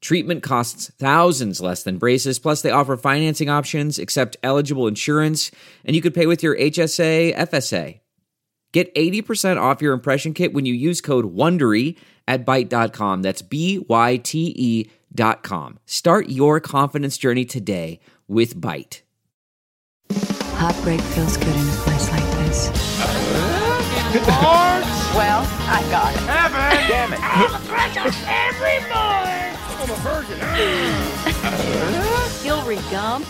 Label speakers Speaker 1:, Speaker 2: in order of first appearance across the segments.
Speaker 1: Treatment costs thousands less than braces, plus, they offer financing options, accept eligible insurance, and you could pay with your HSA, FSA. Get 80% off your impression kit when you use code WONDERY at Byte.com. That's B-Y-T-E E dot com. Start your confidence journey today with Byte.
Speaker 2: Heartbreak feels good in a place like this.
Speaker 3: Well, I got it. Hillary Gump.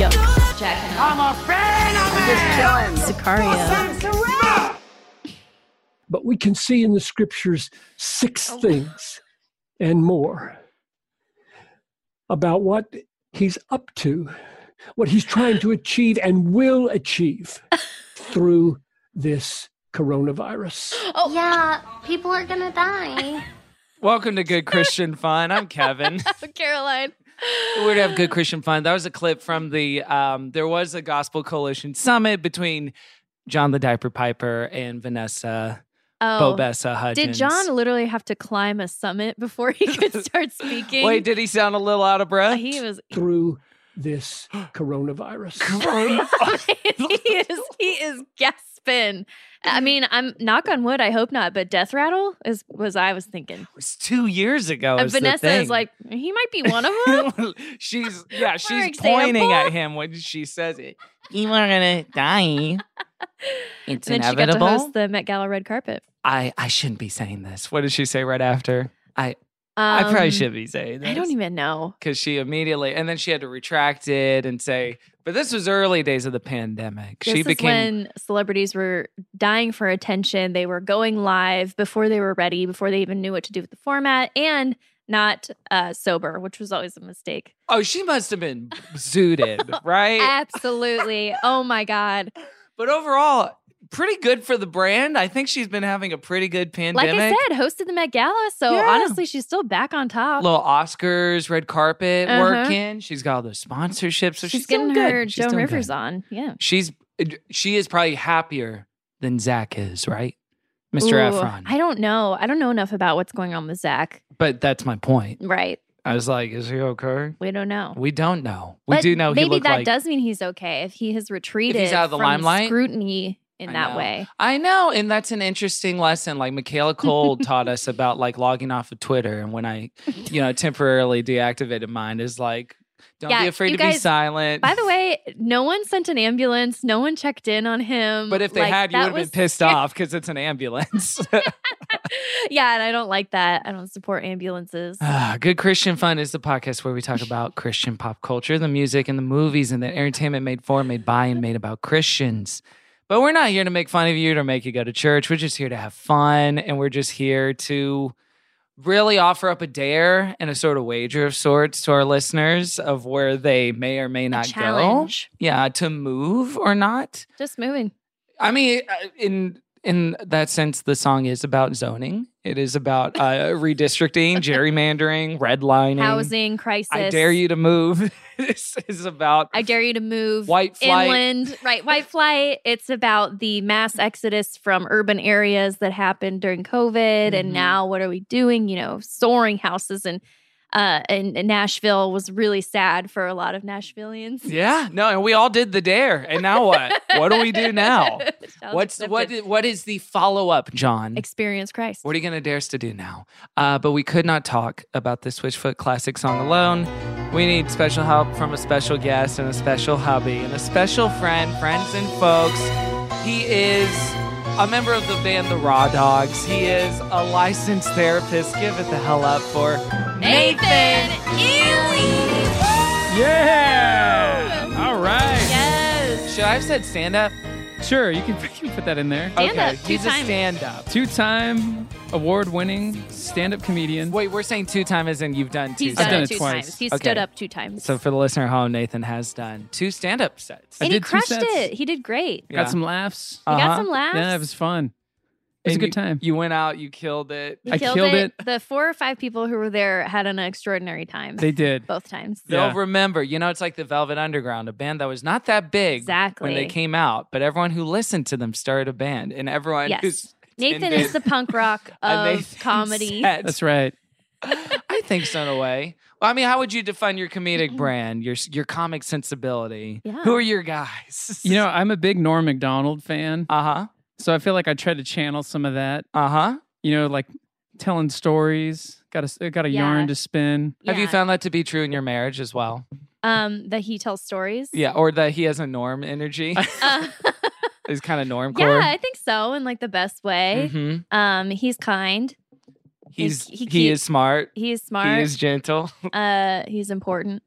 Speaker 3: Yuck. Jack. I'm a fan of it. Sicario.
Speaker 4: but we can see in the scriptures six things and more about what he's up to, what he's trying to achieve and will achieve through this coronavirus.
Speaker 5: Yeah, people are gonna die.
Speaker 6: Welcome to Good Christian Fun. I'm Kevin.
Speaker 7: Caroline.
Speaker 6: We're to have Good Christian Fun. That was a clip from the um, there was a Gospel Coalition summit between John the Diaper Piper and Vanessa
Speaker 7: Oh,
Speaker 6: Bobessa Hudgens.
Speaker 7: did John literally have to climb a summit before he could start speaking?
Speaker 6: Wait, did he sound a little out of breath?
Speaker 7: he was.
Speaker 4: Through this coronavirus.
Speaker 7: he is. He is gasping. I mean, I'm knock on wood. I hope not. But death rattle is was I was thinking.
Speaker 6: It was two years ago.
Speaker 7: And
Speaker 6: is the
Speaker 7: Vanessa is
Speaker 6: thing.
Speaker 7: like he might be one of them.
Speaker 6: she's yeah, she's
Speaker 7: example.
Speaker 6: pointing at him when she says it. You are gonna die. It's
Speaker 7: and then she got to
Speaker 6: inevitable.
Speaker 7: host the Met Gala red carpet.
Speaker 6: I I shouldn't be saying this. What did she say right after? I I probably
Speaker 7: Um,
Speaker 6: should be saying this.
Speaker 7: I don't even know.
Speaker 6: because she immediately and then she had to retract it and say. But this was early days of the pandemic.
Speaker 7: This
Speaker 6: she
Speaker 7: is
Speaker 6: became
Speaker 7: when celebrities were dying for attention. They were going live before they were ready, before they even knew what to do with the format, and not uh, sober, which was always a mistake.
Speaker 6: oh she must have been zooted right.
Speaker 7: Absolutely. oh my God.
Speaker 6: But overall, pretty good for the brand. I think she's been having a pretty good
Speaker 7: Like I
Speaker 6: pandemic.
Speaker 7: said, hosted the Met Gala. So
Speaker 6: Yeah.
Speaker 7: honestly, she's still back on top.
Speaker 6: little Oscars, red carpet
Speaker 7: Uh-huh.
Speaker 6: working. She's got all those sponsorships, so she's,
Speaker 7: she's, getting
Speaker 6: doing good.
Speaker 7: her
Speaker 6: She's
Speaker 7: Joan
Speaker 6: doing
Speaker 7: Rivers
Speaker 6: good.
Speaker 7: on. Yeah.
Speaker 6: She's uh, she is probably happier than Zach is, right, Mr.
Speaker 7: Ooh,
Speaker 6: Efron?
Speaker 7: I don't know. I don't know enough about what's going on with Zach.
Speaker 6: but that's my point.
Speaker 7: Right.
Speaker 6: I was like, is he okay?
Speaker 7: We don't know.
Speaker 6: We don't know. We
Speaker 7: But
Speaker 6: do know
Speaker 7: maybe
Speaker 6: he looked
Speaker 7: that
Speaker 6: like.
Speaker 7: does mean he's okay if he has retreated
Speaker 6: out of the
Speaker 7: from
Speaker 6: limelight?
Speaker 7: scrutiny in
Speaker 6: I
Speaker 7: that
Speaker 6: know.
Speaker 7: way.
Speaker 6: I know, and that's an interesting lesson. Like Michaela Cole taught us about like logging off of Twitter, and when I, you know, temporarily deactivated mine is like, don't
Speaker 7: Yeah,
Speaker 6: be afraid
Speaker 7: you
Speaker 6: to be
Speaker 7: guys-
Speaker 6: silent.
Speaker 7: By the way, no one sent an ambulance. No one checked in on him.
Speaker 6: but if they
Speaker 7: Like,
Speaker 6: had, you
Speaker 7: that
Speaker 6: would have been
Speaker 7: was-
Speaker 6: pissed off because it's an ambulance.
Speaker 7: Yeah, and I don't like that. I don't support ambulances.
Speaker 6: Ah, Good Christian Fun is the podcast where we talk about Christian pop culture, the music and the movies and the entertainment made for, made by, and made about Christians. But we're not here to make fun of you or make you go to church. We're just here to have fun and we're just here to really offer up a dare and a sort of wager of sorts to our listeners of where they may or may not go.
Speaker 7: challenge.
Speaker 6: Yeah, to move or not.
Speaker 7: Just moving.
Speaker 6: I mean, uh, in in that sense, the song is about zoning. It is about uh, redistricting, gerrymandering, redlining.
Speaker 7: Housing crisis.
Speaker 6: I dare you to move. this is about
Speaker 7: I dare you to move
Speaker 6: white flight.
Speaker 7: inland. Right, white flight. It's about the mass exodus from urban areas that happened during COVID,
Speaker 6: Mhm.
Speaker 7: and now what are we doing? You know, soaring houses and uh, and and Nashville was really sad for a lot of Nashvillians.
Speaker 6: Yeah, no, and we all did the dare, and now what? what do we do now?
Speaker 7: Challenge
Speaker 6: What's what?
Speaker 7: accepted.
Speaker 6: i- What is the follow up, John?
Speaker 7: experience Christ?
Speaker 6: What are you gonna dare us to do now? Uh, but we could not talk about the Switchfoot classic song alone. We need special help from a special guest and a special hubby and a special friend, friends and folks. He is a member of the band The Raw Dogs. He is a licensed therapist. Give it the hell up for
Speaker 7: Nathan
Speaker 8: Yeah. All right.
Speaker 7: Yes.
Speaker 6: Should I have said stand up?
Speaker 8: Sure, you can, you can put that in there.
Speaker 7: Stand up
Speaker 6: he's
Speaker 7: two
Speaker 6: a
Speaker 7: times.
Speaker 6: stand up.
Speaker 8: Two time award winning stand up comedian.
Speaker 6: Wait, we're saying two time as in you've done two.
Speaker 7: He's
Speaker 8: I've
Speaker 7: done,
Speaker 8: done
Speaker 7: it
Speaker 8: it
Speaker 7: two
Speaker 8: twice.
Speaker 7: times. He's
Speaker 6: Okay.
Speaker 7: stood up two times.
Speaker 6: So for the listener at home, Nathan has done two stand up sets.
Speaker 8: I
Speaker 7: and he
Speaker 8: did two
Speaker 7: crushed
Speaker 8: sets.
Speaker 7: it. He did great.
Speaker 6: Yeah.
Speaker 8: Got some laughs.
Speaker 7: He got
Speaker 6: Uh-huh.
Speaker 7: some laughs.
Speaker 8: Yeah, it was fun. It was
Speaker 6: And
Speaker 8: a
Speaker 6: you-
Speaker 8: good time.
Speaker 6: You went out, you killed it.
Speaker 7: He
Speaker 8: I killed it.
Speaker 7: The four or five people who were there had an extraordinary time.
Speaker 8: They did.
Speaker 7: both times.
Speaker 6: They'll
Speaker 8: Yeah.
Speaker 6: remember, you know, it's like the Velvet Underground, a band that was not that big when
Speaker 7: Exactly.
Speaker 6: they came out, but everyone who listened to them started a band, and everyone
Speaker 7: Yes.
Speaker 6: who's
Speaker 7: Nathan
Speaker 6: attended
Speaker 7: is the punk rock
Speaker 6: a
Speaker 7: of
Speaker 6: Nathan
Speaker 7: comedy.
Speaker 6: set-
Speaker 8: That's right.
Speaker 6: I think so in a way. Well, I mean, how would you define your comedic brand, your your comic sensibility?
Speaker 7: Yeah.
Speaker 6: Who are your guys?
Speaker 8: You know, I'm a big Norm MacDonald fan.
Speaker 6: uh huh,
Speaker 8: So I feel like I tried to channel some of that.
Speaker 6: uh huh.
Speaker 8: You know, like telling stories. Got a got a
Speaker 7: Yeah.
Speaker 8: yarn to spin.
Speaker 6: Have you
Speaker 7: Yeah.
Speaker 6: found that to be true in your marriage as well?
Speaker 7: um that he tells stories?
Speaker 6: Yeah, or that he has a norm energy.
Speaker 7: Uh,
Speaker 6: He's kind of norm core.
Speaker 7: yeah, I think so in like the best way.
Speaker 6: hmm
Speaker 8: Mm-hmm.
Speaker 7: Um he's kind,
Speaker 6: He's
Speaker 7: He- he
Speaker 6: he,
Speaker 7: keep-
Speaker 6: is smart.
Speaker 7: he is smart,
Speaker 6: He is gentle.
Speaker 7: uh he's important.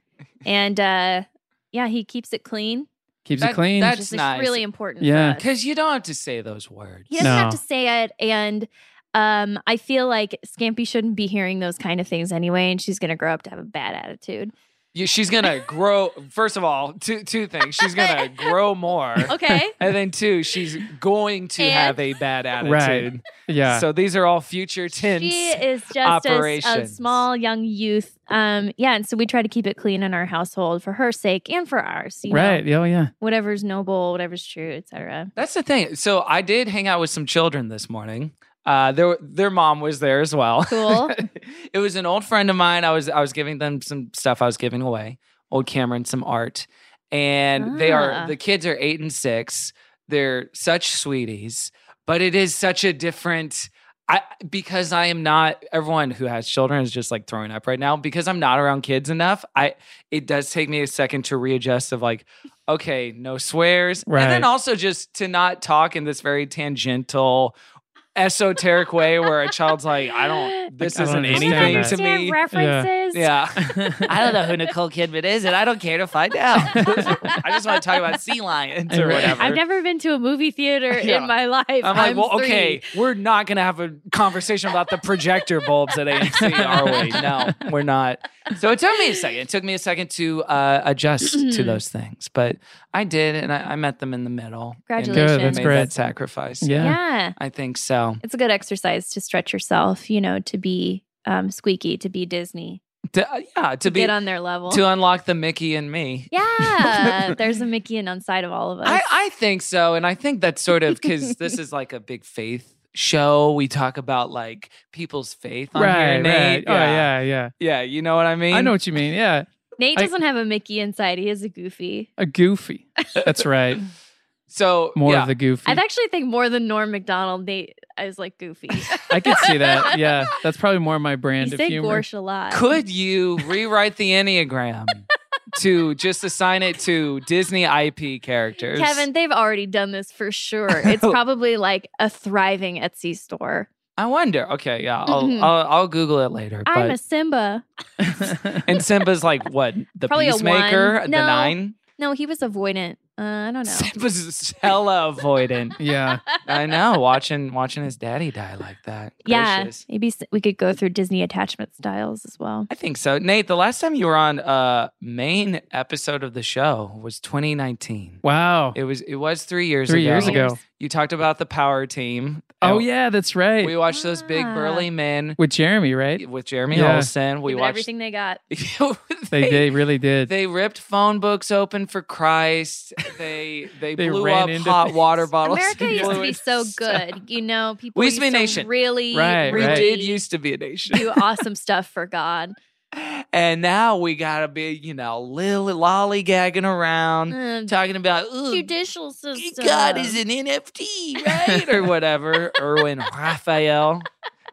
Speaker 7: And uh yeah, he keeps it clean.
Speaker 8: Keeps
Speaker 6: That-
Speaker 8: it clean.
Speaker 7: Which
Speaker 6: that's-
Speaker 7: is
Speaker 6: nice.
Speaker 7: really important.
Speaker 8: Yeah.
Speaker 7: for us.
Speaker 6: Because you don't have to say those words.
Speaker 7: He doesn't have
Speaker 8: No.
Speaker 7: to say it. And um, I feel like Scampy shouldn't be hearing those kind of things anyway. And she's going to grow up to have a bad attitude.
Speaker 6: You- She's gonna grow. First of all, two two things. She's gonna grow more,
Speaker 7: Okay.
Speaker 6: and then two, she's going to
Speaker 7: And-
Speaker 6: have a bad attitude.
Speaker 8: Right. Yeah.
Speaker 6: So these are all future tense.
Speaker 7: she is just a, a
Speaker 6: operations.
Speaker 7: small young youth. Um, yeah. And so we try to keep it clean in our household for her sake and for ours. You
Speaker 8: right.
Speaker 7: Know,
Speaker 8: Yeah, Oh yeah.
Speaker 7: whatever's noble, whatever's true, et cetera.
Speaker 6: That's the thing. So I did hang out with some children this morning. Uh, their their mom was there as well.
Speaker 7: Cool.
Speaker 6: it was an old friend of mine. I was I was giving them some stuff I was giving away, old camera and some art, and they
Speaker 7: Ah.
Speaker 6: are the kids are eight and six. They're such sweeties, but it is such a different. I because I am not everyone who has children is just like throwing up right now because I'm not around kids enough. I it does take me a second to readjust of like okay, no swears. And then
Speaker 8: Right.
Speaker 6: also just to not talk in this very tangential, esoteric way where a child's like, I don't, this
Speaker 8: I
Speaker 6: isn't
Speaker 8: don't understand
Speaker 6: anything
Speaker 8: that.
Speaker 6: to me.
Speaker 7: references.
Speaker 6: Yeah. I don't know who Nicole Kidman is, and I don't care to find out. I just want to talk about sea lions or
Speaker 8: Right.
Speaker 6: whatever.
Speaker 7: I've never been to a movie theater
Speaker 6: Yeah.
Speaker 7: in my life.
Speaker 6: I'm like, well,
Speaker 7: three.
Speaker 6: okay, we're not going to have a conversation about the projector bulbs at AMC, are we? No, we're not. So it took me a second. It took me a second to uh, adjust
Speaker 7: Mm-hmm.
Speaker 6: to those things, but I did, and I, I met them in the middle. and
Speaker 7: Congratulations.
Speaker 8: Good, that's
Speaker 6: made
Speaker 8: great.
Speaker 6: that sacrifice.
Speaker 8: Yeah.
Speaker 7: yeah.
Speaker 6: I think so.
Speaker 7: it's a good exercise to stretch yourself, you know, to be um, squeaky, to be Disney,
Speaker 6: To, uh, yeah, to,
Speaker 7: to,
Speaker 6: be
Speaker 7: get on their level.
Speaker 6: to unlock the Mickey and me.
Speaker 7: yeah, there's a Mickey and on side of all of us.
Speaker 6: I, I think so. And I think that's sort of because this is like a big faith show. We talk about like people's faith on
Speaker 8: Right.
Speaker 6: here, Nate.
Speaker 8: Right. Oh yeah. Yeah.
Speaker 6: Yeah, you know what I mean?
Speaker 8: I know what you mean. Yeah.
Speaker 7: Nate
Speaker 8: I-
Speaker 7: doesn't have a Mickey inside; he is a Goofy.
Speaker 8: A goofy. That's right.
Speaker 6: So
Speaker 8: More
Speaker 6: yeah.
Speaker 8: of the goofy.
Speaker 7: I actually think more than Norm Macdonald, Nate is like Goofy.
Speaker 8: I could see that. Yeah. That's probably more my
Speaker 7: you
Speaker 8: brand of
Speaker 7: say
Speaker 8: humor.
Speaker 7: Gorsh a lot.
Speaker 6: Could you rewrite the Enneagram to just assign it to Disney IP characters?
Speaker 7: Kevin, they've already done this for sure. It's probably like a thriving Etsy store.
Speaker 6: I wonder. Okay, yeah, I'll
Speaker 7: Mhm.
Speaker 6: I'll, I'll Google it later.
Speaker 7: I'm a
Speaker 6: but
Speaker 7: Simba.
Speaker 6: and Simba's like what the
Speaker 7: Probably a
Speaker 6: peacemaker,
Speaker 7: one.
Speaker 6: the
Speaker 7: No.
Speaker 6: nine.
Speaker 7: No, he was avoidant. Uh, I don't know.
Speaker 6: Simba's hella avoidant.
Speaker 8: Yeah.
Speaker 6: I know. Watching watching his daddy die like that.
Speaker 7: Yeah,
Speaker 6: Gracious.
Speaker 7: maybe s- we could go through Disney attachment styles as well.
Speaker 6: I think so. Nate, the last time you were on a main episode of the show was 2019.
Speaker 8: Wow.
Speaker 6: It was it was three years
Speaker 8: Three
Speaker 6: ago.
Speaker 8: years ago.
Speaker 6: You talked about the power team.
Speaker 8: Oh yeah, that's right.
Speaker 6: We watched those big
Speaker 7: Ah.
Speaker 6: burly men
Speaker 8: With Jeremy, right?
Speaker 6: with Jeremy
Speaker 8: Yeah.
Speaker 6: Olsen. We
Speaker 7: Give it
Speaker 6: watched
Speaker 7: everything they got.
Speaker 8: They, they, really did.
Speaker 6: They ripped phone books open for Christ. They they,
Speaker 8: They
Speaker 6: blew
Speaker 8: ran
Speaker 6: up
Speaker 8: into
Speaker 6: hot
Speaker 8: things.
Speaker 6: water bottles.
Speaker 7: America
Speaker 6: and
Speaker 7: used to
Speaker 6: blew
Speaker 7: be
Speaker 6: it.
Speaker 7: so good. You know, people
Speaker 6: We
Speaker 7: used
Speaker 6: used to be a
Speaker 7: to
Speaker 6: nation.
Speaker 7: really,
Speaker 8: Right,
Speaker 6: We
Speaker 8: right.
Speaker 6: did used to be a nation.
Speaker 7: do awesome stuff for God.
Speaker 6: and now we gotta be, you know, lily lollygagging around,
Speaker 7: Uh,
Speaker 6: talking about "Ooh,
Speaker 7: judicial system.
Speaker 6: God
Speaker 8: uh,
Speaker 6: is an NFT, right? or whatever. Erwin Raphael.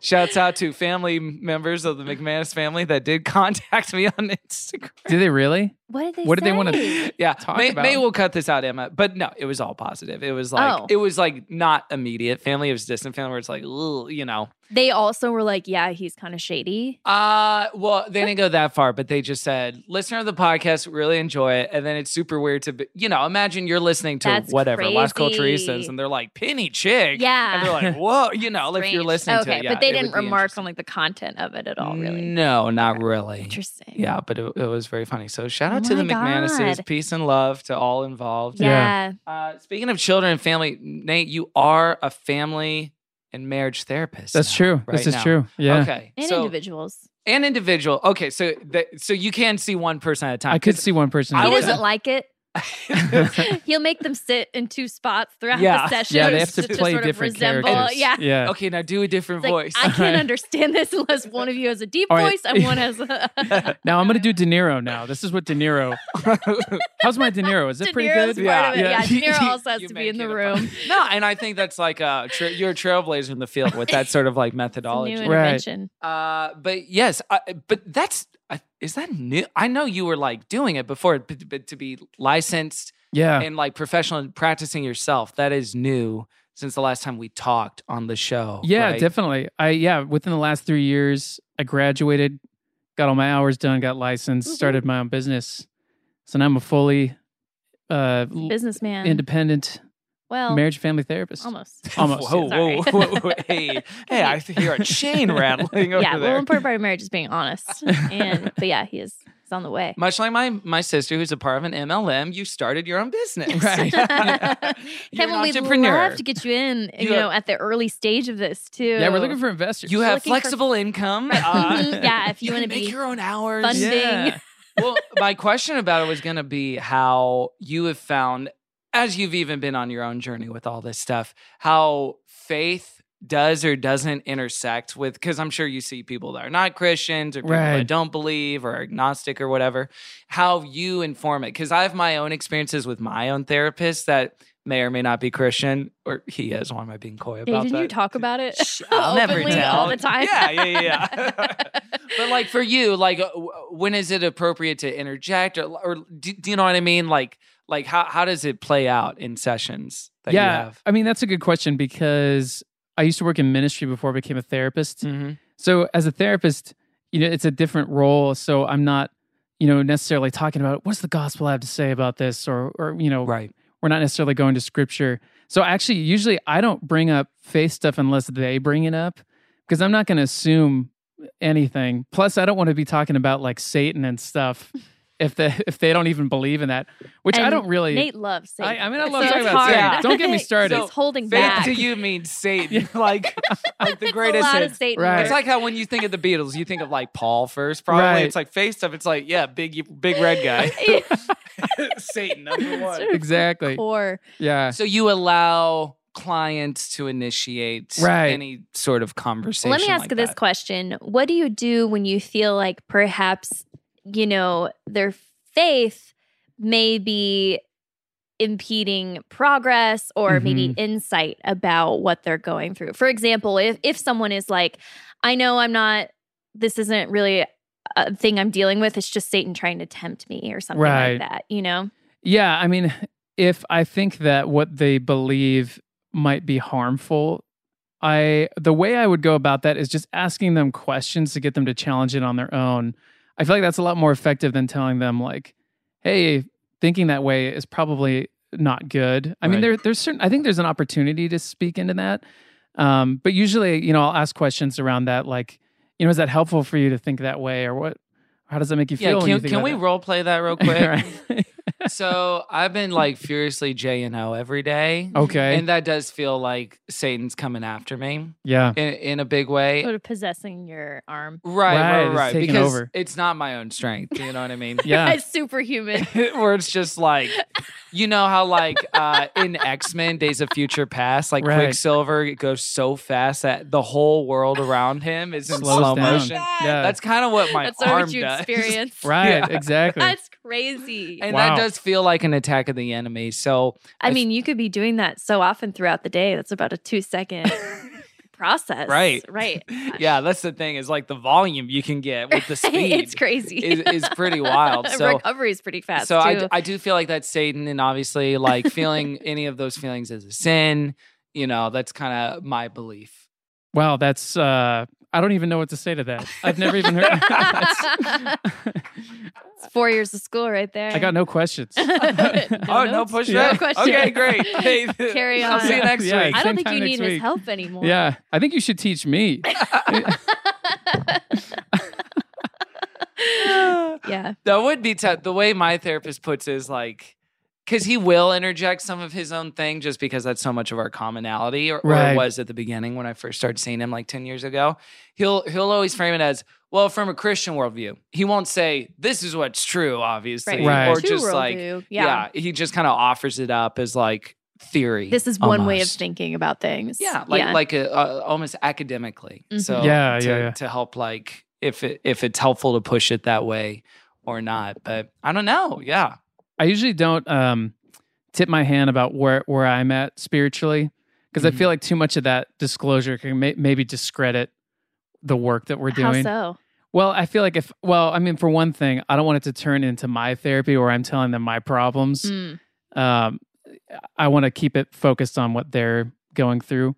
Speaker 6: Shouts out to family members of the McManus family that did contact me on Instagram.
Speaker 8: Did they really?
Speaker 7: What did they?
Speaker 8: What did they wanna-
Speaker 7: say?
Speaker 6: Yeah,
Speaker 8: Talk
Speaker 6: May,
Speaker 8: about
Speaker 6: May
Speaker 8: it.
Speaker 6: will cut this out, Emma. But no, it was all positive. It was like
Speaker 7: Oh.
Speaker 6: it was like not immediate family. It was distant family where it's like, "Ugh," you know.
Speaker 7: They also were like, "Yeah, he's kind of shady."
Speaker 6: Uh well, they didn't go that far, but they just said, listener of the podcast, really enjoy it. And then it's super weird to be, you know, imagine you're listening to
Speaker 7: That's
Speaker 6: whatever Las
Speaker 7: crazy.
Speaker 6: Culturistas and they're like, Penny Chick. And they're
Speaker 7: Yeah.
Speaker 6: like, whoa, you know, if you're
Speaker 7: Strange.
Speaker 6: listening
Speaker 7: okay,
Speaker 6: to it. yeah,
Speaker 7: but they
Speaker 6: it would
Speaker 7: didn't
Speaker 6: be
Speaker 7: remark
Speaker 6: interesting.
Speaker 7: on like the content of it at all, really.
Speaker 6: No, not really.
Speaker 7: Interesting.
Speaker 6: Yeah, but it, it was very funny. So shout
Speaker 7: Oh
Speaker 6: out to the
Speaker 7: my
Speaker 6: McManuses.
Speaker 7: God.
Speaker 6: Peace and love to all involved.
Speaker 7: Yeah.
Speaker 6: Uh, speaking of children and family, Nate, you are a family and marriage therapist.
Speaker 8: That's
Speaker 6: now,
Speaker 8: true.
Speaker 6: right
Speaker 8: this is
Speaker 6: now.
Speaker 8: true. Yeah.
Speaker 6: Okay.
Speaker 7: And
Speaker 6: so,
Speaker 7: individuals.
Speaker 6: and individual. Okay, so that so you can see one person at a time.
Speaker 8: I could
Speaker 6: 'Cause-
Speaker 8: see one person.
Speaker 6: I
Speaker 7: He
Speaker 6: was-
Speaker 7: doesn't like it. He'll make them sit in two spots throughout
Speaker 6: Yeah.
Speaker 7: the session.
Speaker 8: yeah, they have to
Speaker 7: just
Speaker 8: play
Speaker 7: sort of
Speaker 8: different
Speaker 7: resemble. uh,
Speaker 8: characters.
Speaker 7: Yeah.
Speaker 8: Yeah.
Speaker 6: Okay, now do a different
Speaker 7: It's like,
Speaker 6: voice.
Speaker 7: I can't understand this unless one of you has a deep
Speaker 8: All right.
Speaker 7: voice and one has a.
Speaker 8: Now I'm gonna do De Niro now. This is what De Niro. How's my De Niro? Is it
Speaker 7: De
Speaker 8: pretty
Speaker 7: Niro's
Speaker 8: good?
Speaker 7: part of it. Yeah, De
Speaker 6: You-
Speaker 7: Niro also has
Speaker 6: you
Speaker 7: to be in
Speaker 6: make
Speaker 7: the
Speaker 6: it a
Speaker 7: room.
Speaker 6: fun- no, and I think that's like a tra- you're a trailblazer in the field with that sort of like
Speaker 7: It's a new
Speaker 6: methodology.
Speaker 8: Right.
Speaker 7: intervention.
Speaker 6: Uh, but yes, I, but that's I is that new? I know you were like doing it before, but, but to be licensed
Speaker 8: Yeah.
Speaker 6: and like professional and practicing yourself, that is new since the last time we talked on the show.
Speaker 8: Yeah,
Speaker 6: right?
Speaker 8: definitely. I yeah, within the last three years, I graduated, got all my hours done, got licensed,
Speaker 7: Mhm.
Speaker 8: started my own business. So now I'm a fully uh l-
Speaker 7: Businessman.
Speaker 8: independent
Speaker 7: well,
Speaker 8: marriage family therapist.
Speaker 7: almost.
Speaker 8: Almost,
Speaker 6: Whoa,
Speaker 7: yeah.
Speaker 6: whoa,
Speaker 7: Sorry.
Speaker 6: whoa, whoa, Hey, hey, I hear a chain rattling over
Speaker 7: yeah,
Speaker 6: there.
Speaker 7: well, um, important part of marriage is being honest. And but yeah, he is. He's on the way.
Speaker 6: Much like my my sister, who's a part of an MLM, you started your own business.
Speaker 8: Right.
Speaker 6: You're an
Speaker 7: Kevin, we'd
Speaker 6: entrepreneur.
Speaker 7: love to get you in. You,
Speaker 6: You have-
Speaker 7: know, at the early stage of this too.
Speaker 8: Yeah, we're looking for investors.
Speaker 6: you
Speaker 7: Just
Speaker 6: have
Speaker 7: looking for-
Speaker 6: flexible income. uh,
Speaker 7: Yeah, if you
Speaker 6: can
Speaker 7: wanna
Speaker 6: make
Speaker 7: be
Speaker 6: your own hours.
Speaker 7: funding.
Speaker 6: well, my question about it was going to be how you have found, as you've even been on your own journey with all this stuff, how faith does or doesn't intersect with, because I'm sure you see people that are not Christians or people
Speaker 8: Right.
Speaker 6: that don't believe or agnostic or whatever, how you inform it. Because I have my own experiences with my own therapist that may or may not be Christian, or he is. Why am I being coy
Speaker 7: Hey,
Speaker 6: about
Speaker 7: didn't
Speaker 6: that?
Speaker 7: you talk about it?
Speaker 6: Shh, I'll never
Speaker 7: openly
Speaker 6: tell.
Speaker 7: all the time.
Speaker 6: Yeah, yeah, yeah, yeah. but like for you, like uh, w- when is it appropriate to interject, or, or do, do you know what I mean? Like, like how how does it play out in sessions that
Speaker 8: yeah,
Speaker 6: you have?
Speaker 8: I mean that's a good question because I used to work in ministry before I became a therapist.
Speaker 6: Mm. Mm-hmm.
Speaker 8: So as a therapist, you know, it's a different role. So I'm not, you know, necessarily talking about what's the gospel have to say about this or or you know,
Speaker 6: Oh, Right.
Speaker 8: we're not necessarily going to scripture. So actually usually I don't bring up faith stuff unless they bring it up because I'm not going to assume anything. Plus I don't want to be talking about like Satan and stuff if they if they don't even believe in that, which I
Speaker 7: And
Speaker 8: don't really
Speaker 7: Nate loves
Speaker 8: I-
Speaker 7: Satan.
Speaker 8: I mean, I love
Speaker 7: so
Speaker 8: talking
Speaker 7: it's
Speaker 8: about Satan.
Speaker 7: hard.
Speaker 8: Don't get me started.
Speaker 7: He's holding
Speaker 6: Faith
Speaker 7: back.
Speaker 6: to you means Satan, like like the
Speaker 7: It's
Speaker 6: greatest.
Speaker 7: a lot
Speaker 6: hits.
Speaker 7: of Satan
Speaker 8: Right.
Speaker 7: words.
Speaker 6: It's like how when you think of the Beatles, you think of like Paul first, probably.
Speaker 8: Right.
Speaker 6: It's like face stuff. It's like yeah, big big red guy, Satan number
Speaker 7: It's
Speaker 6: one.
Speaker 7: sort of
Speaker 8: Exactly.
Speaker 7: core.
Speaker 8: Yeah.
Speaker 6: So you allow clients to initiate
Speaker 8: Right.
Speaker 6: any sort of conversation.
Speaker 7: Let me ask
Speaker 6: like
Speaker 7: this
Speaker 6: that.
Speaker 7: question. What do you do when you feel like perhaps, you know, their faith may be impeding progress or
Speaker 8: Mm-hmm.
Speaker 7: maybe insight about what they're going through? For example, if if someone is like, I know I'm not this isn't really a thing I'm dealing with, it's just Satan trying to tempt me or something
Speaker 8: Right.
Speaker 7: like that, you know?
Speaker 8: Yeah, I mean, if I think that what they believe might be harmful, I the way I would go about that is just asking them questions to get them to challenge it on their own. I feel like that's a lot more effective than telling them like, "Hey, thinking that way is probably not good." I mean,
Speaker 6: Right.
Speaker 8: there there's certain I think there's an opportunity to speak into that. Um, but usually, you know, I'll ask questions around that like, you know, is that helpful for you to think that way or what how does that make you feel?
Speaker 6: Yeah,
Speaker 8: when you
Speaker 6: can,
Speaker 8: think
Speaker 6: can
Speaker 8: about
Speaker 6: we
Speaker 8: that?
Speaker 6: role play that real quick?
Speaker 8: Right.
Speaker 6: so I've been like furiously J and O every day,
Speaker 8: okay.
Speaker 6: and that does feel like Satan's coming after me
Speaker 8: yeah.
Speaker 6: in, in a big way.
Speaker 7: Sort of possessing your arm.
Speaker 6: Right, right,
Speaker 8: Right, it's
Speaker 6: right.
Speaker 8: taking
Speaker 6: because
Speaker 8: over.
Speaker 6: it's not my own strength. You know what I mean?
Speaker 8: Yeah.
Speaker 7: It's superhuman.
Speaker 6: Where it's just like, you know how like uh, in X Men Days of Future Past, like
Speaker 8: Right.
Speaker 6: Quicksilver it goes so fast that the whole world around him is in
Speaker 8: Slows
Speaker 6: slow
Speaker 8: down.
Speaker 6: motion.
Speaker 8: Yeah.
Speaker 6: That's kind of what my
Speaker 7: That's
Speaker 6: arm
Speaker 7: not what you
Speaker 6: does.
Speaker 7: experience.
Speaker 8: Right, exactly.
Speaker 7: That's crazy.
Speaker 6: And
Speaker 8: Wow.
Speaker 6: that does feel like an attack of the enemy. So
Speaker 7: I
Speaker 6: I-
Speaker 7: mean, you could be doing that so often throughout the day. That's about a two second process.
Speaker 6: Right.
Speaker 7: Right.
Speaker 6: yeah, that's the thing is like the volume you can get with the speed
Speaker 7: it's crazy.
Speaker 6: is, is pretty wild. So
Speaker 7: recovery is pretty fast.
Speaker 6: so
Speaker 7: too.
Speaker 6: I, d- I do feel like that's Satan, and obviously, like feeling any of those feelings is a sin. You know, that's kind of my belief.
Speaker 8: Wow, that's uh I don't even know what to say to that. I've never even heard
Speaker 7: It's four years of school right there.
Speaker 8: I got no questions.
Speaker 6: oh,
Speaker 7: no
Speaker 6: no
Speaker 7: notes?
Speaker 6: push
Speaker 8: Yeah.
Speaker 6: that.
Speaker 7: question.
Speaker 6: Okay, great. Hey,
Speaker 7: Carry
Speaker 6: I'll
Speaker 7: on.
Speaker 6: see you next
Speaker 8: Yeah,
Speaker 6: week.
Speaker 7: I don't
Speaker 8: Same
Speaker 7: think
Speaker 8: time
Speaker 7: you
Speaker 8: next
Speaker 7: need his
Speaker 8: week.
Speaker 7: help anymore.
Speaker 8: yeah. I think you should teach me.
Speaker 7: yeah.
Speaker 6: That would be tough. The way my therapist puts it is like, because he will interject some of his own thing just because that's so much of our commonality, or, or
Speaker 8: Right.
Speaker 6: it was at the beginning when I first started seeing him like 10 years ago. He'll he'll always frame it as, well, from a Christian worldview. He won't say, this is what's true, obviously.
Speaker 8: Right.
Speaker 6: Or
Speaker 7: True
Speaker 6: just
Speaker 7: worldview.
Speaker 6: like,
Speaker 7: yeah.
Speaker 6: he just kind of offers it up as like theory.
Speaker 7: This is one way of
Speaker 6: almost.
Speaker 7: thinking about things.
Speaker 6: Yeah, like like a, uh, almost academically.
Speaker 7: Mhm.
Speaker 6: So
Speaker 8: Yeah,
Speaker 6: to,
Speaker 8: yeah, yeah.
Speaker 6: to help like if it, if it's helpful to push it that way or not. But I don't know. Yeah,
Speaker 8: I usually don't um, tip my hand about where where I'm at spiritually because I feel like too much of that disclosure can may- maybe discredit the work that we're
Speaker 7: How
Speaker 8: doing.
Speaker 7: so?
Speaker 8: Well, I feel like if well, I mean, for one thing, I don't want it to turn into my therapy where I'm telling them my problems.
Speaker 7: Mm.
Speaker 8: Um, I want to keep it focused on what they're going through.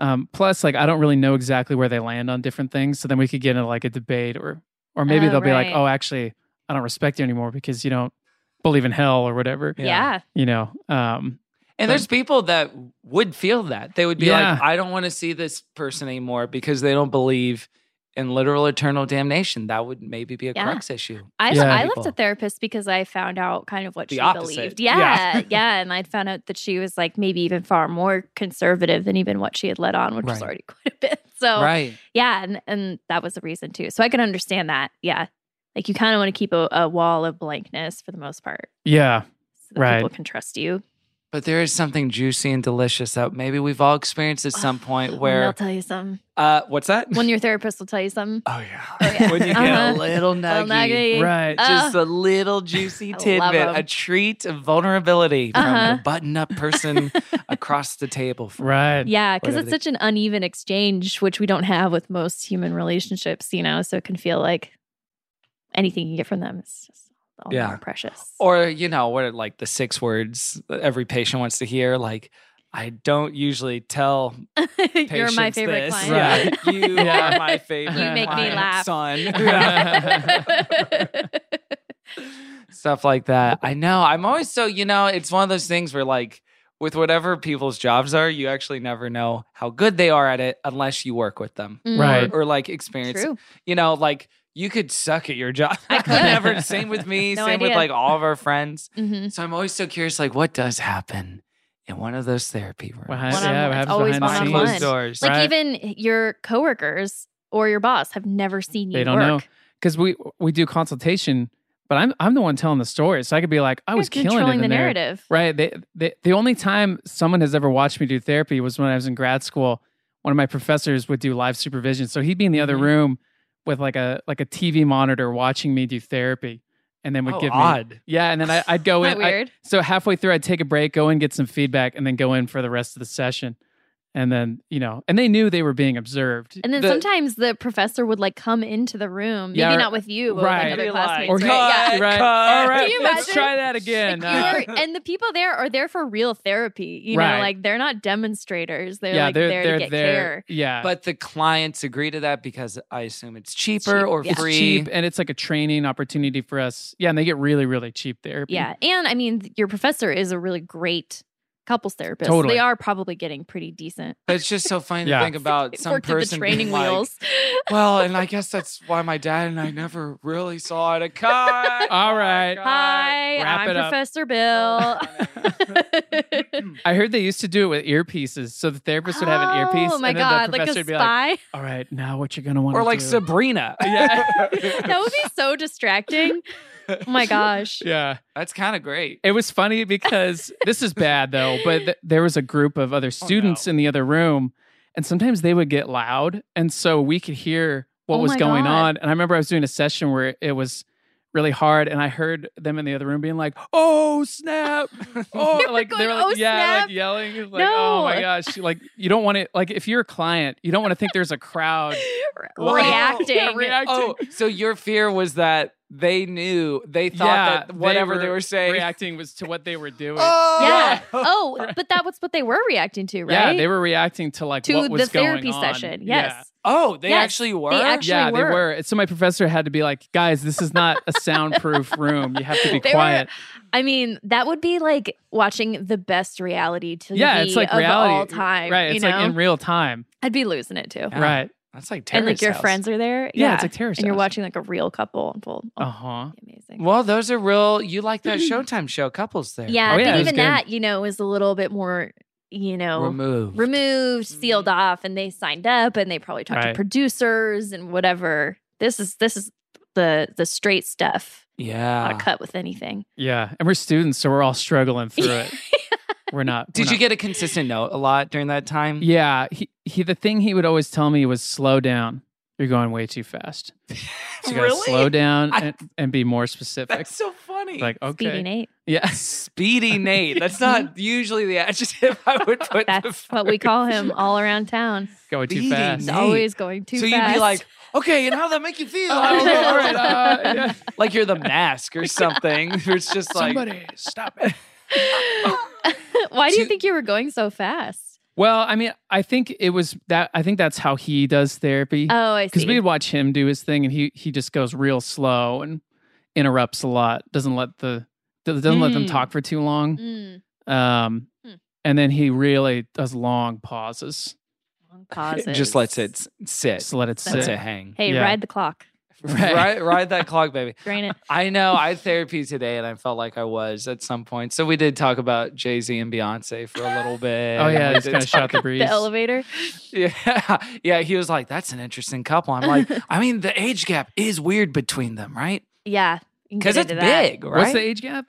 Speaker 8: Um, plus, like I don't really know exactly where they land on different things, so then we could get into like a debate or or maybe
Speaker 7: Oh,
Speaker 8: they'll be like,
Speaker 7: right.
Speaker 8: "Oh, actually, I don't respect you anymore because you don't believe in hell or whatever."
Speaker 7: Yeah.
Speaker 8: you know um
Speaker 6: and there's people that would feel that they would be
Speaker 8: Yeah.
Speaker 6: like, I don't want to see this person anymore because they don't believe in literal eternal damnation. That would maybe be a
Speaker 7: Yeah.
Speaker 6: crux issue.
Speaker 7: I,
Speaker 8: Yeah.
Speaker 7: I
Speaker 6: People.
Speaker 7: left a therapist because I found out kind of what
Speaker 6: The
Speaker 7: she
Speaker 6: opposite.
Speaker 7: believed.
Speaker 6: Yeah.
Speaker 7: Yeah, yeah. And I'd found out that she was like maybe even far more conservative than even what she had let on, which was
Speaker 6: Right.
Speaker 7: already quite a bit. So
Speaker 6: Right.
Speaker 7: yeah, and, and that was a reason too. So I can understand that. Yeah. Like you kind of want to keep a, a wall of blankness for the most part.
Speaker 8: yeah
Speaker 7: So that
Speaker 8: Right.
Speaker 7: people can trust you.
Speaker 6: But there is something juicy and delicious that maybe we've all experienced at some point
Speaker 7: When they'll
Speaker 6: where
Speaker 7: tell you something.
Speaker 6: uh what's that?
Speaker 7: When your therapist will tell you something.
Speaker 6: oh yeah.
Speaker 7: yeah.
Speaker 6: when you get
Speaker 7: Uh-huh.
Speaker 6: a little
Speaker 7: Well,
Speaker 6: nuggy.
Speaker 7: now you-
Speaker 8: right
Speaker 7: Uh,
Speaker 6: just a little juicy
Speaker 7: I love
Speaker 6: tidbit,
Speaker 7: 'em.
Speaker 6: a treat of vulnerability from
Speaker 7: Uh-huh.
Speaker 6: the button-up person across the table. From
Speaker 8: right
Speaker 7: Yeah, because
Speaker 6: whatever
Speaker 7: it's
Speaker 6: they-
Speaker 7: such an uneven exchange, which we don't have with most human relationships, you know, so it can feel like anything you get from them is just all
Speaker 6: Yeah.
Speaker 7: yeah. precious.
Speaker 6: Or you know what? are, Like the six words that every patient wants to hear. Like I don't usually tell
Speaker 7: You're
Speaker 6: patients
Speaker 7: my favorite
Speaker 6: this.
Speaker 7: client.
Speaker 8: client.
Speaker 6: Yeah, you
Speaker 8: Yeah.
Speaker 6: are my Mm. favorite.
Speaker 8: You make me
Speaker 6: client,
Speaker 7: laugh.
Speaker 6: son.
Speaker 8: Yeah.
Speaker 6: Stuff like that. I know. I'm always so you know. It's one of those things where like. With whatever people's jobs are, you actually never know how good they are at it unless you work with them
Speaker 7: Mm,
Speaker 8: Right.
Speaker 6: or like experience
Speaker 7: True.
Speaker 6: you know, like you could suck at your job.
Speaker 7: I could.
Speaker 6: Never. Same with me.
Speaker 7: No
Speaker 6: same with
Speaker 7: idea.
Speaker 6: like all of our friends.
Speaker 7: Mm-hmm.
Speaker 6: So I'm always so curious, like what does happen in one of those therapy rooms?
Speaker 8: Behind-
Speaker 7: One-on-one.
Speaker 8: yeah, what
Speaker 7: It's
Speaker 8: happens
Speaker 7: always
Speaker 8: behind
Speaker 6: Behind
Speaker 8: the
Speaker 7: one-on-one.
Speaker 6: closed
Speaker 8: scenes.
Speaker 6: doors.
Speaker 7: Like
Speaker 8: Right.
Speaker 7: even your coworkers or your boss have never seen you
Speaker 8: They don't
Speaker 7: work.
Speaker 8: because we we do consultation but i'm i'm the one telling the story so i could be like i was
Speaker 7: You're
Speaker 8: killing it
Speaker 7: controlling the
Speaker 8: in there.
Speaker 7: narrative.
Speaker 8: right they, they the only time someone has ever watched me do therapy was when i was in grad school one of my professors would do live supervision so he'd be in the other
Speaker 6: Mhm.
Speaker 8: room with like a like a tv monitor watching me do therapy and then would
Speaker 6: Oh,
Speaker 8: give me
Speaker 6: odd.
Speaker 8: yeah and then I, i'd go
Speaker 7: Isn't
Speaker 8: in
Speaker 7: that
Speaker 8: Oh, I-
Speaker 7: weird?
Speaker 8: So halfway through, I'd take a break, go in, get some feedback, and then go in for the rest of the session. And then, you know, and they knew they were being observed.
Speaker 7: and then
Speaker 8: The-
Speaker 7: sometimes the professor would like come into the room, maybe
Speaker 8: Yeah, or-
Speaker 7: not with you, but
Speaker 8: right.
Speaker 7: with like, other
Speaker 6: Realize.
Speaker 7: classmates.
Speaker 8: Or
Speaker 7: right?
Speaker 8: cut,
Speaker 7: Yeah.
Speaker 8: right?
Speaker 6: Cut.
Speaker 8: All right,
Speaker 7: Can you
Speaker 8: let's
Speaker 7: imagine?
Speaker 8: try that again. Uh,
Speaker 7: Like, you are, and the people there are there for real therapy. You
Speaker 8: Right.
Speaker 7: know, like they're not demonstrators. They're
Speaker 8: yeah,
Speaker 7: like
Speaker 8: they're
Speaker 7: there
Speaker 8: they're
Speaker 7: to get
Speaker 8: there.
Speaker 7: care.
Speaker 8: Yeah,
Speaker 6: But the clients agree to that because I assume it's cheaper
Speaker 7: cheap,
Speaker 6: or
Speaker 7: yeah.
Speaker 8: it's
Speaker 6: free.
Speaker 8: cheap, and it's like a training opportunity for us. Yeah, and they get really, really cheap therapy.
Speaker 7: Yeah, and I mean, th- your professor is a really great couples therapist. So
Speaker 8: Totally.
Speaker 7: they are probably getting pretty decent.
Speaker 6: But it's just so funny
Speaker 8: Yeah.
Speaker 6: to think about
Speaker 7: They've
Speaker 6: some
Speaker 7: worked at
Speaker 6: person
Speaker 7: the training
Speaker 6: being like,
Speaker 7: wheels.
Speaker 6: well, and I guess that's why my dad and I never really saw it. A cut.
Speaker 8: All right.
Speaker 6: Cut.
Speaker 7: Hi,
Speaker 8: wrap
Speaker 7: I'm
Speaker 8: it up.
Speaker 7: Professor Bill.
Speaker 8: I heard they used to do it with earpieces, so the therapist would have an earpiece,
Speaker 7: Oh my
Speaker 8: and then
Speaker 7: god,
Speaker 8: the
Speaker 7: like
Speaker 8: professor
Speaker 7: a
Speaker 8: would be like,
Speaker 7: spy.
Speaker 8: "All right, now what you're gonna want?"
Speaker 6: Or like
Speaker 8: do.
Speaker 6: Sabrina.
Speaker 8: Yeah.
Speaker 7: that would be so distracting. Oh my gosh.
Speaker 8: yeah.
Speaker 6: That's kind of great.
Speaker 8: It was funny because this is bad though, but th- there was a group of
Speaker 7: Oh,
Speaker 8: other students in the other room, and sometimes they would get loud, and so we could hear what
Speaker 7: Oh
Speaker 8: was
Speaker 7: my
Speaker 8: going
Speaker 7: God.
Speaker 8: on. And I remember I was doing a session where it was really hard, and I heard them in the other room being like, "Oh snap!" Oh,
Speaker 7: They were
Speaker 8: like
Speaker 7: going,
Speaker 8: they were like,
Speaker 7: "Oh,
Speaker 8: yeah,
Speaker 7: snap."
Speaker 8: like yelling, It's like, "Oh my
Speaker 7: No.
Speaker 8: gosh!" Like you don't want to like if you're a client, you don't want to think there's a crowd
Speaker 6: Whoa.
Speaker 7: reacting.
Speaker 8: Yeah, reacting.
Speaker 6: Oh, so your fear was that they knew they thought
Speaker 8: Yeah,
Speaker 6: that whatever they were, saying.
Speaker 8: reacting was to what they were doing.
Speaker 6: Oh,
Speaker 7: Yeah. Oh, but that was what they were reacting to, right?
Speaker 8: Yeah, they were reacting to like
Speaker 7: to
Speaker 8: what was
Speaker 7: the therapy
Speaker 8: going on.
Speaker 7: session.
Speaker 8: Yeah.
Speaker 7: Yes.
Speaker 6: Oh, they
Speaker 7: Yes,
Speaker 6: actually were.
Speaker 7: act- actually
Speaker 8: yeah, they
Speaker 7: were.
Speaker 8: were. And So my professor had to be like, guys, this is not a soundproof room. You have to be
Speaker 7: They were-
Speaker 8: quiet.
Speaker 7: I mean, that would be like watching the best reality TV
Speaker 8: yeah, it's like
Speaker 7: of
Speaker 8: reality.
Speaker 7: all time.
Speaker 8: Right.
Speaker 7: You
Speaker 8: It's
Speaker 7: know?
Speaker 8: like in real time.
Speaker 7: I'd be losing it too.
Speaker 6: Yeah.
Speaker 8: Right.
Speaker 6: That's like terrorist
Speaker 7: And like your
Speaker 6: house.
Speaker 7: friends are there.
Speaker 8: Yeah, it's like terrorist
Speaker 7: And you're
Speaker 8: house.
Speaker 7: watching like a real couple unfold. Oh,
Speaker 8: Uh huh.
Speaker 7: amazing.
Speaker 6: Well, those are real. You like that Showtime show couples there.
Speaker 7: yeah,
Speaker 8: Oh, yeah, it
Speaker 7: but
Speaker 8: was
Speaker 7: even
Speaker 8: good.
Speaker 7: that, you know, is a little bit more, you know,
Speaker 6: Remove.
Speaker 7: removed, sealed off, and they signed up and they probably talked to
Speaker 8: Mm-hmm. Right.
Speaker 7: producers and whatever. This is this is the the straight stuff.
Speaker 6: yeah.
Speaker 8: Ah.
Speaker 7: Not cut with anything.
Speaker 8: Yeah. And we're students, so we're all struggling through it. We're not.
Speaker 6: Did
Speaker 8: we're
Speaker 6: you
Speaker 8: not-
Speaker 6: get a consistent note a lot during that time?
Speaker 8: Yeah. He, he, the thing he would always tell me was slow down. You're going way too fast. So you gotta
Speaker 6: Really?
Speaker 8: slow down
Speaker 6: I-
Speaker 8: and, and be more specific.
Speaker 6: That's so funny.
Speaker 8: like,
Speaker 7: Speedy
Speaker 8: okay.
Speaker 7: Nate.
Speaker 8: Yeah.
Speaker 6: Speedy Nate. That's not usually the adjective I would put.
Speaker 7: That's
Speaker 6: before.
Speaker 7: what we call him all around town.
Speaker 8: Going
Speaker 6: Speedy
Speaker 8: too fast.
Speaker 7: He's
Speaker 6: Nate.
Speaker 7: always going too
Speaker 6: so
Speaker 7: fast.
Speaker 6: you'd be like, okay, and how did that make you feel?
Speaker 8: Oh, all right, uh, yeah.
Speaker 6: like you're the mask or something. It's just like
Speaker 8: Somebody stop it.
Speaker 7: Why do you
Speaker 6: to-
Speaker 7: think you were going so fast?
Speaker 8: Well, I mean, I think it was that. I think that's how he does therapy.
Speaker 7: Oh, I
Speaker 8: Because
Speaker 7: see.
Speaker 8: we'd watch him do his thing, and he he just goes real slow and interrupts a lot. Doesn't let the doesn't let them
Speaker 7: Mm.
Speaker 8: talk for too long.
Speaker 7: Mm,
Speaker 8: Um,
Speaker 7: Hmm.
Speaker 8: and then he really does long pauses.
Speaker 7: long pauses.
Speaker 6: just lets it s- sit.
Speaker 8: Just let it
Speaker 7: That's
Speaker 8: sit.
Speaker 6: Lets it hang.
Speaker 7: Hey,
Speaker 8: yeah.
Speaker 7: ride the clock.
Speaker 8: Right.
Speaker 6: Ride, ride that clock, baby.
Speaker 7: Drain it.
Speaker 6: I know. I had therapy today, and I felt like I was at some point. So we did talk about Jay Z and Beyonce for a little bit.
Speaker 8: Oh yeah,
Speaker 6: We
Speaker 8: he's
Speaker 6: did
Speaker 8: kind of
Speaker 6: talk-
Speaker 8: shot the breeze.
Speaker 7: The elevator.
Speaker 6: Yeah, yeah. He was like, "That's an interesting couple." I'm like, I mean, the age gap is weird between them, right?
Speaker 7: Yeah. you can
Speaker 6: Because
Speaker 7: get
Speaker 6: it's
Speaker 7: into that.
Speaker 6: big, right?
Speaker 8: What's the age gap?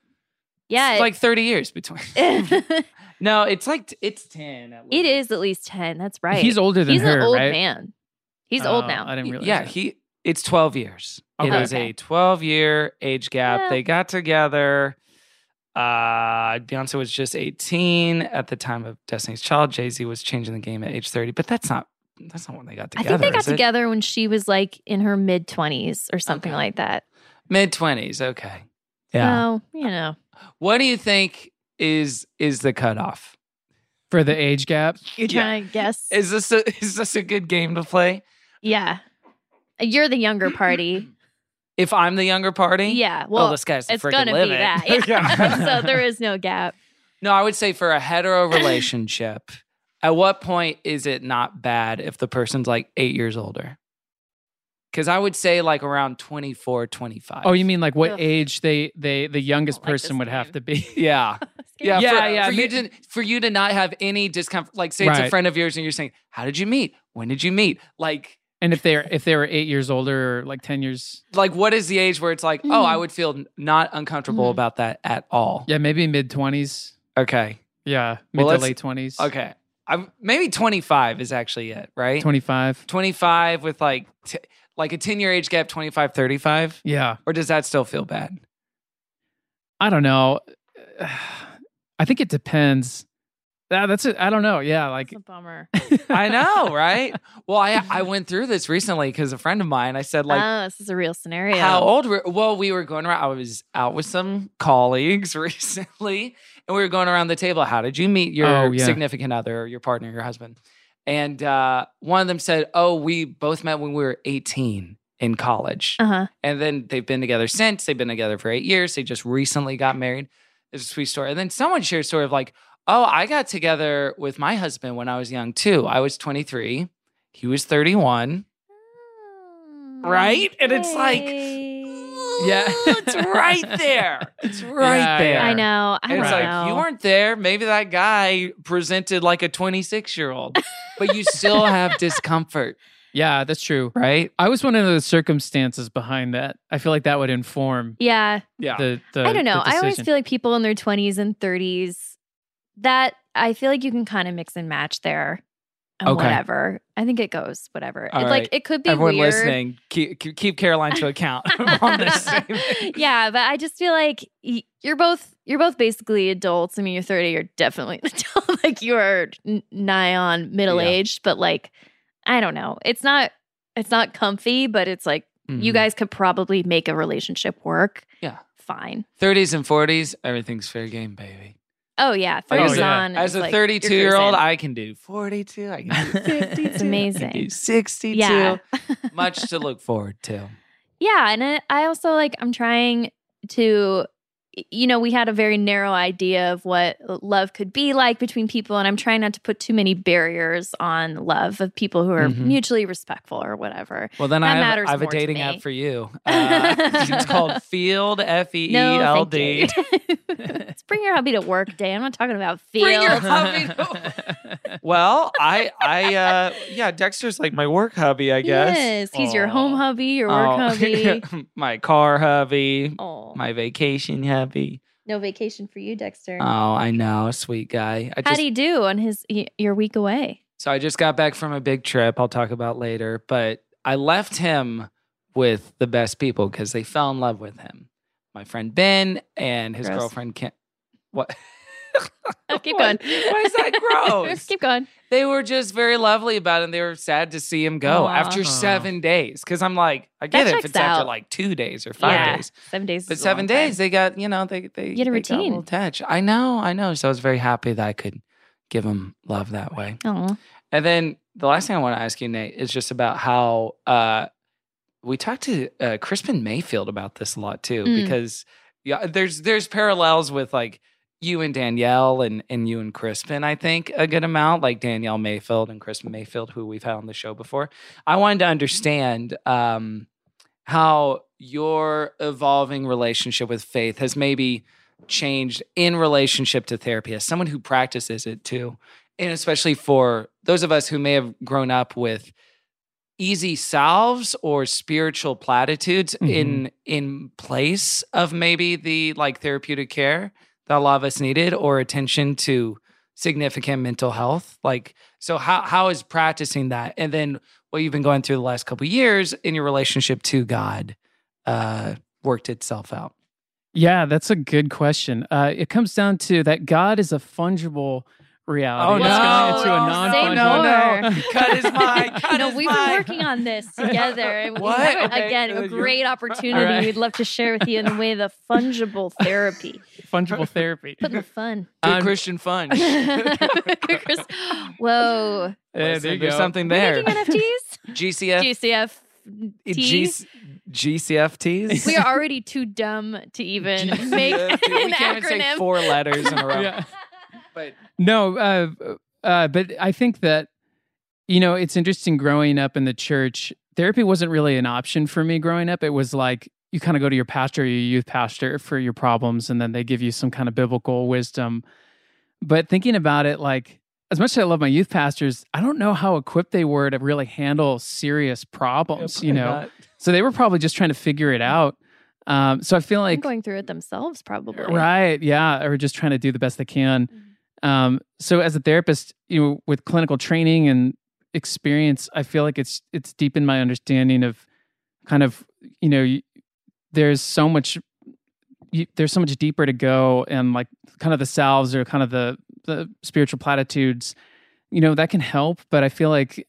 Speaker 7: Yeah.
Speaker 6: It's
Speaker 7: it-
Speaker 6: like 30 years between.
Speaker 7: it
Speaker 6: no, it's like t- it's 10. At least.
Speaker 7: is at least 10. That's right.
Speaker 8: He's older than
Speaker 7: He's
Speaker 8: her,
Speaker 7: an old
Speaker 8: right?
Speaker 7: man. He's old
Speaker 8: Oh,
Speaker 7: now.
Speaker 8: I didn't realize.
Speaker 6: Yeah,
Speaker 8: that.
Speaker 6: he. It's 12 years. It
Speaker 8: Okay.
Speaker 6: was a 12 year age gap.
Speaker 7: Yeah.
Speaker 6: They got together. Uh, Beyonce was just 18 at the time of Destiny's Child. Jay Z was changing the game at age 30, but that's not that's not when they got
Speaker 7: I
Speaker 6: together.
Speaker 7: think they got
Speaker 6: is it?
Speaker 7: together when she was like in her mid 20s or something
Speaker 6: Okay.
Speaker 7: like that.
Speaker 6: mid 20s. Okay.
Speaker 7: So, you know,
Speaker 6: What do you think is is the cutoff?
Speaker 8: for the age gap.
Speaker 7: you're
Speaker 6: Yeah.
Speaker 7: trying to guess.
Speaker 6: Is this a, is this a good game to play?
Speaker 7: yeah. You're the younger party.
Speaker 6: If I'm the younger party,
Speaker 7: Yeah.
Speaker 6: Well,
Speaker 7: Well,
Speaker 6: oh, this guy's the
Speaker 7: it's
Speaker 6: frickin'
Speaker 7: going to be
Speaker 6: limit.
Speaker 7: that. Yeah. so there is no gap.
Speaker 6: No, I would say for a hetero relationship, at what point is it not bad if the person's like eight years older? Because I would say like around 24, 25.
Speaker 8: Oh, you mean like what
Speaker 7: Ugh.
Speaker 8: age they they the youngest
Speaker 7: don't like
Speaker 8: person
Speaker 7: this
Speaker 8: would have
Speaker 7: game.
Speaker 8: to be?
Speaker 6: Yeah. Yeah.
Speaker 8: Yeah,
Speaker 6: for,
Speaker 8: yeah,
Speaker 6: For you,
Speaker 8: me-
Speaker 6: to, for you to not have any discomfort, like say it's a
Speaker 8: Right.
Speaker 6: friend of yours and you're saying, How did you meet? When did you meet? Like,
Speaker 8: And if they're if they were eight years older or like ten years,
Speaker 6: like what is the age where it's like, Oh, I would feel n- not uncomfortable
Speaker 7: Mm.
Speaker 6: about that at all?
Speaker 8: Mm. yeah, maybe mid twenties.
Speaker 6: Okay.
Speaker 8: Yeah, mid
Speaker 6: Well,
Speaker 8: to
Speaker 6: let's-
Speaker 8: late twenties.
Speaker 6: Okay. I, maybe 25 is actually it, right?
Speaker 8: twenty five.
Speaker 6: 25 with like, t- like a 10 year age gap, 25, 35.
Speaker 8: Yeah,
Speaker 6: Or does that still feel bad?
Speaker 8: I don't know. I think it depends. Ah, that's it. I don't know. Yeah, like
Speaker 7: It's a bummer.
Speaker 6: I know, right? Well, I I went through this recently because a friend of mine, I said like,
Speaker 7: oh, this is a real scenario.
Speaker 6: how old were? Well, we were going around. I was out with some colleagues recently, and we were going around the table. How did you meet your
Speaker 8: Oh, yeah.
Speaker 6: significant other, or your partner, your husband? And uh, one of them said, "Oh, we both met when we were 18 in college."
Speaker 7: Uh huh.
Speaker 6: And then they've been together since. They've been together for eight years. They just recently got married. It's a sweet story. And then someone shared a story of like, oh, I got together with my husband when I was young too. I was 23. He was 31. Oh, Right? And it's like,
Speaker 8: Yeah.
Speaker 6: Ooh, it's right there. It's right
Speaker 8: Yeah,
Speaker 6: there.
Speaker 7: I know. I
Speaker 6: And it's
Speaker 7: don't
Speaker 6: like,
Speaker 7: know.
Speaker 6: you weren't there. Maybe that guy presented like a 26 year old, but you still have discomfort,
Speaker 8: yeah, that's true.
Speaker 6: right?
Speaker 8: I was wondering the circumstances behind that. I feel like that would inform
Speaker 7: Yeah.
Speaker 6: Yeah.
Speaker 8: the, the.
Speaker 7: I don't know.
Speaker 8: the
Speaker 7: I always
Speaker 8: decision.
Speaker 7: feel like people in their 20s and 30s, that I feel like you can kind of mix and match there. Oh,
Speaker 6: Okay.
Speaker 7: Whatever. I think it goes whatever. It,
Speaker 6: All
Speaker 7: Like
Speaker 6: right.
Speaker 7: it could be
Speaker 6: Everyone
Speaker 7: weird.
Speaker 6: listening, keep, keep Caroline to account on this. statement.
Speaker 7: yeah, but I just feel like y- you're both you're both basically adults. I mean, you're 30, you're definitely an adult. like you are n- nigh on middle
Speaker 6: Yeah.
Speaker 7: aged, but like I don't know. It's not it's not comfy, but it's like you
Speaker 6: Mhm.
Speaker 7: guys could probably make a relationship work.
Speaker 6: Yeah.
Speaker 7: Fine.
Speaker 6: 30s and 40s, everything's fair game, baby.
Speaker 7: Oh yeah, 30s
Speaker 6: yeah.
Speaker 7: on.
Speaker 6: As
Speaker 7: it's
Speaker 6: a
Speaker 7: like, you're
Speaker 6: 32 year old,
Speaker 7: cruising.
Speaker 6: I can do 42. I can do 52.
Speaker 7: It's
Speaker 6: I can do
Speaker 7: amazing.
Speaker 6: 62.
Speaker 7: Yeah.
Speaker 6: Much to look forward to.
Speaker 7: Yeah, and I, I also like I'm trying to you know, we had a very narrow idea of what love could be like between people and I'm trying not to put too many barriers on love of people who are
Speaker 6: Mhm.
Speaker 7: mutually respectful or whatever.
Speaker 6: Well, then
Speaker 7: That
Speaker 6: I have,
Speaker 7: matters
Speaker 6: I have a
Speaker 7: more to
Speaker 6: dating
Speaker 7: me.
Speaker 6: app for you. Uh, it's called Field, F E E
Speaker 7: No,
Speaker 6: L
Speaker 7: thank
Speaker 6: D.
Speaker 7: you. Let's bring your hubby to work day. I'm not talking about field.
Speaker 6: Bring your hubby Well, I, I, uh, yeah, Dexter's like my work hubby, I guess.
Speaker 7: Yes, he's your home
Speaker 6: Aw.
Speaker 7: hubby, your work
Speaker 6: Oh.
Speaker 7: hubby.
Speaker 6: my car hubby,
Speaker 7: Oh,
Speaker 6: my vacation hubby.
Speaker 7: no vacation for you, Dexter.
Speaker 6: Oh, I know, sweet guy. I
Speaker 7: How'd
Speaker 6: just,
Speaker 7: he do on his y- your week away?
Speaker 6: so I just got back from a big trip. I'll talk about later, but I left him with the best people because they fell in love with him. My friend Ben and his
Speaker 7: Gross.
Speaker 6: girlfriend Kim. What?
Speaker 7: Oh, keep
Speaker 6: Why-
Speaker 7: going.
Speaker 6: why is that gross?
Speaker 7: keep going.
Speaker 6: they were just very lovely about it. And they were sad to see him go
Speaker 7: Aw.
Speaker 6: after seven days. Because I'm like, I get it if
Speaker 7: checks
Speaker 6: it's after
Speaker 7: out.
Speaker 6: like two days or five
Speaker 7: Yeah.
Speaker 6: days.
Speaker 7: Seven days.
Speaker 6: But
Speaker 7: is a long
Speaker 6: seven
Speaker 7: time.
Speaker 6: days, they got you know they they
Speaker 7: get a
Speaker 6: they got
Speaker 7: routine.
Speaker 6: little touch. I know, I know. So I was very happy that I could give them love that way.
Speaker 7: Oh,
Speaker 6: And then the last thing I want to ask you, Nate, is just about how uh, we talked to uh, Crispin Mayfield about this a lot too,
Speaker 7: Mm.
Speaker 6: because yeah, there's there's parallels with like you and Danielle and and you and Crispin. I think a good amount, like Danielle Mayfield and Crispin Mayfield, who we've had on the show before. I wanted to understand um, how your evolving relationship with faith has maybe changed in relationship to therapy as someone who practices it too and especially for those of us who may have grown up with easy salves or spiritual platitudes in in place of maybe the like therapeutic care that a lot of us needed or attention to significant mental health like so how how is practicing that and then what you've been going through the last couple of years in your relationship to god uh worked itself out
Speaker 8: Yeah, that's a good question. Uh, it comes down to that God is a fungible reality.
Speaker 6: Oh,
Speaker 8: It's gone
Speaker 6: no.
Speaker 8: into a
Speaker 6: No,
Speaker 7: say
Speaker 8: non-fungible-
Speaker 6: no, no. Cut his mic. Cut
Speaker 7: no,
Speaker 6: his
Speaker 7: we've been
Speaker 6: mic.
Speaker 7: working on this together. and we
Speaker 6: What?
Speaker 7: have,
Speaker 6: Okay.
Speaker 7: Again, a great opportunity
Speaker 8: All right.
Speaker 7: we'd love to share with you in the way of the fungible therapy.
Speaker 8: fungible therapy.
Speaker 7: Put the fun.
Speaker 6: Good
Speaker 8: Um,
Speaker 6: Christian fun.
Speaker 7: Chris- Whoa.
Speaker 8: Yeah,
Speaker 6: Listen,
Speaker 8: there you
Speaker 6: there's
Speaker 8: go.
Speaker 6: something
Speaker 7: We're
Speaker 6: there.
Speaker 7: making NFTs?
Speaker 6: GCF,
Speaker 7: GCF.
Speaker 6: GC, GCFTs.
Speaker 7: We are already too dumb to even make an
Speaker 6: GCFT. we can't even say
Speaker 7: acronym.
Speaker 6: four letters in a row.
Speaker 8: Yeah.
Speaker 6: But
Speaker 8: No, uh, uh, but I think that you know it's interesting. Growing up in the church, therapy wasn't really an option for me. Growing up, it was like you kind of go to your pastor, or your youth pastor, for your problems, and then they give you some kind of biblical wisdom. But thinking about it, like as much as I love my youth pastors, I don't know how equipped they were to really handle serious problems. you know, so they were probably just trying to figure it out. Um, so I feel
Speaker 7: They're
Speaker 8: like
Speaker 7: going through it themselves, probably.
Speaker 8: Right. Yeah. Or just trying to do the best they can. Um, so as a therapist, you know, with clinical training and experience, I feel like it's it's deepened my understanding of kind of, you know, y- there's so much you, there's so much deeper to go and like kind of the salves or kind of the the spiritual platitudes, you know, that can help, but I feel like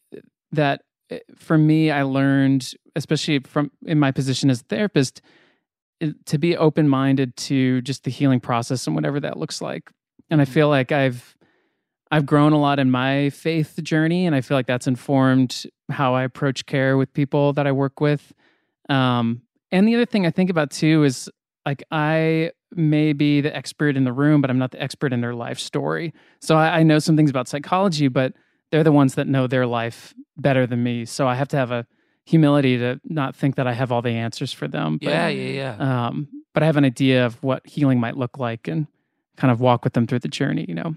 Speaker 8: that eh, for me I learned especially from in my position as a therapist it- to be open minded to just the healing process and whatever that looks like. And I feel like I've I've grown a lot in my faith journey, and I feel like that's informed how I approach care with people that I work with. Um, and the other thing I think about too is like I may be the expert in the room, but I'm not the expert in their life story. So I, I know some things about psychology, but they're the ones that know their life better than me. So I have to have a humility to not think that I have all the answers for them. But
Speaker 6: yeah, yeah, yeah.
Speaker 8: um, but I have an idea of what healing might look like and kind of walk with them through the journey. You know,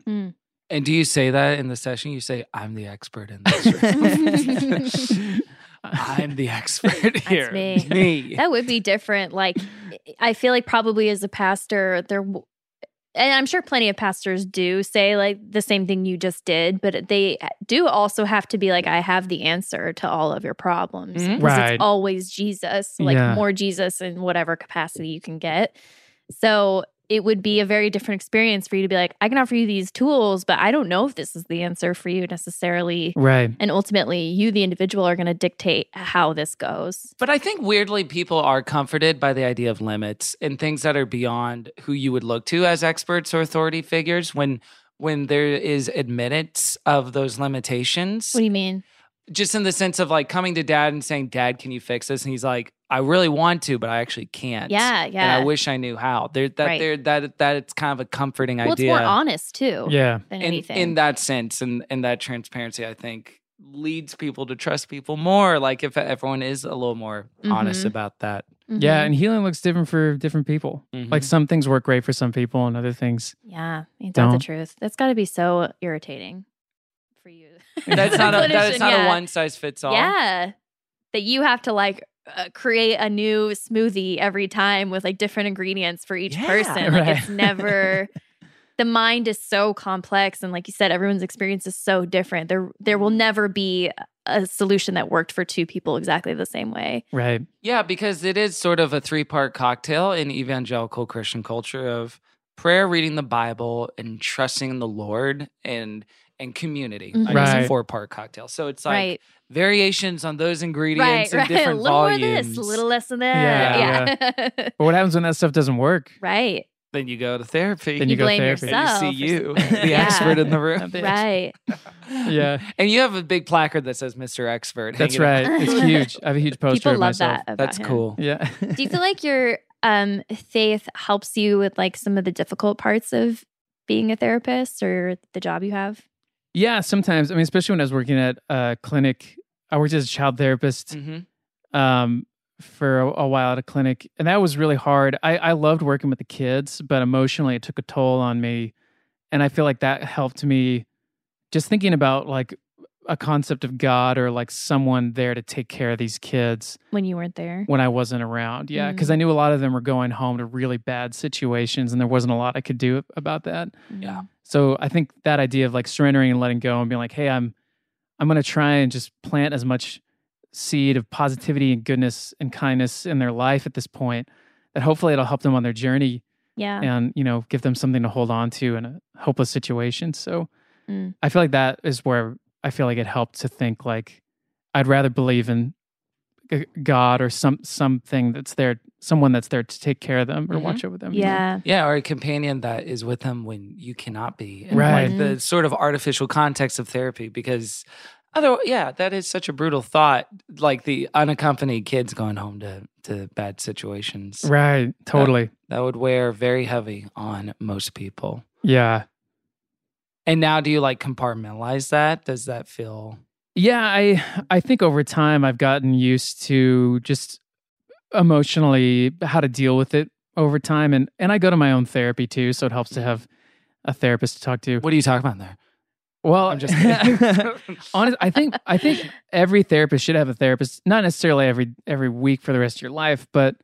Speaker 6: And do you say that in the session? You say, "I'm the expert in this room." I'm the expert here.
Speaker 7: me.
Speaker 6: It's me.
Speaker 7: That would be different. Like, I feel like probably as a pastor, there w- and I'm sure plenty of pastors do say like the same thing you just did, but they do also have to be like, I have the answer to all of your problems.
Speaker 6: Mhm.
Speaker 7: 'Cause
Speaker 8: Right.
Speaker 7: It's always Jesus, like
Speaker 8: Yeah.
Speaker 7: more Jesus in whatever capacity you can get. So it would be a very different experience for you to be like, I can offer you these tools, but I don't know if this is the answer for you necessarily.
Speaker 8: Right.
Speaker 7: And ultimately, you, the individual, are going to dictate how this goes.
Speaker 6: But I think weirdly, people are comforted by the idea of limits and things that are beyond who you would look to as experts or authority figures when when there is admittance of those limitations.
Speaker 7: What do you mean?
Speaker 6: Just in the sense of like coming to dad and saying, Dad, can you fix this? And he's like, I really want to, but I actually can't.
Speaker 7: Yeah,
Speaker 6: And
Speaker 7: yeah.
Speaker 6: I wish I knew how. There that
Speaker 7: Right.
Speaker 6: there that that it's kind of a comforting
Speaker 7: well,
Speaker 6: idea.
Speaker 7: it's more honest too
Speaker 8: Yeah.
Speaker 7: than
Speaker 6: in,
Speaker 7: anything.
Speaker 6: in that sense and and that transparency i think leads people to trust people more like if everyone is a little more honest
Speaker 7: Mhm.
Speaker 6: about that Mm-hmm.
Speaker 8: Yeah.
Speaker 7: Mhm.
Speaker 8: And healing looks different for different people. Like some things work great for some people and other things.
Speaker 7: Yeah, ain't that the
Speaker 8: Don't.
Speaker 7: truth? That's got to be so irritating for you.
Speaker 6: that's not a that's
Speaker 7: Clinician,
Speaker 6: not
Speaker 7: yeah.
Speaker 6: a one size fits all
Speaker 7: Yeah, that you have to like uh, create a new smoothie every time with like different ingredients for each
Speaker 6: Yeah,
Speaker 7: person. Like
Speaker 8: right.
Speaker 7: it's never. The mind is so complex, and like you said, everyone's experience is so different. There, there will never be a solution that worked for two people exactly the same way.
Speaker 8: Right.
Speaker 6: yeah because it is sort of a three part cocktail in evangelical christian culture of prayer reading the bible and trusting in the lord and and community i guess a
Speaker 8: Right.
Speaker 6: four part cocktail so it's like
Speaker 7: right,
Speaker 6: variations on those
Speaker 7: right,
Speaker 6: ingredients and
Speaker 7: right. A
Speaker 6: different
Speaker 7: little more of
Speaker 6: volumes
Speaker 7: this, a little less of that. Yeah,
Speaker 8: But what happens when that stuff doesn't work?
Speaker 7: right.
Speaker 6: then you go to therapy
Speaker 8: Then you go
Speaker 7: blame
Speaker 8: therapy.
Speaker 6: and
Speaker 7: yourself.
Speaker 6: you see you,
Speaker 7: or
Speaker 6: the
Speaker 7: Oh, Yeah.
Speaker 6: expert in the room.
Speaker 8: bitch.
Speaker 7: Right.
Speaker 8: Yeah.
Speaker 6: And you have a big placard that says Mr. Expert.
Speaker 8: That's
Speaker 6: hanging up.
Speaker 8: right. It's huge. I have a huge poster
Speaker 7: People
Speaker 8: of
Speaker 7: love
Speaker 8: myself.
Speaker 7: that. About
Speaker 6: That's
Speaker 7: him.
Speaker 6: cool.
Speaker 8: Yeah.
Speaker 7: Do you feel like your um, faith helps you with like some of the difficult parts of being a therapist or the job you have?
Speaker 8: yeah. Sometimes, I mean, especially when I was working at a clinic, I worked as a child therapist
Speaker 6: hmm
Speaker 8: um, for a, a while at a clinic, and that was really hard. I, I loved working with the kids, but emotionally, it took a toll on me, and I feel like that helped me just thinking about like a concept of God or like someone there to take care of these kids
Speaker 7: When you weren't there,
Speaker 8: when I wasn't around. Yeah, because I knew a lot of them were going home to really bad situations, and there wasn't a lot I could do about that.
Speaker 7: Mm-hmm.
Speaker 6: Yeah.
Speaker 8: So I think that idea of like surrendering and letting go and being like, hey, I'm I'm gonna try and just plant as much seed of positivity and goodness and kindness in their life at this point that hopefully it'll help them on their journey
Speaker 7: yeah,
Speaker 8: and you know give them something to hold on to in a hopeless situation. So
Speaker 7: Mm.
Speaker 8: I feel like that is where I feel like it helped to think like I'd rather believe in g- God or some something that's there, someone that's there to take care of them or
Speaker 6: Mhm.
Speaker 8: watch over them. you know?
Speaker 7: Mm-hmm. yeah,
Speaker 6: Yeah, or a companion that is with them when you cannot be. And
Speaker 8: Right.
Speaker 6: Like the sort of artificial context of therapy because other yeah, that is such a brutal thought. Like the unaccompanied kids going home to to bad situations.
Speaker 8: Right. Totally.
Speaker 6: That would wear very heavy on most people.
Speaker 8: yeah.
Speaker 6: And now do you like compartmentalize that? Does that feel
Speaker 8: Yeah, I I think over time I've gotten used to just emotionally how to deal with it over time and and I go to my own therapy too, so it helps to have a therapist to talk to.
Speaker 6: what are you talking about there?
Speaker 8: Well,
Speaker 6: I'm just kidding.
Speaker 8: honest I think I think every therapist should have a therapist, not necessarily every every week for the rest of your life, but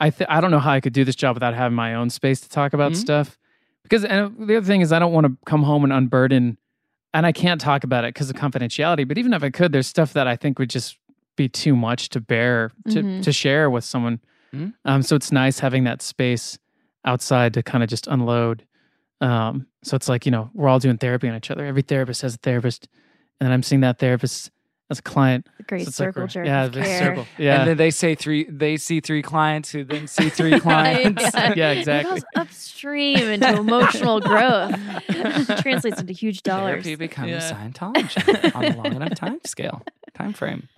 Speaker 8: I th- I don't know how I could do this job without having my own space to talk about
Speaker 6: Mhm.
Speaker 8: stuff. Because and uh, the other thing is I don't want to come home and unburden and I can't talk about it because of confidentiality, but even if I could, there's stuff that I think would just be too much to bear to
Speaker 7: Mhm.
Speaker 8: to share with someone.
Speaker 6: Mhm.
Speaker 8: Um so it's nice having that space outside to kind of just unload. Um so it's like, you know, we're all doing therapy on each other. Every therapist has a therapist and I'm seeing that therapist as a client.
Speaker 7: the great
Speaker 8: So it's like
Speaker 7: circle
Speaker 8: we're-
Speaker 7: jerk.
Speaker 8: Yeah,
Speaker 7: of
Speaker 8: the
Speaker 7: care.
Speaker 8: circle. Yeah.
Speaker 6: And then they say three they see three clients who then see three clients.
Speaker 8: Yeah,
Speaker 7: It
Speaker 8: exactly.
Speaker 7: goes upstream into emotional growth. Translates into huge dollars.
Speaker 6: Therapy becomes
Speaker 8: Yeah.
Speaker 6: Scientology on a long enough time scale, time frame.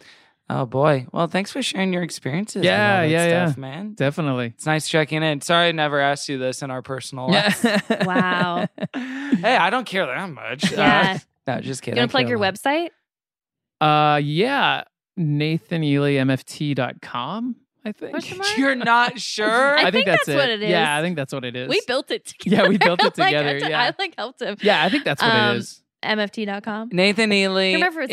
Speaker 6: Oh boy. Well, thanks for sharing your experiences. and all
Speaker 8: Yeah,
Speaker 6: that
Speaker 8: yeah,
Speaker 6: stuff,
Speaker 8: yeah.
Speaker 6: man.
Speaker 8: Definitely.
Speaker 6: It's nice checking in. Sorry I never asked you this in our personal life.
Speaker 7: Wow.
Speaker 6: hey, I don't care that much. Uh,
Speaker 7: Yeah.
Speaker 6: no, just
Speaker 7: You
Speaker 6: kidding.
Speaker 7: gonna
Speaker 6: I
Speaker 7: plug
Speaker 6: care
Speaker 7: your
Speaker 6: a lot.
Speaker 7: website?
Speaker 8: Uh yeah. NathanEalyMFT.com, I think.
Speaker 7: Question mark?
Speaker 6: You're not sure?
Speaker 7: I think that's
Speaker 8: it.
Speaker 7: what it
Speaker 8: Yeah,
Speaker 7: is.
Speaker 8: I think that's what it is.
Speaker 7: We built it together.
Speaker 8: Yeah, we built it
Speaker 7: Like, I
Speaker 8: together,
Speaker 7: t-
Speaker 8: yeah.
Speaker 7: I like helped him.
Speaker 8: yeah, I think that's what
Speaker 7: Um,
Speaker 8: it is.
Speaker 7: MFT.com.
Speaker 6: Nathan Ely,
Speaker 7: Remember, it's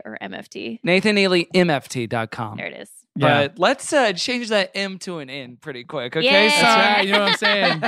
Speaker 7: LMFT or MFT.
Speaker 6: Nathan Ely, MFT.com.
Speaker 8: Um,
Speaker 7: There it is.
Speaker 8: Yeah.
Speaker 6: But let's uh, change that M to an N pretty quick. Okay.
Speaker 7: Yay.
Speaker 8: That's
Speaker 6: Sorry.
Speaker 8: right. You know what I'm saying?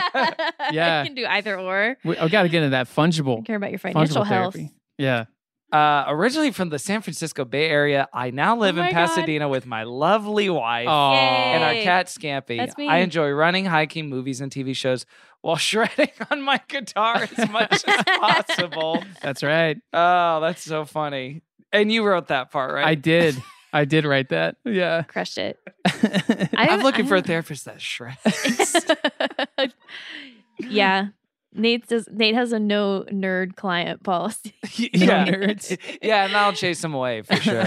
Speaker 8: Yeah.
Speaker 7: You can do either or.
Speaker 8: We, I got to get into that fungible,
Speaker 7: Don't care about your financial
Speaker 8: fungible
Speaker 7: health.
Speaker 8: therapy. Yeah.
Speaker 6: Uh, originally from the San Francisco Bay Area, I now live
Speaker 7: Oh my
Speaker 6: in
Speaker 7: God.
Speaker 6: Pasadena with my lovely wife
Speaker 8: Aw.
Speaker 6: and our
Speaker 7: Yay.
Speaker 6: cat Scampy.
Speaker 7: That's me.
Speaker 6: I enjoy running, hiking, movies, and TV shows while shredding on my guitar as much as possible.
Speaker 8: That's right.
Speaker 6: Oh, that's so funny. And you wrote that part, right?
Speaker 8: I did. I did write that. Yeah.
Speaker 7: Crushed it.
Speaker 6: I, am
Speaker 7: don't-
Speaker 6: looking
Speaker 7: I
Speaker 6: for a
Speaker 7: don't-
Speaker 6: therapist that shreds.
Speaker 7: yeah. Nate does Nate has a no nerd client policy.
Speaker 6: yeah.
Speaker 8: nerds.
Speaker 6: yeah, and I'll chase them away for sure.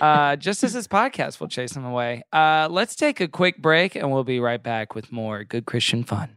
Speaker 6: uh, just as this podcast will chase them away. Uh, let's take a quick break and we'll be right back with more good Christian fun.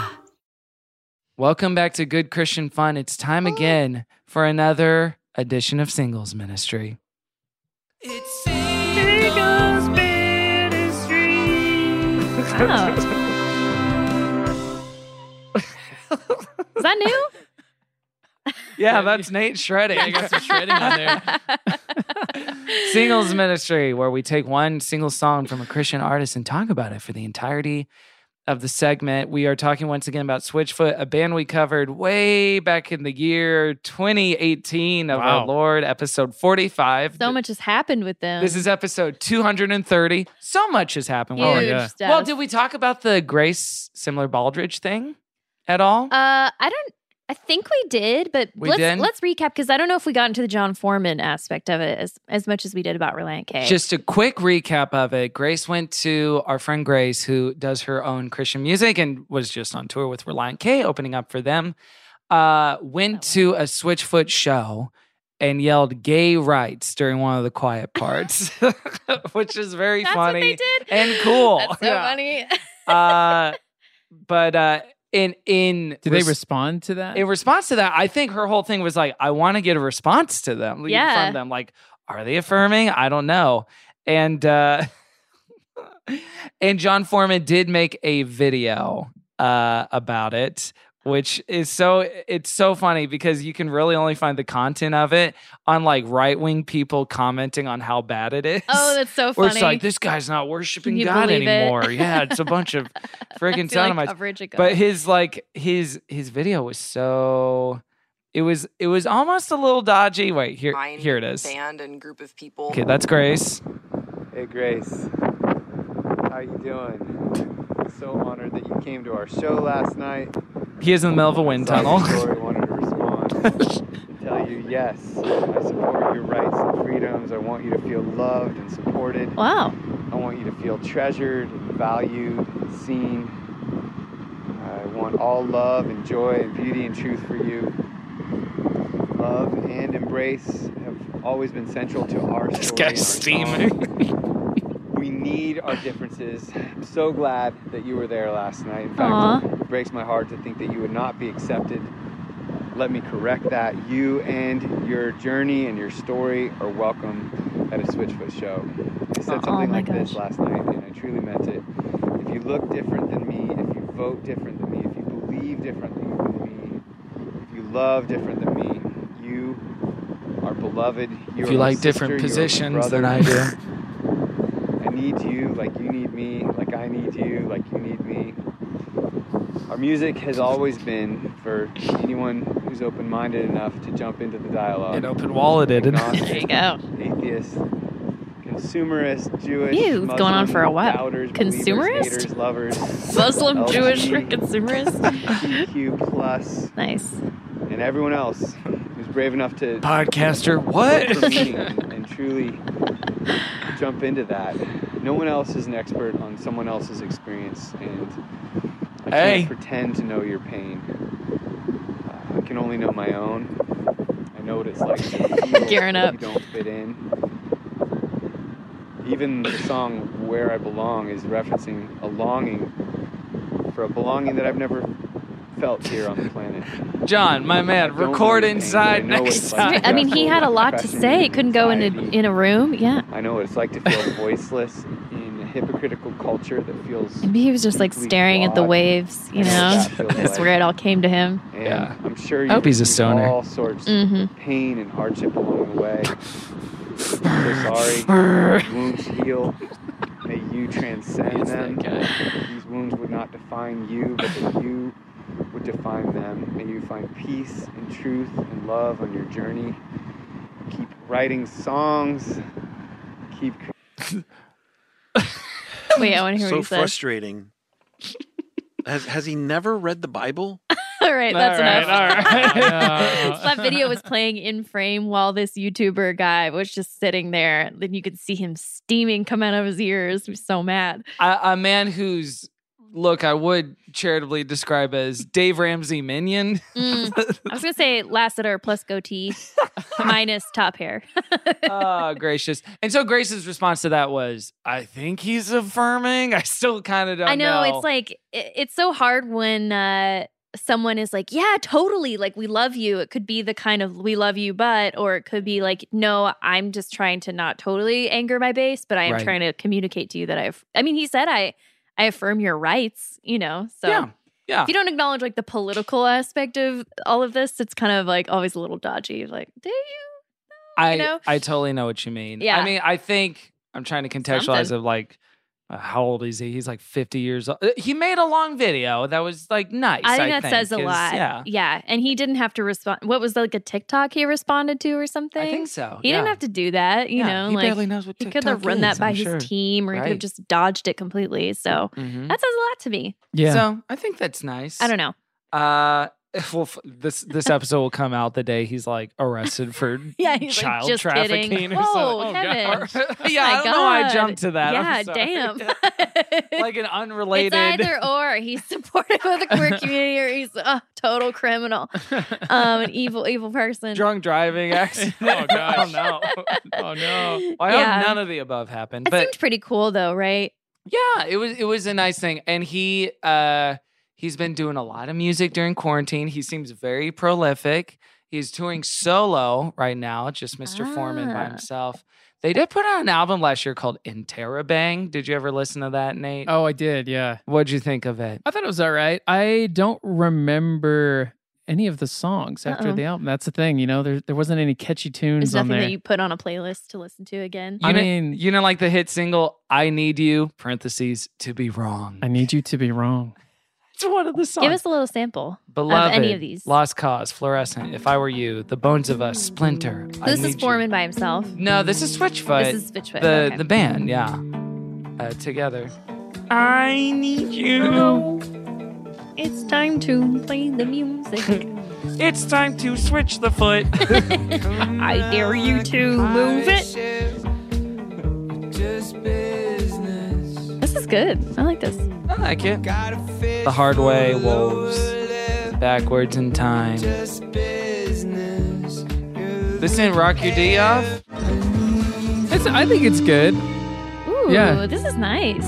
Speaker 6: Welcome back to Good Christian Fun. It's time again for another edition of Singles Ministry.
Speaker 7: Wow. Is that new?
Speaker 6: Yeah, that's Nate shredding.
Speaker 8: I got some shredding on there.
Speaker 6: Singles Ministry, where we take one single song from a Christian artist and talk about it for the entirety of the segment. We are talking once again about Switchfoot, a band we covered way back in the year 2018 of
Speaker 8: Wow.
Speaker 6: our Lord, episode 45.
Speaker 7: So much has happened with them.
Speaker 6: This is episode 230. So much has happened.
Speaker 7: huge
Speaker 6: with
Speaker 8: Oh,
Speaker 6: it.
Speaker 8: yeah.
Speaker 7: stuff.
Speaker 6: Well, did we talk about the Grace Simler Baldridge thing at all?
Speaker 7: Uh, I don't. I think we did, but
Speaker 6: We
Speaker 7: let's
Speaker 6: did?
Speaker 7: let's recap because I don't know if we got into the John Foreman aspect of it as as much as we did about Relent K.
Speaker 6: Just a quick recap of it. Grace went to our friend Grace, who does her own Christian music and was just on tour with Reliant K, opening up for them. Uh, went
Speaker 7: Oh,
Speaker 6: to a Switchfoot show and yelled gay rights during one of the quiet parts, which is very
Speaker 7: That's
Speaker 6: funny.
Speaker 7: what they did.
Speaker 6: and cool.
Speaker 7: That's so
Speaker 6: Yeah.
Speaker 7: funny.
Speaker 6: uh, but uh, in in
Speaker 8: Did they
Speaker 6: res-
Speaker 8: respond to that?
Speaker 6: in response to that, I think her whole thing was like, I want to get a response to them. like,
Speaker 7: Yeah.
Speaker 6: From them. Like, are they affirming? I don't know. And uh and John Foreman did make a video uh about it, which is so it's so funny because you can really only find the content of it on like right wing people commenting on how bad it is.
Speaker 7: Oh, that's so
Speaker 6: Where
Speaker 7: funny.
Speaker 6: it's like this guy's not worshiping
Speaker 7: Can you
Speaker 6: God
Speaker 7: believe it?
Speaker 6: anymore. Yeah, it's a bunch of friggin'
Speaker 7: I feel like
Speaker 6: sodomites
Speaker 7: coverage ago.
Speaker 6: but his like his his video was so it was it was almost a little dodgy wait here here it is
Speaker 3: Band and group of people.
Speaker 6: okay that's grace
Speaker 9: Hey, Grace. How you doing? So honored that you came to our show last night.
Speaker 6: He is in the middle of a wind tunnel.
Speaker 10: Sorry, wanted to respond. Tell you yes, I support your rights and freedoms. I want you to feel loved and supported.
Speaker 7: Wow.
Speaker 10: I want you to feel treasured, and valued, and seen. I want all love and joy and beauty and truth for you. Love and embrace have always been central to our story.
Speaker 6: This
Speaker 10: and our
Speaker 6: guy's steaming.
Speaker 10: we need our differences. I'm so glad that you were there last night. In fact,
Speaker 7: Aw.
Speaker 10: it breaks my heart to think that you would not be accepted. Let me correct that. You and your journey and your story are welcome at a Switchfoot show.
Speaker 7: Oh,
Speaker 10: I said something
Speaker 7: my
Speaker 10: like this last night, and I truly meant it. If you look different than me, if you vote different than me, if you believe differently than me, if you love different than me, you are beloved. You
Speaker 6: If
Speaker 10: are
Speaker 6: you
Speaker 10: my
Speaker 6: like different
Speaker 10: sister, you are my
Speaker 6: positions than I
Speaker 10: brother.
Speaker 6: do.
Speaker 10: I need you like you need me, like I need you, like you need me. Our music has always been for anyone who's open minded enough to jump into the dialogue.
Speaker 6: And open-walleted.
Speaker 10: Agnostic,
Speaker 6: There you go.
Speaker 10: Atheist, consumerist, Jewish.
Speaker 7: Ew, it's
Speaker 10: Muslim,
Speaker 7: going on for a while.
Speaker 10: doubters, believers,
Speaker 7: Consumerist?
Speaker 10: haters, lovers.
Speaker 7: Muslim, Jewish,
Speaker 10: LGBT,
Speaker 7: consumerist.
Speaker 10: Q plus.
Speaker 7: Nice.
Speaker 10: And everyone else who's brave enough to
Speaker 6: Podcaster, what?
Speaker 10: for meaning and, and truly jump into that. No one else is an expert on someone else's experience, and I
Speaker 6: Hey.
Speaker 10: can't pretend to know your pain. Uh, I can only know my own. I know what it's like. to feel
Speaker 7: Gearing up.
Speaker 10: You don't fit in. Even the song "Where I Belong" is referencing a longing for a belonging that I've never felt here on the planet.
Speaker 6: John, my man, record inside
Speaker 10: know
Speaker 6: next
Speaker 10: it's like.
Speaker 6: time.
Speaker 7: I mean, he had a lot to
Speaker 10: Depression
Speaker 7: say.
Speaker 10: and
Speaker 7: Couldn't go in a, in a room. Yeah.
Speaker 10: I know what it's like to feel voiceless in a hypocritical culture that feels.
Speaker 7: Maybe he was just like
Speaker 10: deeply
Speaker 7: staring at the
Speaker 10: flawed.
Speaker 7: waves, you
Speaker 10: I know
Speaker 7: know?
Speaker 10: what that feels
Speaker 7: That's
Speaker 10: like.
Speaker 7: where it all came to him.
Speaker 10: And I'm sure
Speaker 6: I
Speaker 10: you
Speaker 6: hope he's a stoner.
Speaker 10: all sorts
Speaker 7: Mhm.
Speaker 10: of pain and hardship along the way. I'm so sorry. These wounds heal. May you transcend them. These wounds would not define you, but that you would define them. May you find peace and truth and love on your journey. Keep writing songs. Keep
Speaker 7: Wait, I want to hear
Speaker 11: so
Speaker 7: what he said.
Speaker 11: frustrating. has has he never read the Bible?
Speaker 7: all right, that's
Speaker 11: All right,
Speaker 7: enough.
Speaker 11: all right.
Speaker 7: So that video was playing in frame while this YouTuber guy was just sitting there. Then you could see him steaming come out of his ears. He was so mad.
Speaker 6: a, a man whose look I would charitably describe as Dave Ramsey minion.
Speaker 7: Mm. I was going to say Lassiter plus goatee minus top hair.
Speaker 6: oh, gracious. And so Grace's response to that was, I think he's affirming. I still kind of don't
Speaker 7: I know,
Speaker 6: know.
Speaker 7: it's like it, it's so hard when uh, someone is like, "Yeah, totally, like we love you." It could be the kind of "we love you," but, or it could be like, "No, I'm just trying to not totally anger my base, but I am
Speaker 6: Right.
Speaker 7: trying to communicate to you that I've." I mean, he said, "I, I affirm your rights," you know. So
Speaker 6: Yeah, yeah.
Speaker 7: if you don't acknowledge like the political aspect of all of this, it's kind of like always a little dodgy. Like, do you?
Speaker 6: I,
Speaker 7: know?
Speaker 6: I totally know what you mean.
Speaker 7: Yeah.
Speaker 6: I mean, I think I'm trying to contextualize
Speaker 7: Something.
Speaker 6: of like, uh, how old is he? He's like 50 years old. Uh, He made a long video that was like nice.
Speaker 7: I think that says a
Speaker 6: 'cause,
Speaker 7: lot.
Speaker 6: Yeah.
Speaker 7: And he didn't have to respond. What was like a TikTok he responded to or something? I think
Speaker 6: so,
Speaker 7: He didn't
Speaker 6: yeah.
Speaker 7: have to do that. You
Speaker 6: Yeah,
Speaker 7: know,
Speaker 6: he
Speaker 7: like
Speaker 6: barely knows what
Speaker 7: he could have
Speaker 6: TikTok
Speaker 7: run that
Speaker 6: is,
Speaker 7: by
Speaker 6: I'm
Speaker 7: his
Speaker 6: sure.
Speaker 7: team, or he could have
Speaker 6: Right.
Speaker 7: just dodged it completely. So
Speaker 6: Mhm.
Speaker 7: that says a lot to me.
Speaker 6: Yeah. So I think that's nice.
Speaker 7: I don't know.
Speaker 6: Uh, well, f- this this episode will come out the day he's like arrested for
Speaker 7: Yeah, he's like,
Speaker 6: child
Speaker 7: just
Speaker 6: trafficking
Speaker 7: kidding.
Speaker 6: or
Speaker 7: Whoa,
Speaker 8: "Oh,
Speaker 6: something.
Speaker 7: Kevin.
Speaker 6: yeah,
Speaker 7: my
Speaker 6: I don't know why I
Speaker 7: God.
Speaker 6: jumped to that. I'm
Speaker 7: Yeah,
Speaker 6: sorry.
Speaker 7: damn.
Speaker 6: like an unrelated.
Speaker 7: It's either or. He's supportive of the queer community, or he's a total criminal, um, an evil, evil person.
Speaker 6: drunk driving accident. oh gosh. no. Oh no. I
Speaker 7: Yeah.
Speaker 6: hope none of the above happened.
Speaker 7: It
Speaker 6: But
Speaker 7: seemed pretty cool though, right?
Speaker 6: yeah, it was it was a nice thing. And he uh he's been doing a lot of music during quarantine. He seems very prolific. He's touring solo right now, just Mr. Foreman by
Speaker 8: Ah.
Speaker 6: himself. They did put out an album last year called Interrobang. Did you ever listen to that, Nate?
Speaker 8: Oh, I did. Yeah.
Speaker 6: What'd you think of it?
Speaker 8: I thought it was all right. I don't remember any of the songs after
Speaker 7: Uh-oh.
Speaker 8: the album. That's the thing, you know. There there wasn't any catchy tunes
Speaker 7: There's
Speaker 8: on
Speaker 7: Uh-uh. nothing
Speaker 8: there.
Speaker 7: that you put on a playlist to listen to again.
Speaker 6: You know, you know, like the hit single "I Need You" (parentheses to be wrong).
Speaker 8: I need you to be wrong.
Speaker 6: It's one of the songs.
Speaker 7: Give us a little sample
Speaker 6: Beloved,
Speaker 7: of any of these.
Speaker 6: Lost Cause, Fluorescent, If I Were You, The Bones of Us, Splinter. I
Speaker 7: this is
Speaker 6: Need You.
Speaker 7: Foreman by himself.
Speaker 6: No, this is Switchfoot.
Speaker 7: This is Switchfoot,
Speaker 6: The,
Speaker 7: okay.
Speaker 6: the band, yeah. Uh, together.
Speaker 3: I need you.
Speaker 7: It's time to play the music.
Speaker 6: It's time to switch the foot.
Speaker 7: I dare you to move it. This is good. I like this.
Speaker 6: I like it. The hard way, wolves. Backwards in time. This didn't rock your D off?
Speaker 8: It's, I think it's good.
Speaker 7: Ooh,
Speaker 8: Yeah.
Speaker 7: this is nice.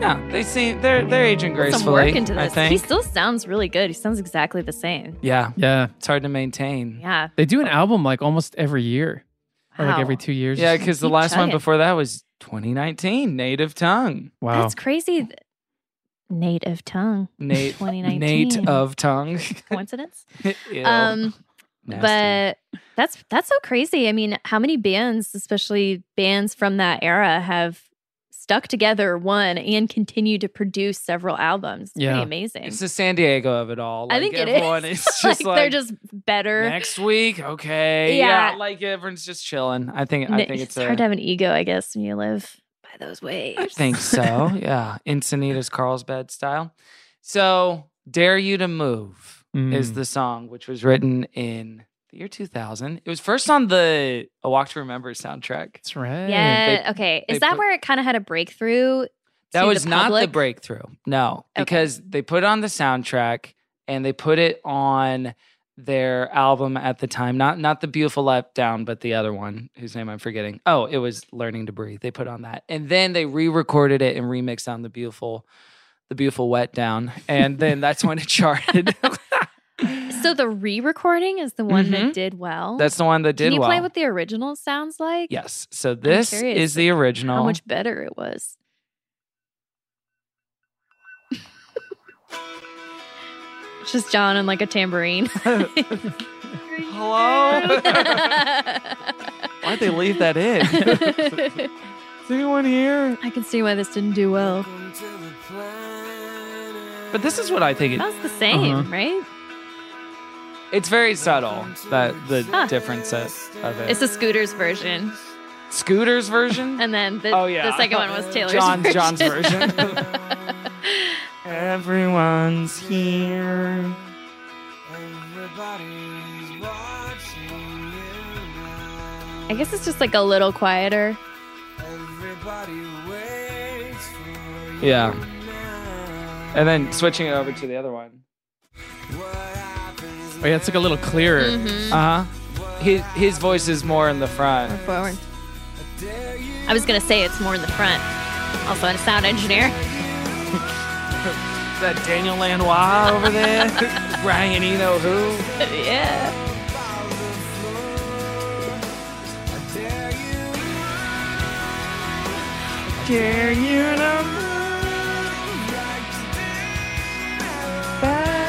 Speaker 6: Yeah, they seem they're they're aging
Speaker 7: Put
Speaker 6: gracefully.
Speaker 7: Some work into
Speaker 6: I
Speaker 7: this.
Speaker 6: think.
Speaker 7: He still sounds really good. He sounds exactly the same.
Speaker 6: yeah,
Speaker 8: yeah.
Speaker 6: It's hard to maintain.
Speaker 7: Yeah.
Speaker 8: They do an album like almost every year, or like
Speaker 7: Wow.
Speaker 8: every two years.
Speaker 6: Yeah, because the
Speaker 7: Keep
Speaker 6: last one
Speaker 7: chugging.
Speaker 6: before that was 2019, Native Tongue.
Speaker 8: Wow.
Speaker 7: That's crazy. th- Native tongue.
Speaker 6: Nate,
Speaker 7: 2019.
Speaker 6: Nate of Tongue.
Speaker 7: coincidence.
Speaker 6: Ew.
Speaker 7: Um,
Speaker 6: Nasty.
Speaker 7: but that's that's so crazy. I mean, how many bands, especially bands from that era, have stuck together, one, and continue to produce several albums? It's pretty amazing.
Speaker 6: It's the San Diego of it all.
Speaker 7: I think it
Speaker 6: everyone
Speaker 7: is.
Speaker 6: is just
Speaker 7: like,
Speaker 6: like,
Speaker 7: they're just better.
Speaker 6: next week. Okay, yeah.
Speaker 7: Yeah.
Speaker 6: like everyone's just chilling. I think
Speaker 7: N-
Speaker 6: I think it's, a I
Speaker 7: hard to have an ego, I guess, when you live by those waves.
Speaker 6: think so. yeah, Encinitas Carlsbad style. So, dare you to move is
Speaker 8: Mm.
Speaker 6: the song, which was written in the year 2000. It was first on the A Walk to Remember soundtrack.
Speaker 8: That's right.
Speaker 7: Yeah.
Speaker 6: They-
Speaker 7: okay.
Speaker 6: they
Speaker 7: Is that
Speaker 6: put-
Speaker 7: where it kind of had a breakthrough?
Speaker 6: That
Speaker 7: to
Speaker 6: was
Speaker 7: the
Speaker 6: not the
Speaker 7: public?
Speaker 6: breakthrough. No, because they put it on the soundtrack and they put it on their album at the time. Not not the Beautiful Let Down, but the other one whose name I'm forgetting. Oh, it was Learning to Breathe. They put on that, and then they re-recorded it and remixed on the Beautiful, the Beautiful Wet Down, and then that's when it charted.
Speaker 7: So the re-recording is the one that did well.
Speaker 6: Mm-hmm. that's the one that did
Speaker 7: Can you
Speaker 6: well.
Speaker 7: play what the original sounds like?
Speaker 6: yes. So this
Speaker 7: curious,
Speaker 6: is the original.
Speaker 7: How much better it was. it's just John and like a tambourine.
Speaker 6: Hello. Oh, Why'd they leave that in? is anyone here?
Speaker 7: I can see why this didn't do well.
Speaker 6: But this is what I think. It,
Speaker 7: That was the same,
Speaker 6: Uh-huh.
Speaker 7: right?
Speaker 6: It's very subtle that the
Speaker 7: Huh.
Speaker 6: difference of of it.
Speaker 7: It's the Scooters version,
Speaker 6: Scooters version.
Speaker 7: and then the,
Speaker 6: Oh, yeah.
Speaker 7: the second one was Taylor's
Speaker 6: John-
Speaker 7: version.
Speaker 6: John's version. Everyone's here.
Speaker 7: I guess it's just like a little quieter.
Speaker 6: Yeah. And then switching it over to the other one.
Speaker 8: Oh, yeah, it's like a little clearer.
Speaker 7: Mhm.
Speaker 6: Uh huh. His his voice is more in the front.
Speaker 7: forward. I was gonna say it's more in the front. Also, a sound engineer.
Speaker 6: Is that Daniel Lanois over there? Ryan, you know who?
Speaker 7: yeah.
Speaker 6: Dare you to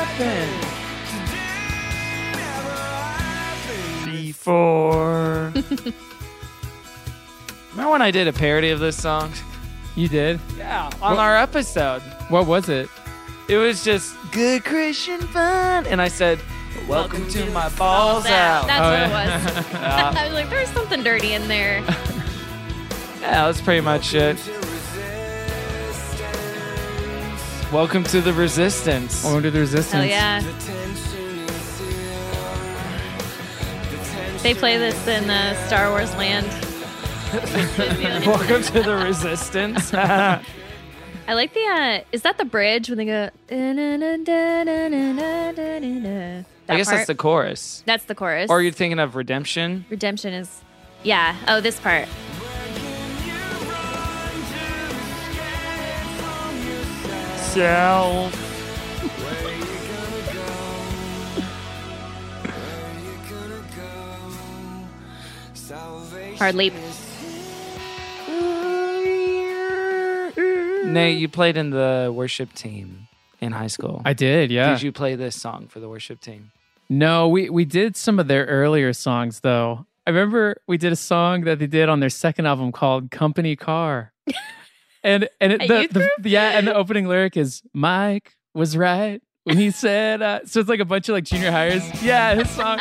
Speaker 6: Before. Remember when I did a parody of this song?
Speaker 8: You did?
Speaker 6: Yeah, on our episode.
Speaker 8: What was it?
Speaker 6: It was just good Christian fun. And I said, Welcome to my balls out.
Speaker 7: That's
Speaker 8: Oh,
Speaker 7: what
Speaker 8: yeah.
Speaker 7: it was.
Speaker 6: Yeah.
Speaker 7: I was like, there's something dirty in there.
Speaker 6: Yeah, that's pretty much it. Welcome to the resistance.
Speaker 8: Welcome to the
Speaker 7: Hell
Speaker 8: resistance.
Speaker 7: yeah. They play this in uh, Star Wars land.
Speaker 6: Welcome to the resistance.
Speaker 7: I like the, uh, is that the bridge when they go, "Da-na-na-da-na-na-da-na-na"?
Speaker 6: I
Speaker 7: That
Speaker 6: guess
Speaker 7: part?
Speaker 6: that's the chorus.
Speaker 7: That's the chorus.
Speaker 6: Or you're thinking of redemption.
Speaker 7: Redemption is, yeah. Oh, this part.
Speaker 6: Self.
Speaker 7: Hard leap. Hmm.
Speaker 6: Nate, you played in the worship team in high school.
Speaker 8: I did, yeah.
Speaker 6: Did you play this song for the worship team?
Speaker 8: No, we we did some of their earlier songs though. I remember we did a song that they did on their second album called "Company Car," and and it,
Speaker 7: A
Speaker 8: the,
Speaker 7: youth
Speaker 8: the
Speaker 7: group?
Speaker 8: yeah, and the opening lyric is "Mike was right when he said." Uh, so it's like a bunch of like junior hires. Yeah, his song.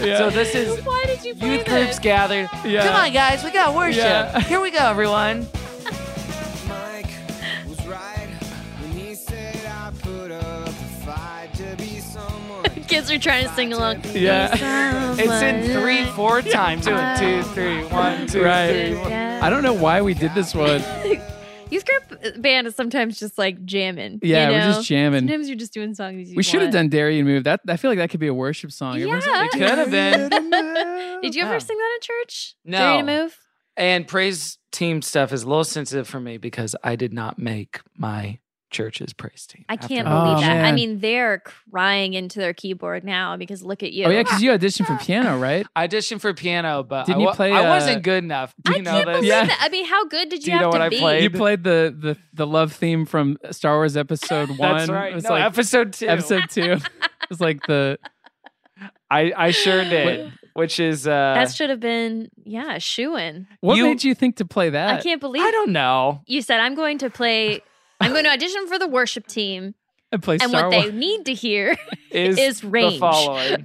Speaker 8: Yeah.
Speaker 6: So this is
Speaker 7: Why did you play
Speaker 6: youth
Speaker 7: this?
Speaker 6: groups gathered.
Speaker 8: Yeah.
Speaker 6: Come on, guys, we got worship.
Speaker 8: Yeah.
Speaker 6: Here we go, everyone.
Speaker 3: Mike was right when he said
Speaker 7: kids are trying to sing along.
Speaker 6: Yeah. It's in three, four time. Do it. Two, three, one, two, three, one.
Speaker 8: I don't know why we did this one.
Speaker 7: Youth group band is sometimes just like jamming. you
Speaker 8: Yeah, we're just
Speaker 7: know?
Speaker 8: jamming.
Speaker 7: Sometimes you're just doing songs. You
Speaker 8: We should have
Speaker 7: want.
Speaker 8: done Darian Move. That I feel like that could be a worship song. Everyone's like,
Speaker 7: Yeah.
Speaker 8: Oh, "It could have been.
Speaker 7: Did you ever sing that at church?
Speaker 6: No.
Speaker 7: Dare you to move?
Speaker 6: And praise team stuff is a little sensitive for me because I did not make my church's praise team.
Speaker 7: I
Speaker 6: after
Speaker 7: can't
Speaker 6: that.
Speaker 7: believe that. I
Speaker 8: man.
Speaker 7: mean, they're crying into their keyboard now because look at you.
Speaker 8: Oh yeah, because you auditioned for piano, right?
Speaker 6: I auditioned for piano, but
Speaker 8: Didn't
Speaker 6: I,
Speaker 8: you
Speaker 6: wa-
Speaker 8: play,
Speaker 6: I
Speaker 8: uh,
Speaker 6: wasn't good enough. Do you know
Speaker 7: I
Speaker 6: this?
Speaker 7: believe that. I mean, how good did
Speaker 6: Do
Speaker 7: you,
Speaker 6: you know
Speaker 7: have
Speaker 6: what
Speaker 7: to
Speaker 6: I
Speaker 7: be?
Speaker 6: played?
Speaker 8: You played the the the love theme from Star Wars Episode One.
Speaker 6: That's right.
Speaker 8: It was
Speaker 6: No,
Speaker 8: like
Speaker 6: episode two.
Speaker 8: Episode two. it was like the.
Speaker 6: I I sure did. Which is uh,
Speaker 7: that should have been yeah, shooing.
Speaker 8: What made you think to play that?
Speaker 7: I can't believe.
Speaker 6: I don't know.
Speaker 7: You said I'm going to play. I'm going to audition for the worship team,
Speaker 8: I play
Speaker 7: and
Speaker 8: Star
Speaker 7: what they
Speaker 8: Wars.
Speaker 7: need to hear
Speaker 6: Is,
Speaker 7: is range.
Speaker 6: the following?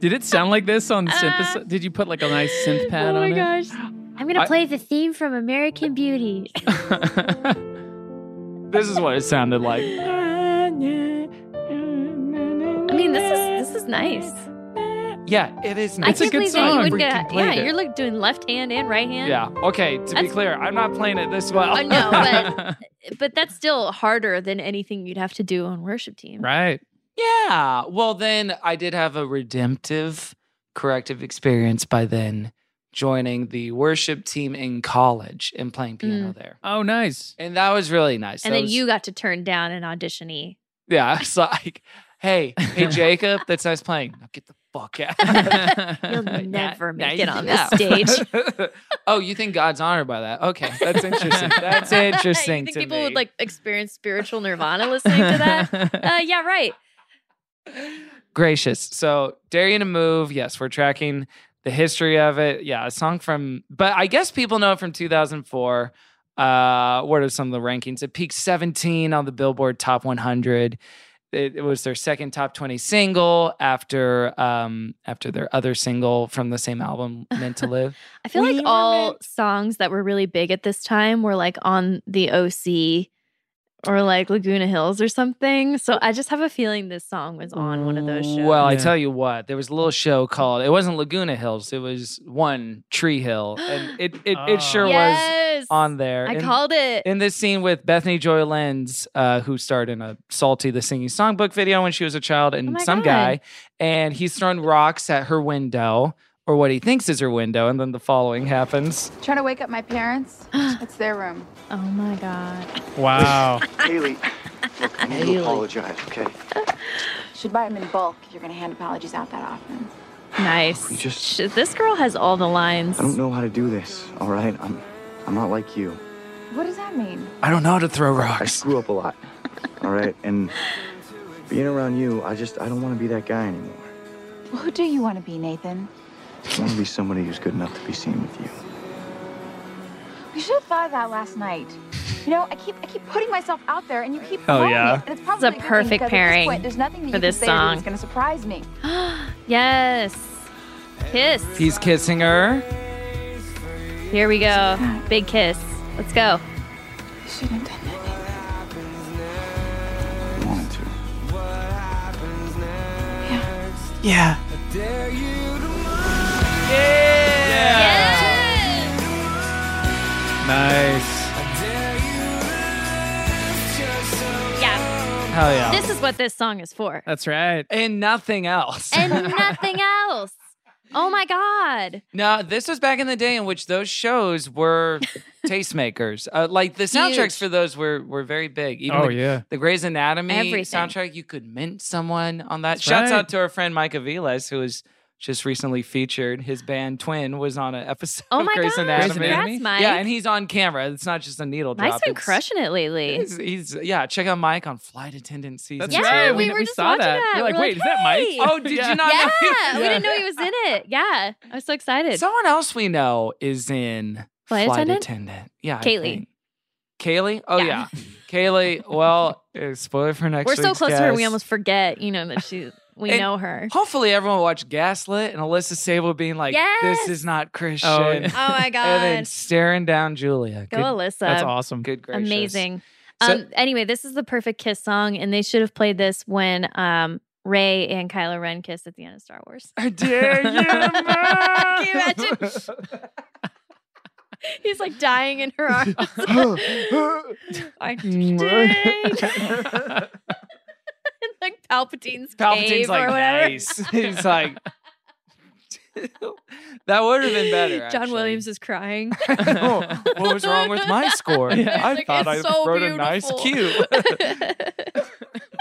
Speaker 8: Did it sound like this on synthesizer? Did you put like a nice
Speaker 7: Oh
Speaker 8: synth pad on it?
Speaker 5: I'm gonna
Speaker 8: I-
Speaker 5: play the theme from American Beauty.
Speaker 6: This is what it sounded like.
Speaker 7: I mean, this is this is nice.
Speaker 6: Yeah, it is.
Speaker 7: I
Speaker 6: Nice.
Speaker 7: can't believe that you wouldn't. Get, yeah, you're like doing left hand and right hand.
Speaker 6: Yeah. Okay. To be
Speaker 7: That's-
Speaker 6: clear, I'm not playing it this well.
Speaker 7: I know, but but that's still harder than anything you'd have to do on worship team.
Speaker 8: Right.
Speaker 6: Yeah. Well, then I did have a redemptive corrective experience by then joining the worship team in college and playing piano there.
Speaker 8: Oh, nice.
Speaker 6: And that was really nice.
Speaker 7: Mm. and
Speaker 6: That
Speaker 7: then
Speaker 6: was-
Speaker 7: you got to turn down an auditionee.
Speaker 6: Yeah. It's like, hey, hey, Jacob, that's nice playing. Now get the fuck out.
Speaker 7: You'll
Speaker 6: Now-
Speaker 7: never
Speaker 6: now
Speaker 7: make
Speaker 6: you
Speaker 7: it on
Speaker 6: know.
Speaker 7: this stage.
Speaker 6: oh, you think God's honored by that? Okay. That's interesting. That's interesting.
Speaker 7: you think
Speaker 6: to
Speaker 7: people
Speaker 6: me.
Speaker 7: would like experience spiritual nirvana listening to that? Uh, yeah, right.
Speaker 6: gracious. So Darian to move. Yes, we're tracking the history of it. Yeah, a song from, but I guess people know it from 2004. Uh, what are some of the rankings? It peaked 17 on the Billboard Top 100. It, it was their second top 20 single after um after their other single from the same album, Meant to Live.
Speaker 7: I feel like all songs that were really big at this time were like on the OC or like Laguna Hills or something. So I just have a feeling this song was on one of those shows.
Speaker 6: Well, I tell you what, there was a little show called it wasn't Laguna Hills, it was one Tree Hill, and it it, it sure
Speaker 7: Yes.
Speaker 6: was on there.
Speaker 7: I
Speaker 6: And-
Speaker 7: called it.
Speaker 6: in this scene with Bethany Joy Lenz, uh, who starred in a Salty the Singing Songbook video when she was a child, and
Speaker 7: Oh my
Speaker 6: some
Speaker 7: God.
Speaker 6: guy, and he's throwing rocks at her window or what he thinks is her window, and then the following happens.
Speaker 12: Trying to wake up my parents. it's their room.
Speaker 7: Oh my god.
Speaker 6: Wow.
Speaker 12: Haley,
Speaker 9: I need to apologize, okay?
Speaker 12: should buy them in bulk. if You're gonna hand apologies out that often.
Speaker 7: Nice. Sh- this girl has all the lines.
Speaker 9: I don't know how to do this, all right? I'm I'm not like you.
Speaker 12: What does that mean?
Speaker 9: I don't know how to throw rocks. I screw up a lot. All right, and being around you, I just I don't want to be that guy anymore.
Speaker 12: Well, who do you want to be, Nathan?
Speaker 9: I want to be somebody who's good enough to be seen with you.
Speaker 12: We should have thought of that last night. You know, I keep I keep putting myself out there, and you keep
Speaker 9: Hell
Speaker 12: promoting
Speaker 9: yeah.
Speaker 12: it, and it's probably
Speaker 7: It's a
Speaker 12: good thing,
Speaker 7: perfect
Speaker 12: because at this
Speaker 7: pairing
Speaker 12: point, there's nothing that
Speaker 7: for
Speaker 12: you
Speaker 7: this
Speaker 12: can say to me that's
Speaker 7: song.
Speaker 12: gonna surprise me.
Speaker 7: Yes. Kiss.
Speaker 6: He's kissing her.
Speaker 7: Here we go. Big kiss. Let's go.
Speaker 9: I wanted to.
Speaker 6: Yeah.
Speaker 8: Nice.
Speaker 7: Yeah.
Speaker 8: Hell yeah.
Speaker 7: This is what this song is for.
Speaker 8: That's right.
Speaker 6: And nothing else.
Speaker 7: And nothing else. Oh my God.
Speaker 6: Now, this was back in the day in which those shows were tastemakers. Uh, like the
Speaker 7: Huge.
Speaker 6: soundtracks for those were were very big. Even
Speaker 8: Oh,
Speaker 6: the,
Speaker 8: yeah.
Speaker 6: the Grey's Anatomy
Speaker 7: Everything.
Speaker 6: soundtrack, you could mint someone on that.
Speaker 8: That's
Speaker 6: Shouts
Speaker 8: right.
Speaker 6: out to our friend Micah Vilas, who was just recently featured. His band Twin was on an episode
Speaker 7: Oh
Speaker 6: of
Speaker 7: my
Speaker 6: Grey's
Speaker 7: God,
Speaker 6: Anatomy.
Speaker 7: congrats, Mike.
Speaker 6: Yeah, and he's on camera. It's not just a needle
Speaker 7: Mike's
Speaker 6: drop.
Speaker 7: been
Speaker 6: It's-
Speaker 7: crushing it lately.
Speaker 6: He's, he's yeah. Check out Mike on Flight Attendant season.
Speaker 8: That's
Speaker 6: two.
Speaker 8: right. We, we saw that. We're like, wait, is that Mike?
Speaker 6: Oh, did you not?
Speaker 7: Yeah,
Speaker 6: Know he-
Speaker 7: we didn't know he was in it. Yeah, I was so excited.
Speaker 6: Someone else we know is in
Speaker 7: Flight
Speaker 6: Flight,
Speaker 7: attendant?
Speaker 6: attendant? Yeah, I
Speaker 7: Kaylee.
Speaker 6: think. Kaylee. Oh
Speaker 7: Yeah.
Speaker 6: yeah, Kaylee. Well, uh, spoiler for next.
Speaker 7: We're so
Speaker 6: week's
Speaker 7: close to her, we
Speaker 6: guest.
Speaker 7: almost forget, you know, that she we
Speaker 6: And
Speaker 7: know her.
Speaker 6: Hopefully, everyone watched Gaslit and Alyssa Sable being like,
Speaker 7: Yes!
Speaker 6: "This is not Christian."
Speaker 8: Oh,
Speaker 7: Oh my
Speaker 6: and then
Speaker 7: God.
Speaker 6: staring down Julia.
Speaker 7: Go, Alyssa.
Speaker 6: That's awesome. Good gracious.
Speaker 7: Amazing.
Speaker 6: So-
Speaker 7: um, anyway, this is the perfect kiss song, and they should have played this when um, Ray and Kylo Ren kissed at the end of Star Wars.
Speaker 6: I dare you,
Speaker 7: Can you imagine? He's like dying in her arms. I did. like Palpatine's,
Speaker 6: Palpatine's
Speaker 7: cave
Speaker 6: like
Speaker 7: or whatever.
Speaker 6: nice. He's like that would have been better.
Speaker 7: John Williams is crying.
Speaker 6: Oh, what was wrong with my score? I
Speaker 7: Like,
Speaker 6: thought I
Speaker 7: it's so
Speaker 6: wrote a nice cue.
Speaker 7: beautiful.
Speaker 6: Mm-hmm.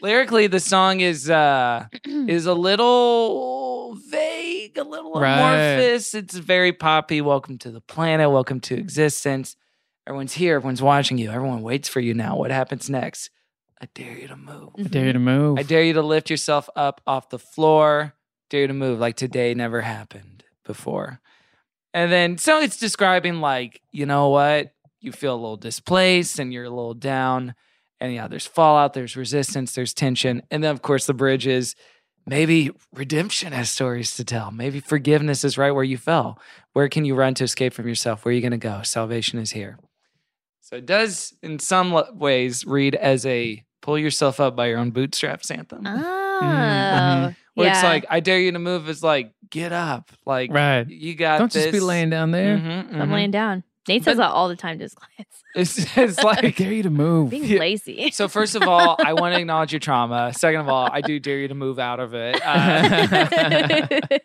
Speaker 6: Lyrically, the song is uh is a little vague, a little
Speaker 8: Right.
Speaker 6: amorphous. It's very poppy. Welcome to the planet. Welcome to existence. Everyone's here. Everyone's watching you. Everyone waits for you now. What happens next? I dare you to move.
Speaker 8: I dare you to move.
Speaker 6: I dare you to lift yourself up off the floor. Dare you to move like today never happened before. And then so it's describing like, you know what? You feel a little displaced and you're a little down. And yeah, there's fallout, there's resistance, there's tension. And then of course the bridge is maybe redemption has stories to tell. Maybe forgiveness is right where you fell. Where can you run to escape from yourself? Where are you going to go? Salvation is here. So it does, in some lo- ways, read as a pull yourself up by your own bootstraps anthem.
Speaker 7: Oh,
Speaker 6: Where it's
Speaker 7: yeah.
Speaker 6: like, I dare you to move is like, get up. Like,
Speaker 8: Right.
Speaker 6: you got
Speaker 8: Don't just be
Speaker 6: this.
Speaker 8: laying down there.
Speaker 6: Mhm,
Speaker 7: I'm
Speaker 6: mhm.
Speaker 7: laying down. Nate says that all the time to his clients.
Speaker 6: It's, it's
Speaker 8: I
Speaker 6: like,
Speaker 8: dare you to move.
Speaker 7: Being lazy.
Speaker 6: so first of all, I want to acknowledge your trauma. Second of all, I do dare you to move out of it.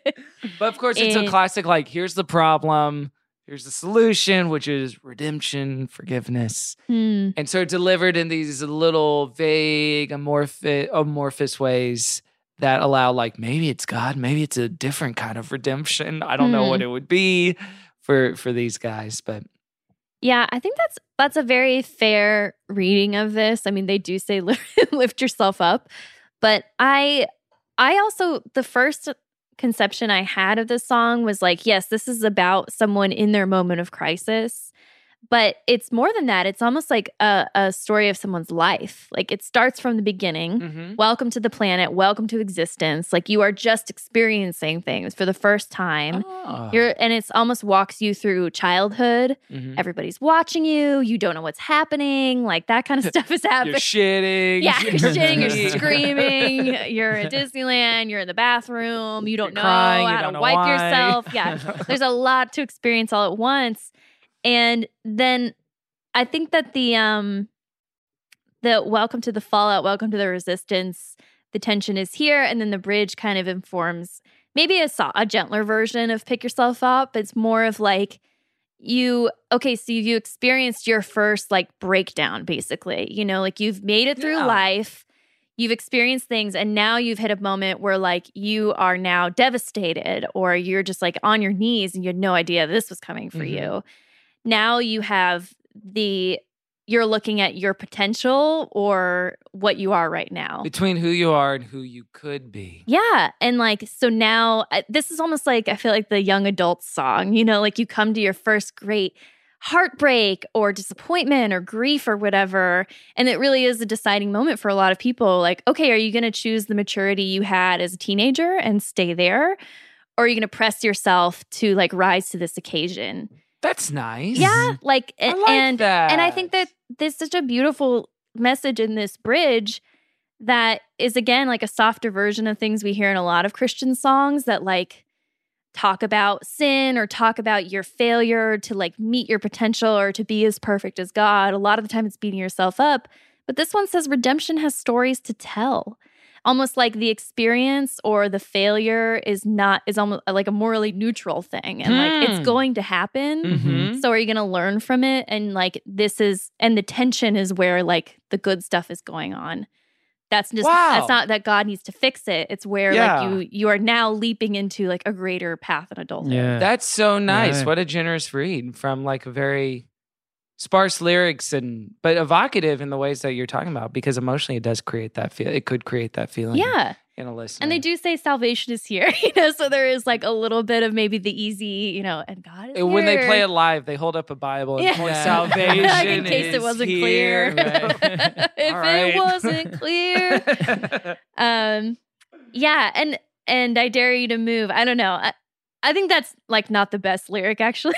Speaker 6: Uh, but of course, it's a
Speaker 8: And-
Speaker 6: classic like, here's the problem, here's the solution, which is redemption, forgiveness.
Speaker 7: Hmm.
Speaker 6: And so delivered in these little vague, amorphous, amorphous ways that allow, like, maybe it's God, maybe it's a different kind of redemption. I don't know what
Speaker 7: Hmm.
Speaker 6: it would be for for these guys, but
Speaker 7: Yeah, I think that's that's a very fair reading of this. I mean, they do say li- lift yourself up, but I I also the first conception I had of this song was like, yes, this is about someone in their moment of crisis, but it's more than that. It's almost like a, a story of someone's life. Like it starts from the
Speaker 6: Mm-hmm.
Speaker 7: beginning. Welcome to the planet. Welcome to existence. Like you are just experiencing things for the first time.
Speaker 6: Ah.
Speaker 7: You're and it's almost walks you through childhood.
Speaker 6: Mhm.
Speaker 7: Everybody's watching you. You don't know what's happening. Like that kind of stuff is happening.
Speaker 6: you're shitting.
Speaker 7: Yeah, you're shitting, you're
Speaker 6: peeing.
Speaker 7: screaming, you're at Disneyland, you're in the bathroom, you don't know
Speaker 6: crying, you
Speaker 7: how
Speaker 6: don't
Speaker 7: to
Speaker 6: know
Speaker 7: wipe
Speaker 6: why.
Speaker 7: yourself. Yeah, there's a lot to experience all at once. And then I think that the um the welcome to the fallout, welcome to the resistance, the tension is here, and then the bridge kind of informs maybe a so- a gentler version of pick yourself up. It's more of like you okay so you experienced your first like breakdown basically you know like you've made it through
Speaker 3: Yeah.
Speaker 7: life you've experienced things and now you've hit a moment where like you are now devastated or you're just like on your knees and you had no idea this was coming for you now you have the you're looking at your potential or what you are right now
Speaker 6: Between who you are and who you could be.
Speaker 7: yeah. And like, so now uh, this is almost like I feel like the young adult song, you know, like you come to your first great heartbreak or disappointment or grief or whatever. And it really is a deciding moment for a lot of people. Like, okay, are you going to choose the maturity you had as a teenager and stay there? Or are you going to press yourself to like rise to this occasion?
Speaker 6: That's nice.
Speaker 7: Yeah, like, a-
Speaker 6: like
Speaker 7: and and I
Speaker 6: that.
Speaker 7: think that there's such a beautiful message in this bridge that is again like a softer version of things we hear in a lot of Christian songs that like talk about sin or talk about your failure to like meet your potential or to be as perfect as God. A lot of the time it's beating yourself up, but this one says redemption has stories to tell. Almost like the experience or the failure is not is almost like a morally neutral thing and like
Speaker 3: Hmm.
Speaker 7: it's going to
Speaker 6: Mm-hmm.
Speaker 7: happen.
Speaker 3: Mhm.
Speaker 7: So are you going to learn from it and like this is and the tension is where like the good stuff is going on. That's just
Speaker 3: Wow.
Speaker 7: that's not that God needs to fix it. It's where
Speaker 6: Yeah.
Speaker 7: like you you are now leaping into like a greater path in adulthood.
Speaker 6: That's so nice.
Speaker 8: Right.
Speaker 6: What a generous read from like a very sparse lyrics and but evocative in the ways that you're talking about because emotionally it does create that feel it could create that feeling.
Speaker 7: yeah.
Speaker 6: In a listener.
Speaker 7: And they do say salvation is here, you know. So there is like a little bit of maybe the easy, you know, and God is
Speaker 6: And when they
Speaker 7: here.
Speaker 6: play it live, they hold up a Bible and
Speaker 7: Yeah.
Speaker 6: point
Speaker 7: Yeah.
Speaker 6: salvation.
Speaker 7: Like, in case it
Speaker 6: is
Speaker 7: wasn't
Speaker 6: here.
Speaker 7: clear.
Speaker 6: Right.
Speaker 7: if
Speaker 6: All
Speaker 7: it
Speaker 6: right.
Speaker 7: wasn't clear. um yeah, and and I dare you to move. I don't know. I, I think that's like not the best lyric actually.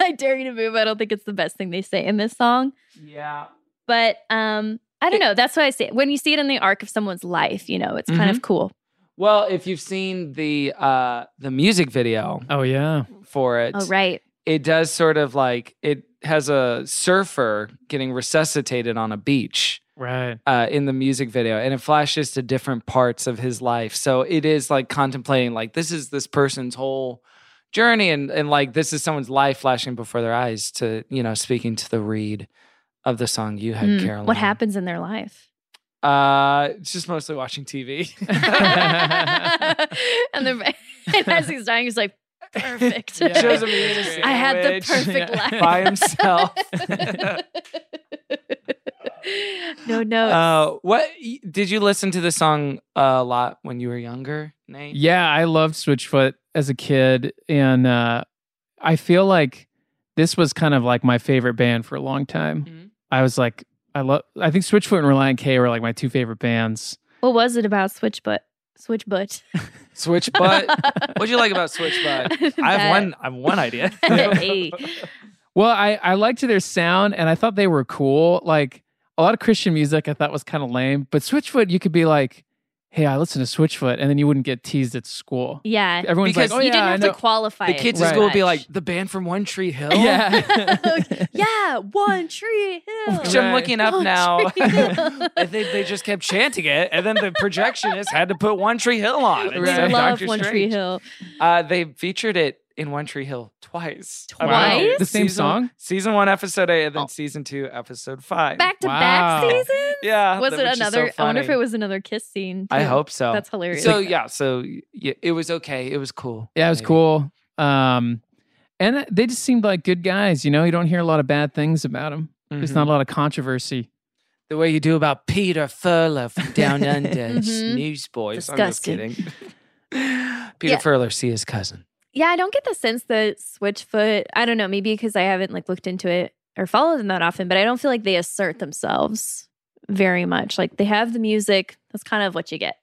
Speaker 7: I dare you to move. I don't think it's the best thing they say in this song.
Speaker 6: yeah.
Speaker 7: But um, I don't know. That's why I say when you see it in the arc of someone's life, you know, it's kind of cool.
Speaker 6: Well, if you've seen the uh the music video.
Speaker 8: Oh yeah.
Speaker 6: For it.
Speaker 7: Oh, right.
Speaker 6: It does sort of like it has a surfer getting resuscitated on a beach.
Speaker 8: Right.
Speaker 6: Uh, in the music video, and it flashes to different parts of his life. So it is like contemplating, like this is this person's whole journey, and and like this is someone's life flashing before their eyes. To you know, speaking to the read of the song you had,
Speaker 7: Hmm,
Speaker 6: Caroline.
Speaker 7: What happens in their life?
Speaker 6: Uh, it's just mostly watching TV.
Speaker 7: And, the, and as he's dying, he's like, perfect.
Speaker 6: Yeah. Shows him the Instagram
Speaker 7: I had the
Speaker 6: witch.
Speaker 7: perfect
Speaker 6: Yeah.
Speaker 7: life.
Speaker 6: By himself.
Speaker 7: no notes.
Speaker 6: Uh, what y- did you listen to the song a lot when you were younger? Nate?
Speaker 8: Yeah, I loved Switchfoot as a kid, and uh, I feel like this was kind of like my favorite band for a long time.
Speaker 7: Mm-hmm.
Speaker 8: I was like, I love. I think Switchfoot and Reliant K were like my two favorite bands.
Speaker 7: What was it about Switch Butt? Switch Butt.
Speaker 6: Switch Butt. What'd you like about Switch Butt? I
Speaker 7: That-
Speaker 6: have one. I have one idea.
Speaker 7: Hey.
Speaker 8: Well, I I liked their sound, and I thought they were cool. Like a lot of Christian music, I thought was kind of lame, but Switchfoot, you could be like, Hey, I listen to Switchfoot, and then you wouldn't get teased at school.
Speaker 7: Yeah.
Speaker 8: Everyone's
Speaker 7: because
Speaker 8: like, "Oh,
Speaker 7: you
Speaker 8: yeah,
Speaker 7: didn't
Speaker 8: I
Speaker 7: have
Speaker 8: know."
Speaker 7: to qualify
Speaker 6: The
Speaker 7: it
Speaker 6: kids
Speaker 7: very
Speaker 6: in school would be
Speaker 7: much.
Speaker 6: like the band from One Tree Hill.
Speaker 8: Yeah.
Speaker 7: yeah, One Tree Hill.
Speaker 6: Which I'm looking up
Speaker 7: One
Speaker 6: now.
Speaker 7: Tree Hill.
Speaker 6: I think they just kept chanting it, and then the projectionist had to put One Tree Hill on.
Speaker 7: They
Speaker 6: instead of
Speaker 7: love
Speaker 6: Dr.
Speaker 7: One Tree
Speaker 6: Strange.
Speaker 7: Hill.
Speaker 6: Uh, they featured it in One Tree Hill twice.
Speaker 7: Wow. Twice?
Speaker 8: The same
Speaker 6: Season-
Speaker 8: song? Oh.
Speaker 6: Season one, episode eight, and then season two, episode five.
Speaker 7: Back to back
Speaker 6: Wow.
Speaker 7: season?
Speaker 6: Yeah,
Speaker 7: Was
Speaker 6: that-
Speaker 7: it
Speaker 6: which is so
Speaker 7: another? I wonder if
Speaker 6: funny.
Speaker 7: it was another kiss scene.
Speaker 6: I
Speaker 7: too.
Speaker 6: hope so.
Speaker 7: That's hilarious.
Speaker 6: So yeah, so yeah, it was okay. It was cool.
Speaker 8: Yeah, it was cool. Um, and they just seemed like good guys. You know, you don't hear a lot of bad things about them. There's
Speaker 6: mm-hmm.
Speaker 8: not a lot of controversy.
Speaker 6: The way you do about Peter Furler from Down Under, it's
Speaker 7: Mhm.
Speaker 6: Newsboys.
Speaker 7: Disgusting.
Speaker 6: I'm just kidding. Peter
Speaker 7: Yeah.
Speaker 6: Furler, see his cousin.
Speaker 7: Yeah, I don't get the sense that Switchfoot, I don't know, maybe because I haven't like looked into it or followed them that often, but I don't feel like they assert themselves very much. Like they have the music, that's kind of what you get.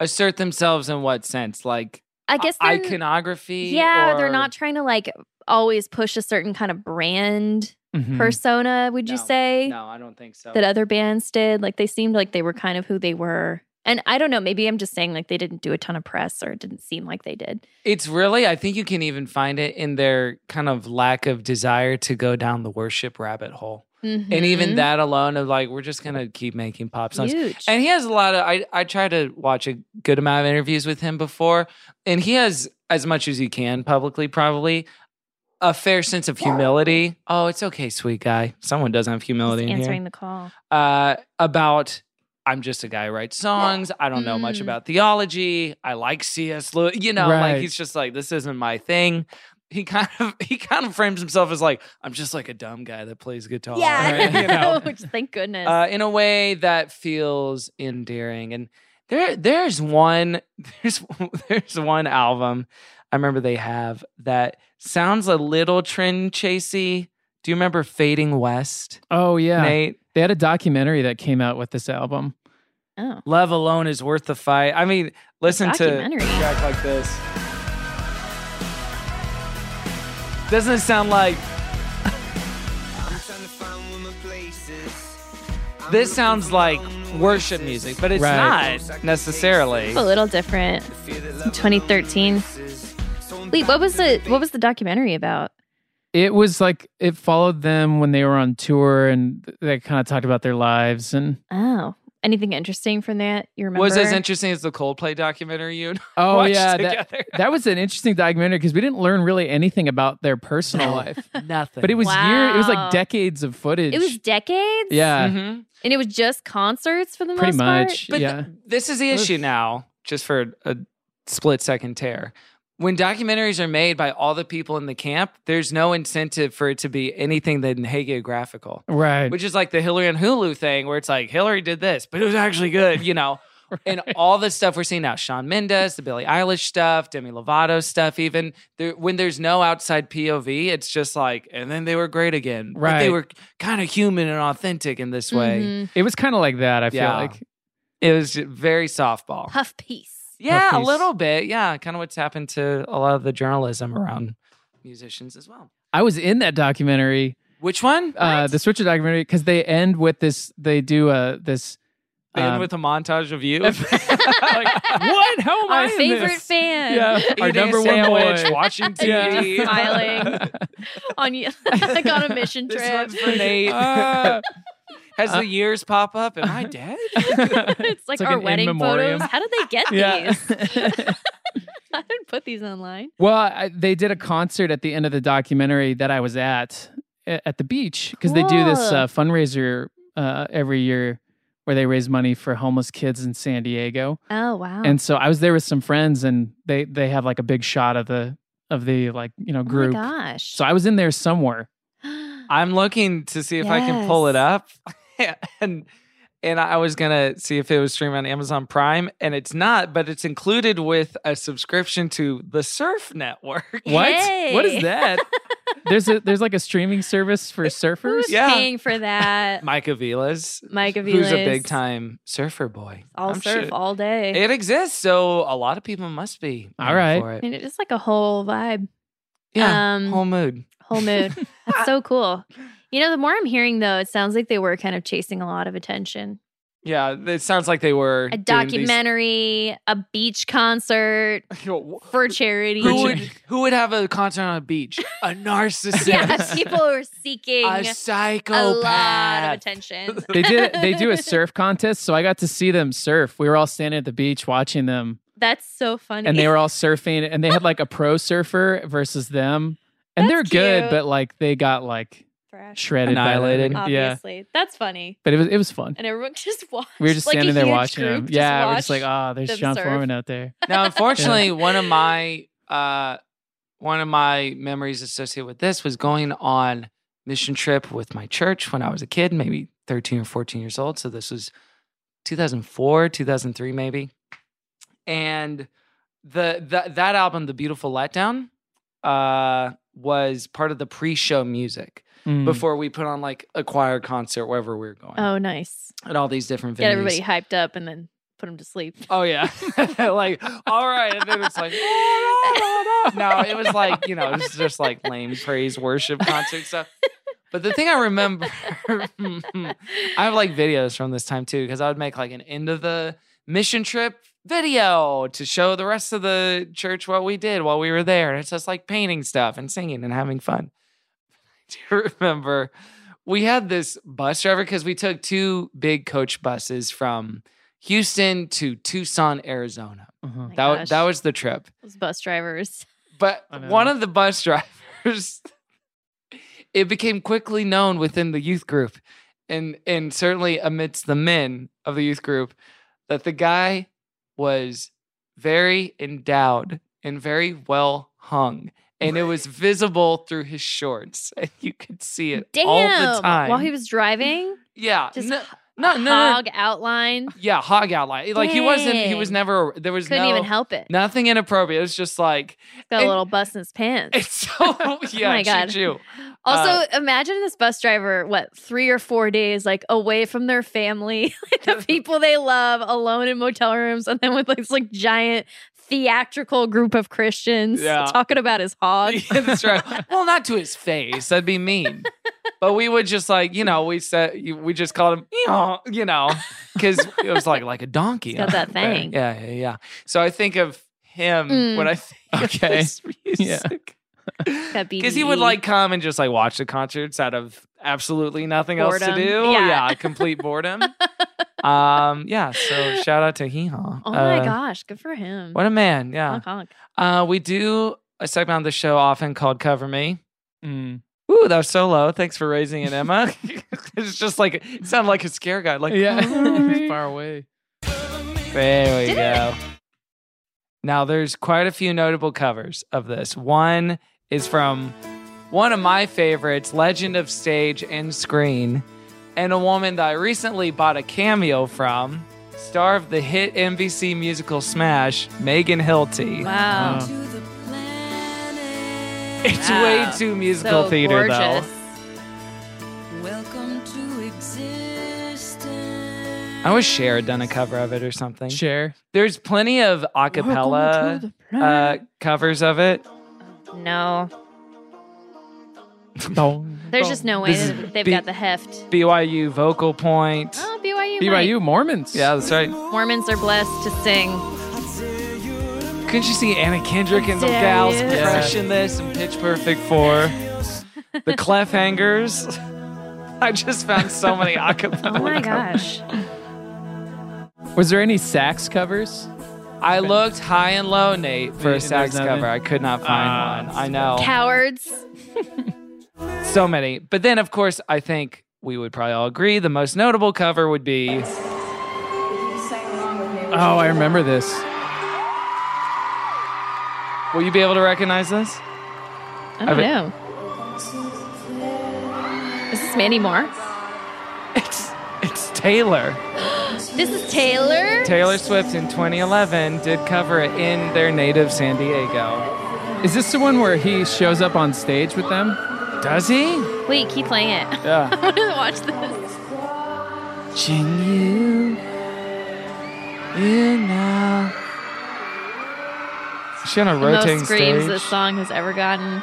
Speaker 6: Assert themselves in what sense? Like
Speaker 7: I guess
Speaker 6: i-
Speaker 7: they're-
Speaker 6: iconography.
Speaker 7: Yeah, they're
Speaker 6: or-
Speaker 7: not trying to like always push a certain kind of brand
Speaker 8: Mhm.
Speaker 7: persona, would you say?
Speaker 6: Mm-hmm. No, I don't think so.
Speaker 7: That other bands did. Like they seemed like they were kind of who they were. And I don't know, maybe I'm just saying like they didn't do a ton of press or it didn't seem like they did.
Speaker 6: It's really, I think you can even find it in their kind of lack of desire to go down the worship rabbit hole. And even
Speaker 7: Mhm.
Speaker 6: that alone of like, we're just gonna keep making pop songs.
Speaker 7: Huge.
Speaker 6: And he has a lot of I I try to watch a good amount of interviews with him before, and he has as much as he can publicly, probably, a fair sense of humility. Oh, it's okay, sweet guy. Someone doesn't have humility in
Speaker 7: Answering the
Speaker 6: here.
Speaker 7: call.
Speaker 6: uh about I'm just a guy who writes songs. I don't know
Speaker 7: Mm.
Speaker 6: much about theology. I like C.S. Lewis. You know,
Speaker 8: Right.
Speaker 6: like he's just like this isn't my thing. He kind of he kind of frames himself as like I'm just like a dumb guy that plays guitar. you know,
Speaker 7: Which thank goodness.
Speaker 6: uh, in a way that feels endearing. And there there's one there's there's one album I remember they have that sounds a little trend chasey. Do you remember Fading West?
Speaker 8: Oh yeah,
Speaker 6: Nate?
Speaker 8: They had a documentary that came out with this album.
Speaker 7: oh.
Speaker 6: Love alone is worth the fight. I mean, listen to
Speaker 7: Documentary.
Speaker 6: track like this. Doesn't it sound like this sounds like worship music, but it's
Speaker 7: Right.
Speaker 6: not necessarily.
Speaker 7: a little different. 2013. Wait, what was the what was the documentary about?
Speaker 8: It was like it followed them when they were on tour, and they kind of talked about their lives and
Speaker 7: Oh, anything interesting from that you remember?
Speaker 6: Was as interesting as the Coldplay documentary you
Speaker 8: Oh
Speaker 6: watched
Speaker 8: yeah, that,
Speaker 6: together.
Speaker 8: that was an interesting documentary because we didn't learn really anything about their personal life,
Speaker 6: Nothing.
Speaker 8: but it was year, it was
Speaker 7: Wow.
Speaker 8: like decades of footage.
Speaker 7: It was decades.
Speaker 8: Yeah.
Speaker 6: Mhm.
Speaker 7: and it was just concerts for the
Speaker 8: Pretty
Speaker 7: most part?
Speaker 8: much, yeah.
Speaker 6: This is the issue now, just for a split second tear. When documentaries are made by all the people in the camp, there's no incentive for it to be anything than hagiographical.
Speaker 8: right.
Speaker 6: Which is like the Hillary and Hulu thing where it's like Hillary did this, but it was actually good, you know. And all the stuff we're seeing now, Sean Mendes, the Billie Eilish stuff, Demi Lovato stuff, even there, when there's no outside POV, it's just like, and then they were great again. But they
Speaker 8: Right. Mm-hmm.
Speaker 6: were kind of human and authentic in this way.
Speaker 7: Mm-hmm.
Speaker 8: It was kind of like that. I feel
Speaker 6: Yeah.
Speaker 8: like
Speaker 6: It was ju- very softball.
Speaker 7: Puff piece.
Speaker 6: Yeah, a
Speaker 8: Puppies.
Speaker 6: little bit. Yeah, kind of what's happened to a lot of the journalism around musicians as well.
Speaker 8: I was in that documentary
Speaker 6: Which one?
Speaker 8: Uh, the Switcher documentary because they end with this. They do uh, this.
Speaker 6: They end
Speaker 8: um,
Speaker 6: with a montage of you. what?
Speaker 8: How am
Speaker 7: Our
Speaker 8: Oh, I in
Speaker 7: favorite
Speaker 8: this?
Speaker 7: fan.
Speaker 8: Yeah, our
Speaker 6: Eating a
Speaker 8: number one
Speaker 6: sandwich,
Speaker 8: boy.
Speaker 6: watching
Speaker 8: Yeah.
Speaker 6: TV.
Speaker 7: Smiling on you like on a mission trip.
Speaker 6: This one's for Nate.
Speaker 8: Ah.
Speaker 6: Has the years pop up? Am I dead?
Speaker 7: it's like
Speaker 8: like
Speaker 7: our
Speaker 8: an in
Speaker 7: wedding
Speaker 8: memoriam.
Speaker 7: photos. How did they get
Speaker 8: Yeah.
Speaker 7: these? I didn't put these online.
Speaker 8: Well, I, they did a concert at the end of the documentary that I was at a- at the beach because they do this
Speaker 7: Cool.
Speaker 8: uh, fundraiser uh, every year where they raise money for homeless kids in San Diego.
Speaker 7: Oh wow.
Speaker 8: And so I was there with some friends, and they they have like a big shot of the of the like you know group.
Speaker 7: Oh my gosh.
Speaker 8: so I was in there somewhere.
Speaker 6: I'm looking to see if I can pull it up. and and I was gonna see if it was streamed on Amazon Prime, and it's not, but it's included with a subscription to the Surf Network.
Speaker 8: What? What
Speaker 6: Hey.
Speaker 8: is that? there's a there's like a streaming service for surfers.
Speaker 7: Who's paying for that?
Speaker 6: Mike Avila's.
Speaker 7: Mike
Speaker 6: Who's a
Speaker 7: Avila's.
Speaker 6: big time surfer boy.
Speaker 7: I'll
Speaker 6: I'm
Speaker 7: surf
Speaker 6: sure-
Speaker 7: all day.
Speaker 6: It exists, so a lot of people must be.
Speaker 8: All
Speaker 6: in
Speaker 8: right.
Speaker 6: For it.
Speaker 7: and it's like a whole vibe.
Speaker 6: Yeah.
Speaker 7: Um,
Speaker 6: whole mood.
Speaker 7: whole mood. That's so cool. You know, the more I'm hearing though, it sounds like they were kind of chasing a lot of attention.
Speaker 6: Yeah. It sounds like they were
Speaker 7: A
Speaker 6: doing these-
Speaker 7: documentary, a beach concert for charity.
Speaker 6: Who would who would have a concert on a beach? A narcissist.
Speaker 7: yeah, people were seeking
Speaker 6: a
Speaker 7: a lot of
Speaker 6: psychopath.
Speaker 7: attention.
Speaker 8: they did they do a surf contest, so I got to see them surf. We were all standing at the beach watching them
Speaker 7: That's so funny.
Speaker 8: and they were all surfing and they had like a pro surfer versus them and they're
Speaker 7: That's
Speaker 8: good
Speaker 7: cute.
Speaker 8: but like they got like
Speaker 7: Thrashed.
Speaker 8: shredded by them.
Speaker 6: Annihilated.
Speaker 8: yeah
Speaker 7: obviously. That's funny.
Speaker 8: but it was it was fun
Speaker 7: And everyone just watched.
Speaker 8: we were just
Speaker 7: like, a
Speaker 8: standing there
Speaker 7: huge
Speaker 8: watching
Speaker 7: group
Speaker 8: them
Speaker 7: just
Speaker 8: yeah we're just like
Speaker 7: watched
Speaker 8: oh there's
Speaker 7: them
Speaker 8: john
Speaker 7: surf."
Speaker 8: foreman out there
Speaker 6: Now, unfortunately, one of my uh, one of my memories associated with this was going on mission trip with my church when I was a kid, maybe 13 or 14 years old. So this was 2004, 2003, maybe. And the, the that album, The Beautiful Letdown, uh, was part of the pre-show music
Speaker 8: Mm.
Speaker 6: before we put on like a choir concert wherever we were going
Speaker 7: Hmm. Oh, nice.
Speaker 6: at all these different venues.
Speaker 7: Get everybody hyped up and then put them to sleep.
Speaker 6: Oh yeah, like all right, and then it's like "Oh, no, no, no." No, it was like you know, it was just like lame praise worship concert stuff. But the thing I remember, I have like videos from this time too because I would make like an end of the mission trip video to show the rest of the church what we did while we were there, and it's just like painting stuff and singing and having fun. I do remember we had this bus driver because we took two big coach buses from Houston to Tucson, Arizona.
Speaker 8: Mhm.
Speaker 6: That, wa-
Speaker 7: gosh.
Speaker 6: that was the trip.
Speaker 7: Those bus drivers.
Speaker 6: But
Speaker 8: I know.
Speaker 6: one of the bus drivers, it became quickly known within the youth group and, and certainly amidst the men of the youth group that the guy was very endowed and very well hung. And it was visible through his shorts, and you could see it
Speaker 7: Damn.
Speaker 6: all the time.
Speaker 7: While he was driving,
Speaker 6: yeah,
Speaker 7: just
Speaker 6: no,
Speaker 7: h-
Speaker 6: no, no, no.
Speaker 7: hog outline.
Speaker 6: yeah, hog outline. Like he wasn't. He was
Speaker 7: Dang.
Speaker 6: never. There was
Speaker 7: Couldn't
Speaker 6: no,
Speaker 7: even help it.
Speaker 6: Nothing inappropriate. It was just like
Speaker 7: Got
Speaker 6: and-
Speaker 7: a little bus in his pants.
Speaker 6: It's so yeah.
Speaker 7: Oh my
Speaker 6: shoot
Speaker 7: God.
Speaker 6: you.
Speaker 7: Also,
Speaker 6: Uh,
Speaker 7: imagine this bus driver, what, three or four days, like away from their family, like the people they love, alone in motel rooms, and then with like, this like giant theatrical group of Christians
Speaker 6: Yeah.
Speaker 7: talking about his hog.
Speaker 6: yeah, that's right. Well, not to his face. That'd be mean. But we would just like you know we said we just called him "Meow," you know because it was like like a donkey.
Speaker 7: He's got that thing.
Speaker 6: Yeah, yeah, yeah. So I think of him
Speaker 7: Mm.
Speaker 6: when I think
Speaker 8: Okay.
Speaker 6: of this music because
Speaker 7: E.
Speaker 6: he would like come and just like watch the concerts out of absolutely nothing else
Speaker 7: Boredom.
Speaker 6: to do.
Speaker 7: Yeah.
Speaker 6: complete boredom. um, yeah. So shout out to Hee Haw.
Speaker 7: Oh my
Speaker 6: Uh,
Speaker 7: gosh, good for him.
Speaker 6: What a man. Yeah.
Speaker 7: Honk, honk.
Speaker 6: Uh, we do a segment on the show often called Cover Me.
Speaker 8: Mm.
Speaker 6: Ooh, that was so low. Thanks for raising it, Emma. it's just like it sounded like a scare guy. Like
Speaker 8: yeah
Speaker 6: "Cover
Speaker 8: It's
Speaker 6: me."
Speaker 8: far away
Speaker 6: there we
Speaker 8: Did
Speaker 6: go. Now there's quite a few notable covers of this. One is from one of my favorites, Legend of Stage and Screen, and a woman that I recently bought a cameo from, star of the hit NBC musical Smash, Megan Hilty.
Speaker 7: Wow.
Speaker 6: It's
Speaker 3: Wow.
Speaker 6: way too musical
Speaker 3: So
Speaker 6: theater
Speaker 3: gorgeous.
Speaker 6: though.
Speaker 3: Welcome to existence.
Speaker 6: I wish Cher had done a cover of it or something.
Speaker 8: Cher.
Speaker 6: There's plenty of a cappella uh, covers of it.
Speaker 7: No. There's just no way
Speaker 6: This is
Speaker 7: that they've
Speaker 6: B-
Speaker 7: got the heft.
Speaker 6: BYU Vocal Point.
Speaker 7: Oh, BYU.
Speaker 6: BYU
Speaker 8: Mormons.
Speaker 6: Yeah, that's right.
Speaker 7: might. Mormons are blessed to sing.
Speaker 6: Couldn't you see Anna Kendrick and some
Speaker 7: Dare
Speaker 6: gals
Speaker 7: you.
Speaker 6: yeah. crushing this and Pitch Perfect for the Clefhangers? I just found so many acapella.
Speaker 7: Oh my gosh.
Speaker 8: Was there any sax covers?
Speaker 6: I looked high and low, Nate, for a
Speaker 8: There's
Speaker 6: sax
Speaker 8: nothing? Ah,
Speaker 6: cover. I could not find one. I know.
Speaker 7: Cowards.
Speaker 6: So many. But then, of course, I think we would probably all agree the most notable cover would be.
Speaker 8: Oh, I remember this.
Speaker 6: Will you be able to recognize this?
Speaker 7: I don't
Speaker 6: I've-
Speaker 7: know. Is this Mandy Moore?
Speaker 6: It's it's Taylor.
Speaker 7: This is Taylor.
Speaker 6: Taylor Swift in 2011 did cover it in their native San Diego.
Speaker 8: Is this the one where he shows up on stage with them?
Speaker 6: Does he?
Speaker 7: Wait, keep playing it.
Speaker 8: Yeah.
Speaker 7: I want to watch this.
Speaker 6: Watching you in now. Is she on a
Speaker 7: The most
Speaker 6: rotating
Speaker 7: screams
Speaker 6: stage?
Speaker 7: this song has ever gotten.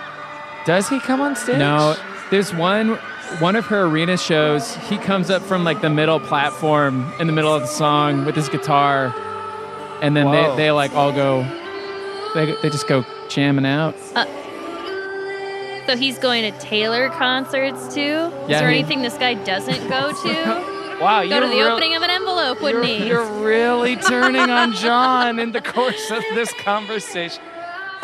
Speaker 6: Does he come on stage?
Speaker 8: No, there's one one of her arena shows. He comes up from like the middle platform in the middle of the song with his guitar, and then
Speaker 6: Whoa.
Speaker 8: they, they like all go, they they just go jamming out.
Speaker 7: So he's going to Taylor concerts too. Is
Speaker 8: Yeah,
Speaker 7: there
Speaker 8: he-
Speaker 7: anything this guy doesn't go to?
Speaker 6: Wow,
Speaker 7: go
Speaker 6: you're
Speaker 7: to the
Speaker 6: real-
Speaker 7: opening of an envelope, wouldn't
Speaker 6: you're,
Speaker 7: he?
Speaker 6: you're really turning on John in the course of this conversation.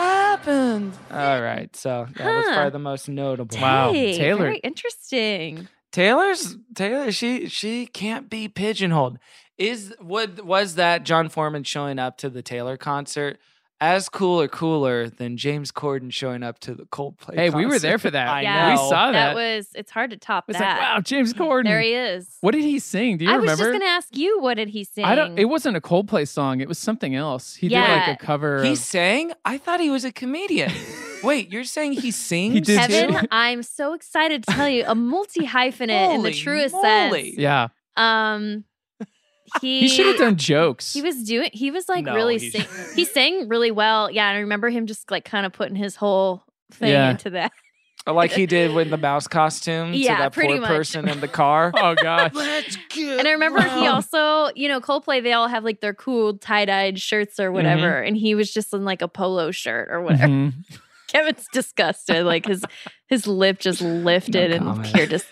Speaker 6: Happened. All right, so yeah, that's
Speaker 7: Huh.
Speaker 6: probably the most notable.
Speaker 7: Hey,
Speaker 6: Taylor.
Speaker 7: Very interesting.
Speaker 6: Taylor's Taylor. She she can't be pigeonholed. Is would was that John Foreman showing up to the Taylor concert as cool or cooler than James Corden showing up to the Coldplay?
Speaker 8: Hey,
Speaker 6: concert?
Speaker 8: we were there for that.
Speaker 6: I
Speaker 7: Yeah.
Speaker 6: know.
Speaker 8: We saw
Speaker 7: That
Speaker 8: that.
Speaker 7: was. It's hard to top
Speaker 8: It's
Speaker 7: that.
Speaker 8: like wow, James Corden.
Speaker 7: There he is.
Speaker 8: What did he sing? Do you
Speaker 7: I was
Speaker 8: remember?
Speaker 7: just gonna ask you, what did he sing?
Speaker 8: I don't. It wasn't a Coldplay song. It was something else. He did
Speaker 7: Yeah.
Speaker 8: like a cover.
Speaker 6: He
Speaker 8: of-
Speaker 6: sang. I thought he was a comedian. Wait, you're saying he sings?
Speaker 8: did
Speaker 6: too?
Speaker 7: Kevin, I'm so excited to tell you, a multi hyphenate in the
Speaker 6: Holy
Speaker 7: truest
Speaker 6: moly.
Speaker 7: sense.
Speaker 8: yeah.
Speaker 7: Um, he
Speaker 8: He should have done jokes.
Speaker 7: He was doing. He was like
Speaker 8: No,
Speaker 7: really.
Speaker 8: he
Speaker 7: Sing, he sang really well. Yeah, and I remember him just like kind of putting his whole thing
Speaker 6: Yeah.
Speaker 7: into that.
Speaker 6: Or like he did with the mouse costume
Speaker 7: Yeah,
Speaker 6: to that
Speaker 7: pretty
Speaker 6: poor
Speaker 7: much.
Speaker 6: person in the car.
Speaker 8: oh gosh.
Speaker 7: And I remember he also, you know, Coldplay. They all have like their cool tie dyed shirts
Speaker 8: Mm-hmm.
Speaker 7: or whatever, and he was just in like a polo shirt or whatever. Kevin's disgusted. Like his his lip just lifted and
Speaker 6: comment.
Speaker 7: pure just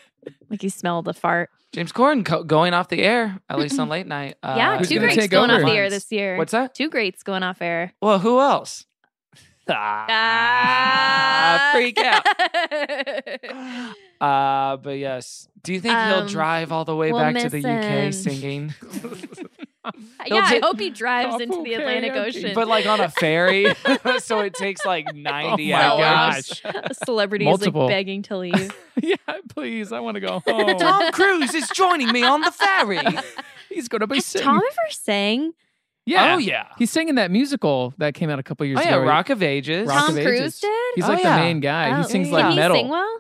Speaker 7: like he smelled a fart.
Speaker 6: James Corden co- going off the air, at least on late night. Uh,
Speaker 7: yeah,
Speaker 6: in
Speaker 7: two
Speaker 6: the
Speaker 7: greats
Speaker 6: next
Speaker 7: going
Speaker 6: couple
Speaker 7: off the air
Speaker 6: months.
Speaker 7: this year.
Speaker 6: What's that?
Speaker 7: Two greats going off air.
Speaker 6: Well, who else? Ah, freak out. Uh, but yes, do you think he'll
Speaker 7: Um,
Speaker 6: drive all the way
Speaker 7: we'll
Speaker 6: back to the
Speaker 7: miss
Speaker 6: UK
Speaker 7: him.
Speaker 6: singing?
Speaker 7: yeah, I
Speaker 6: ta-
Speaker 7: hope he drives into the Atlantic Ocean.
Speaker 6: but like on a ferry, so it takes like ninety
Speaker 7: Oh my
Speaker 6: hours.
Speaker 7: a celebrity
Speaker 6: Multiple.
Speaker 7: is like begging to leave.
Speaker 8: yeah, please. I want to go home.
Speaker 6: Tom Cruise is joining me on the ferry.
Speaker 8: He's gonna be singing.
Speaker 7: Tom ever sang?
Speaker 8: Oh, Yeah.
Speaker 6: Oh, yeah.
Speaker 8: He's singing that musical that came out a couple years
Speaker 6: Oh, yeah,
Speaker 8: ago.
Speaker 6: Rock of Ages.
Speaker 8: Rock
Speaker 7: Tom
Speaker 8: of
Speaker 7: Cruise
Speaker 8: Ages.
Speaker 7: did?
Speaker 8: He's
Speaker 6: Oh,
Speaker 8: like
Speaker 6: yeah.
Speaker 8: the main guy.
Speaker 7: Oh,
Speaker 8: he sings
Speaker 7: can
Speaker 8: like
Speaker 7: he
Speaker 8: metal.
Speaker 7: sing well?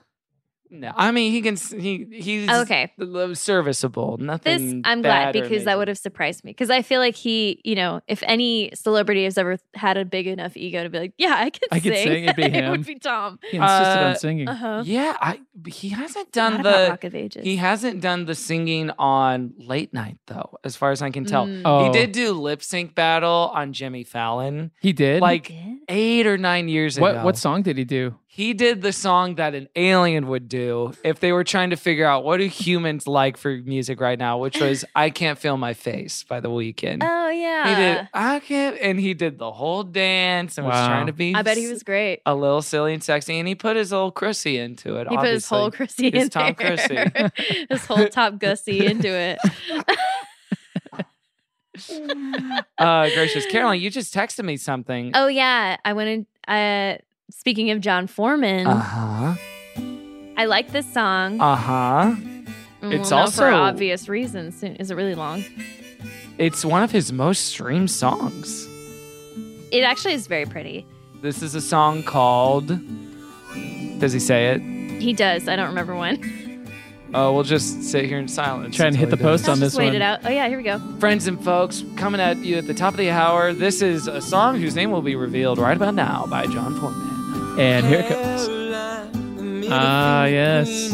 Speaker 6: No, I mean he can. s- He he's
Speaker 7: Okay.
Speaker 6: l- serviceable.
Speaker 7: This
Speaker 6: Nothing.
Speaker 7: I'm
Speaker 6: bad
Speaker 7: glad
Speaker 6: or
Speaker 7: because that
Speaker 6: amazing.
Speaker 7: would have surprised me. Because I feel like he, you know, if any celebrity has ever had a big enough ego to be like, yeah, I could
Speaker 8: I could
Speaker 7: sing,
Speaker 8: sing, it'd be
Speaker 7: it
Speaker 8: him.
Speaker 7: would be Tom.
Speaker 8: He insisted
Speaker 6: Uh,
Speaker 8: on singing.
Speaker 7: Uh-huh.
Speaker 6: Yeah, I he hasn't
Speaker 7: Not
Speaker 6: done
Speaker 7: about
Speaker 6: the
Speaker 7: Rock of Ages.
Speaker 6: he hasn't done the singing on late night though, as far as I can tell.
Speaker 7: Mm.
Speaker 6: He
Speaker 8: Oh.
Speaker 6: did do lip sync battle on Jimmy Fallon
Speaker 8: He did.
Speaker 6: like eight or nine years
Speaker 8: what?
Speaker 6: ago.
Speaker 8: What song did he do?
Speaker 6: He did the song that an alien would do if they were trying to figure out what do humans like for music right now, which was "I Can't Feel My Face" by The Weeknd.
Speaker 7: Oh yeah.
Speaker 6: He did I can't, and he did the whole dance and was
Speaker 8: Wow.
Speaker 6: trying to be.
Speaker 7: I bet he was great.
Speaker 6: a little silly and sexy, and he put his old Chrissy into it.
Speaker 7: He put his whole Chrissy
Speaker 6: His
Speaker 7: in
Speaker 6: Tom
Speaker 7: there.
Speaker 6: Chrissy.
Speaker 7: his whole Top Gussie into it.
Speaker 6: Uh, gracious, Caroline, you just texted me something.
Speaker 7: oh yeah, I went in. Uh, speaking of John Foreman,
Speaker 6: Uh
Speaker 8: Uh-huh.
Speaker 6: huh.
Speaker 7: I like this song. Mm,
Speaker 6: Uh huh.
Speaker 7: Well,
Speaker 6: It's
Speaker 7: no,
Speaker 6: also
Speaker 7: for obvious reasons. Is it really long?
Speaker 6: it's one of his most streamed songs.
Speaker 7: It actually is very pretty.
Speaker 6: This is a song called. Does he say it?
Speaker 7: He does. I don't remember when.
Speaker 6: Oh, we'll just sit here in silence.
Speaker 8: Try and
Speaker 6: until
Speaker 8: hit
Speaker 6: he
Speaker 8: the post
Speaker 6: does.
Speaker 8: on
Speaker 7: Just
Speaker 8: this
Speaker 7: wait
Speaker 8: one.
Speaker 7: it out. Oh yeah, here we go.
Speaker 6: Friends and folks, coming at you at the top of the hour. This is a song whose name will be revealed right about now by John Foreman.
Speaker 8: And here it comes.
Speaker 3: Caroline, me
Speaker 6: Ah, yes.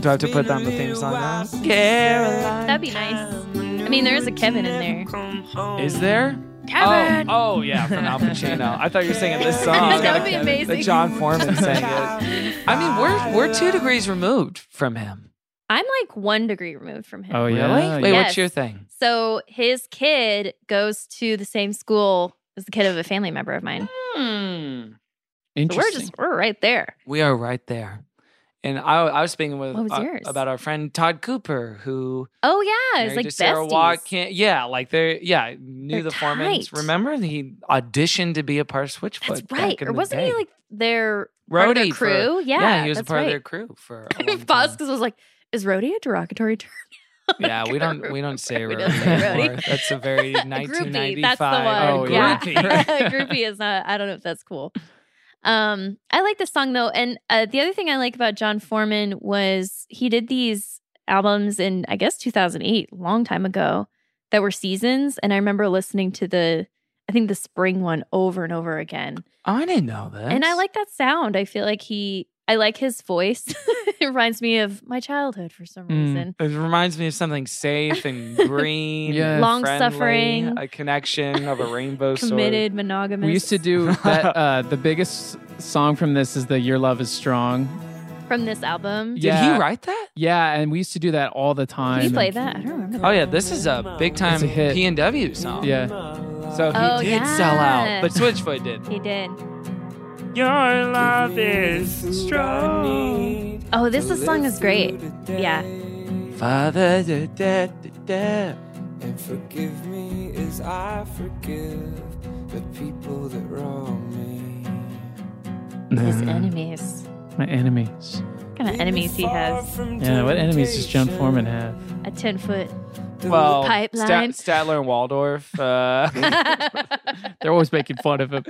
Speaker 6: Do I have to put down the theme song now?
Speaker 7: Caroline. That'd be nice. I mean, there is a Kevin in there.
Speaker 6: Is there?
Speaker 7: Kevin!
Speaker 6: Oh, oh yeah, from Al Pacino. I thought you were singing this song.
Speaker 7: That
Speaker 6: Yeah,
Speaker 7: would be
Speaker 6: Kevin.
Speaker 7: amazing.
Speaker 6: That John Foreman sang it. I mean, we're we're two degrees removed from him.
Speaker 7: I'm like one degree removed from him.
Speaker 6: Oh, yeah? Really? Wait, what's your thing?
Speaker 7: So his kid goes to the same school as the kid of a family member of mine.
Speaker 6: Hmm.
Speaker 7: So we're just we're right there.
Speaker 6: We are right there. And I, I was speaking with
Speaker 7: What was
Speaker 6: uh,
Speaker 7: yours?
Speaker 6: about our friend Todd Cooper, who
Speaker 7: Oh yeah, it's
Speaker 6: married
Speaker 7: like
Speaker 6: to Sarah
Speaker 7: besties.
Speaker 6: Watkins. Yeah, like they're yeah knew
Speaker 7: They're
Speaker 6: the Foreman.
Speaker 7: tight.
Speaker 6: Remember he auditioned to be a part of Switchfoot.
Speaker 7: That's
Speaker 6: back
Speaker 7: right.
Speaker 6: in
Speaker 7: Or
Speaker 6: the
Speaker 7: wasn't
Speaker 6: day.
Speaker 7: he like their part of their
Speaker 6: Rhodey for-
Speaker 7: crew? yeah,
Speaker 6: he was a
Speaker 7: that's
Speaker 6: part
Speaker 7: right.
Speaker 6: of their crew for. a long
Speaker 7: Pause because I was like, is roadie a derogatory term?
Speaker 6: Yeah, we don't we don't say
Speaker 7: don't
Speaker 6: roadie.
Speaker 7: say roadie.
Speaker 6: anymore. That's a very
Speaker 7: groupie.
Speaker 6: 1995.
Speaker 7: That's the one.
Speaker 6: Oh,
Speaker 7: yeah.
Speaker 6: groupie.
Speaker 7: groupie is not. I don't know if that's cool. Um, I like this song though, and uh, the other thing I like about John Foreman was he did these albums in I guess 2008, long time ago, that were seasons, and I remember listening to the I think the spring one over and over again,
Speaker 6: I didn't know that.
Speaker 7: and I like that sound. I feel like he. I like his voice. it reminds me of my childhood for some reason.
Speaker 6: It reminds me of something safe and green,
Speaker 8: Yeah.
Speaker 6: and
Speaker 8: Long
Speaker 6: friendly,
Speaker 7: suffering.
Speaker 6: a connection of a rainbow sword.
Speaker 7: Committed, monogamous.
Speaker 8: We used to do that. Uh, the biggest song from this is the "Your Love Is Strong."
Speaker 7: from this album.
Speaker 8: Yeah.
Speaker 6: that?
Speaker 8: Yeah, and we used to do that all the time.
Speaker 7: He played that. I don't remember.
Speaker 6: Oh yeah, this is a big time
Speaker 8: It's a hit.
Speaker 6: P and W song.
Speaker 8: Yeah.
Speaker 6: So he
Speaker 7: Oh,
Speaker 6: did sell
Speaker 7: yeah.
Speaker 6: out, but Switchfoot did.
Speaker 7: He did.
Speaker 6: Your love is strong.
Speaker 7: Oh, this this song is great. Yeah.
Speaker 6: Father, da, da, da, da.
Speaker 13: And forgive me as I forgive the people that wrong me.
Speaker 7: His enemies.
Speaker 8: My enemies.
Speaker 7: What kind of enemies he has?
Speaker 8: Yeah, what enemies does John Foreman have?
Speaker 7: A 10 foot
Speaker 6: Well,
Speaker 7: pipeline.
Speaker 6: Stat- Statler and Waldorf. Uh,
Speaker 8: They're always making fun of him.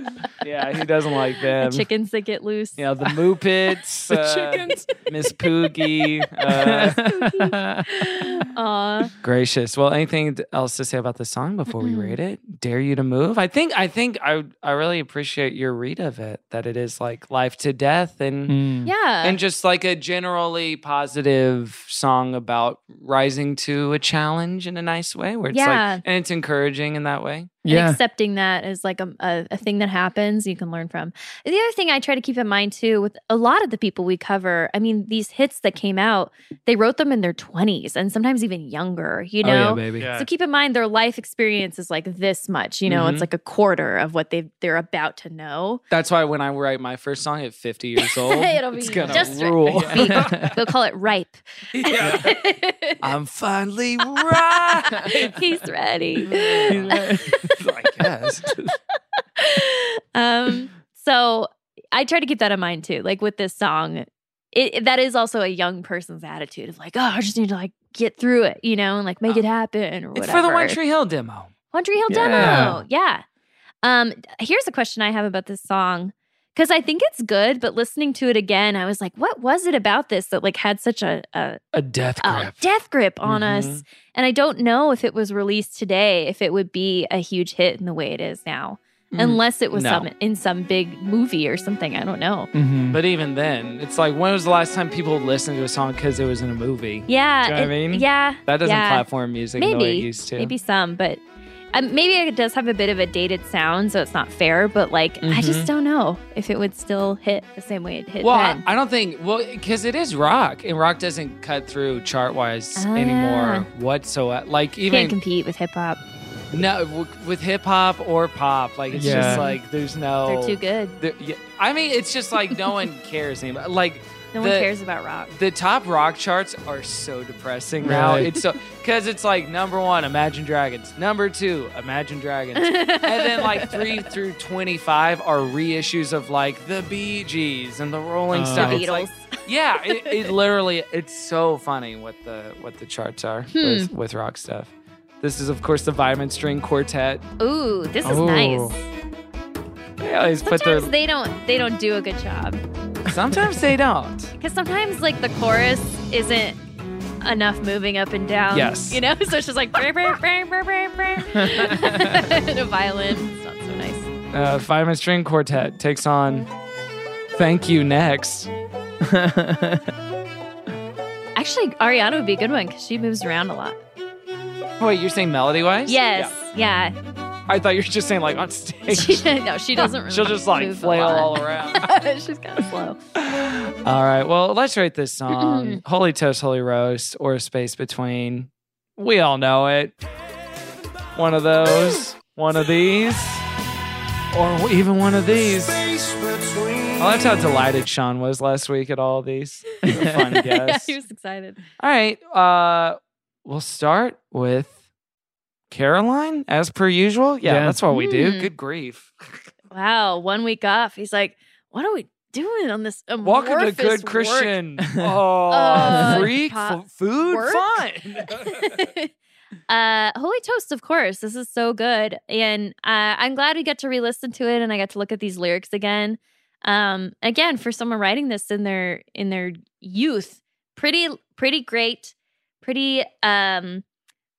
Speaker 6: yeah, he doesn't like them.
Speaker 7: the chickens that get loose.
Speaker 6: You know, the Moopits,
Speaker 7: The
Speaker 6: uh,
Speaker 7: chickens.
Speaker 6: Miss Poogie. Uh,
Speaker 7: Aw.
Speaker 6: gracious. Well, anything t- else to say about the song before we rate it? Dare you to move? I think. I think. I. I really appreciate your read of it. That it is like life to death and.
Speaker 8: Mm.
Speaker 7: Yeah.
Speaker 6: And just like a generally positive song about rising to a challenge in a nice way, where it's
Speaker 7: Yeah.
Speaker 6: like, and it's encouraging in that way.
Speaker 7: And accepting that is like a, a, a thing that happens you can learn from. The other thing I try to keep in mind too with a lot of the people we cover, I mean, these hits that came out, they wrote them in their 20s and sometimes even younger, you
Speaker 6: Oh, yeah,
Speaker 7: know?
Speaker 6: baby. Yeah.
Speaker 7: So keep in mind their life experience is like this much, you know?
Speaker 6: Mhm.
Speaker 7: It's like a quarter of what they they're about to know.
Speaker 6: That's why when I write my first song at 50 years old,
Speaker 7: It'll
Speaker 6: it's
Speaker 7: be
Speaker 6: gonna
Speaker 7: just right.
Speaker 6: rule.
Speaker 7: They'll call it ripe.
Speaker 6: I'm finally right.
Speaker 7: He's ready.
Speaker 6: Mm-hmm. I guess.
Speaker 7: um so i try to keep that in mind too like with this song it that is also a young person's attitude of like oh i just need to like get through it you know and like make it happen or whatever
Speaker 6: Oh. It's for the One Tree Hill demo.
Speaker 7: one tree hill
Speaker 6: Yeah.
Speaker 7: demo yeah um here's a question i have about this song because i think it's good but listening to it again i was like what was it about this that like had such a, a
Speaker 6: A death
Speaker 7: a
Speaker 6: grip.
Speaker 7: death grip on
Speaker 6: Mhm.
Speaker 7: us. And I don't know if it was released today, if it would be a huge hit in the way it is now,
Speaker 6: Mm,
Speaker 7: unless it was
Speaker 6: no. Mm.
Speaker 7: some in some big movie or something. I don't know.
Speaker 6: But even then, it's like when was the last time people listened to a song because it was in a movie?
Speaker 7: Yeah,
Speaker 6: Do you know what I
Speaker 7: it-
Speaker 6: mean?
Speaker 7: yeah,
Speaker 6: That doesn't
Speaker 7: yeah.
Speaker 6: platform music the way it
Speaker 7: Maybe,
Speaker 6: used to.
Speaker 7: maybe some, but um, maybe it does have a bit of a dated sound, so it's not fair. But like, I
Speaker 6: Mhm.
Speaker 7: just don't know if it would still hit the same way it hit
Speaker 6: Well, I,
Speaker 7: then.
Speaker 6: I don't think well because it is rock, and rock doesn't cut through chart wise
Speaker 7: Ah.
Speaker 6: anymore whatsoever. Like
Speaker 7: Can't
Speaker 6: even
Speaker 7: compete with hip hop.
Speaker 6: no w- with hip hop or pop, like it's
Speaker 8: Yeah.
Speaker 6: just like there's no.
Speaker 7: They're too good.
Speaker 6: there- yeah, I mean, it's just like no one cares anymore. Like
Speaker 7: No one
Speaker 6: the-
Speaker 7: cares about rock.
Speaker 6: The top rock charts are so depressing now.
Speaker 8: Right.
Speaker 6: It's so because it's like number one, Imagine Dragons. Number two, Imagine Dragons, and then like three through twenty-five are reissues of like the Bee Gees and the Rolling
Speaker 8: Oh. The
Speaker 6: Stones. It's
Speaker 7: Beatles.
Speaker 6: like- yeah, it, it literally. It's so funny what the what the charts are
Speaker 7: Hmm.
Speaker 6: with, with rock stuff. This is of course the Vitamin String Quartet.
Speaker 7: Ooh, this is
Speaker 6: Ooh.
Speaker 7: nice.
Speaker 6: They always put their.
Speaker 7: Sometimes they don't they don't do a good job.
Speaker 6: sometimes they don't.
Speaker 7: Because sometimes, like, the chorus isn't enough moving up and down.
Speaker 6: Yes.
Speaker 7: You know? So it's just like, brr, brr, brr, brr, brr, brr. and a violin. It's not so nice.
Speaker 6: Uh, Vitamin String Quartet takes on Thank you next.
Speaker 7: Actually, Ariana would be a good one because she moves around a lot.
Speaker 6: Wait, you're saying melody wise?
Speaker 7: Yes. Yeah.
Speaker 6: I thought you were just saying like on stage.
Speaker 7: She- no, she doesn't really
Speaker 6: She'll just like
Speaker 7: move a
Speaker 6: flail
Speaker 7: lot.
Speaker 6: all around.
Speaker 7: She's kind of slow.
Speaker 6: All right. Well, let's rate this song Holy Toast, Holy Roast, or a Space Between. We all know it. One of those, one of these, or even one of these. I loved how delighted Sean was last week at all of these. It was a Fun guess.
Speaker 7: he was excited.
Speaker 6: All right. Uh, we'll start with Caroline, as per usual. Yeah,
Speaker 8: Yeah.
Speaker 6: that's what we do.
Speaker 7: Hmm.
Speaker 6: Good grief.
Speaker 7: Wow, one week off. He's like, what are we doing on this amorphous
Speaker 6: Welcome to Good
Speaker 7: Mm. work-
Speaker 6: Christian. Oh,
Speaker 7: Uh,
Speaker 6: freak
Speaker 7: po-
Speaker 6: f- food
Speaker 7: work?
Speaker 6: fun.
Speaker 7: uh, Holy Toast, of course. This is so good. And uh, I'm glad we get to re listen to it and I got to look at these lyrics again. Um, again, for someone writing this in their in their youth, pretty pretty great, pretty um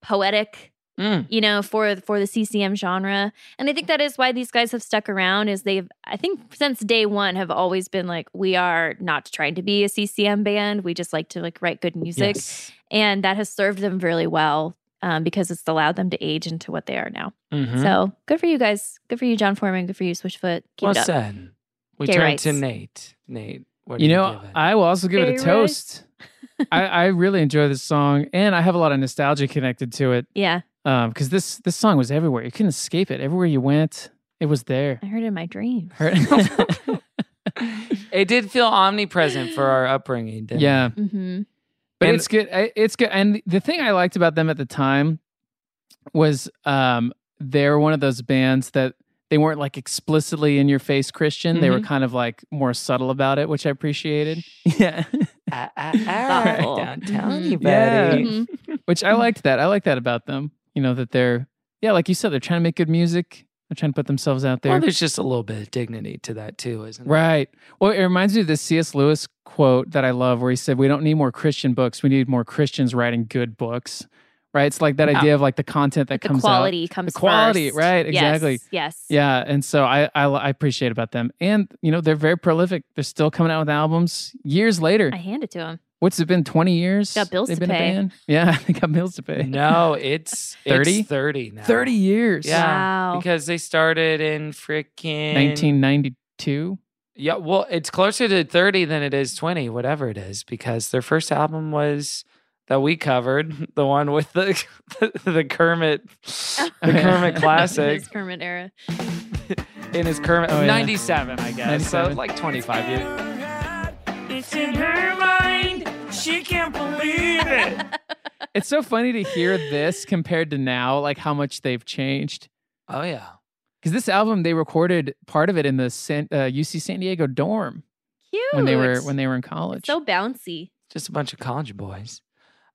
Speaker 7: poetic,
Speaker 6: Mm.
Speaker 7: you know, for for the CCM genre. And I think that is why these guys have stuck around is they've I think since day 1 have always been like we are not trying to be a CCM band. We just like to like write good music
Speaker 6: Yes.
Speaker 7: and that has served them really well um, because it's allowed them to age into what they are now.
Speaker 8: Mm-hmm.
Speaker 6: Mhm.
Speaker 7: So good for you guys. Good for you, John Foreman. Good for you, Switchfoot. Keep
Speaker 6: well
Speaker 7: it up.
Speaker 6: said. We
Speaker 7: Gay
Speaker 6: turn
Speaker 7: rights.
Speaker 6: to Nate. Nate, what do
Speaker 8: you know,
Speaker 6: give it?
Speaker 8: I will also give it a
Speaker 7: Favorite?
Speaker 8: toast. I, I really enjoy this song, and I have a lot of nostalgia connected to it
Speaker 7: Yeah,
Speaker 8: because Um, this this song was everywhere. You couldn't escape it. Everywhere you went, it was there.
Speaker 7: I heard it in my dream.
Speaker 6: it did feel omnipresent for our upbringing, didn't
Speaker 8: yeah.
Speaker 6: it?
Speaker 7: Mm-hmm.
Speaker 8: But
Speaker 6: And-
Speaker 8: it's good. I- It's good. And the thing I liked about them at the time was um, they're one of those bands that they weren't like explicitly in your face Christian. They were
Speaker 6: Mhm.
Speaker 8: kind of like more subtle about it, which I appreciated.
Speaker 6: Ah, ah, ah,
Speaker 7: Thoughtful.
Speaker 6: don't tell
Speaker 7: Mhm.
Speaker 6: anybody.
Speaker 8: Yeah. which I liked that. I like that about them. You know, that they're, yeah, like you said, they're trying to make good music. They're trying to put themselves out there.
Speaker 6: Well, there's just a little bit of dignity to that too, isn't there?
Speaker 8: Right. Well, it reminds me of the C.S. Lewis quote that I love where he said, We don't need more Christian books. We need more Christians writing good books. Right. It's like that
Speaker 7: Yeah.
Speaker 8: idea of like the content that
Speaker 7: The
Speaker 8: comes
Speaker 7: quality
Speaker 8: out.
Speaker 7: comes
Speaker 8: The quality,
Speaker 7: first.
Speaker 8: right.
Speaker 7: Yes,
Speaker 8: Exactly.
Speaker 7: yes.
Speaker 8: Yeah. And so I, I I appreciate about them. And you know, they're very prolific. They're still coming out with albums years later.
Speaker 7: I hand it to him.
Speaker 8: What's it been, 20 years?
Speaker 7: Got bills
Speaker 8: They've
Speaker 7: to
Speaker 8: been
Speaker 7: pay.
Speaker 8: a band? Yeah, they got bills to pay.
Speaker 6: No, it's
Speaker 8: 30?
Speaker 6: 30? 30 now.
Speaker 8: 30 years.
Speaker 6: Yeah.
Speaker 7: Wow.
Speaker 6: Because they started in freaking
Speaker 8: 1992.
Speaker 6: Yeah, well, it's closer to 30 than it is 20, whatever it is, because their first album was that we covered, the one with the the, Kermit the Kermit classic
Speaker 7: His Kermit era.
Speaker 6: in his Kermit
Speaker 8: Oh, yeah.
Speaker 6: 97, I guess. So
Speaker 8: 97.
Speaker 6: like 25 years.
Speaker 13: It's in her mind. She can't believe it.
Speaker 8: It's so funny to hear this compared to now, like how much they've changed.
Speaker 6: Oh yeah.
Speaker 8: Because this album, they recorded part of it in the San, uh, UC San Diego dorm
Speaker 7: Cute.
Speaker 8: when they were when they were in college.
Speaker 7: so bouncy.
Speaker 6: Just a bunch of college boys.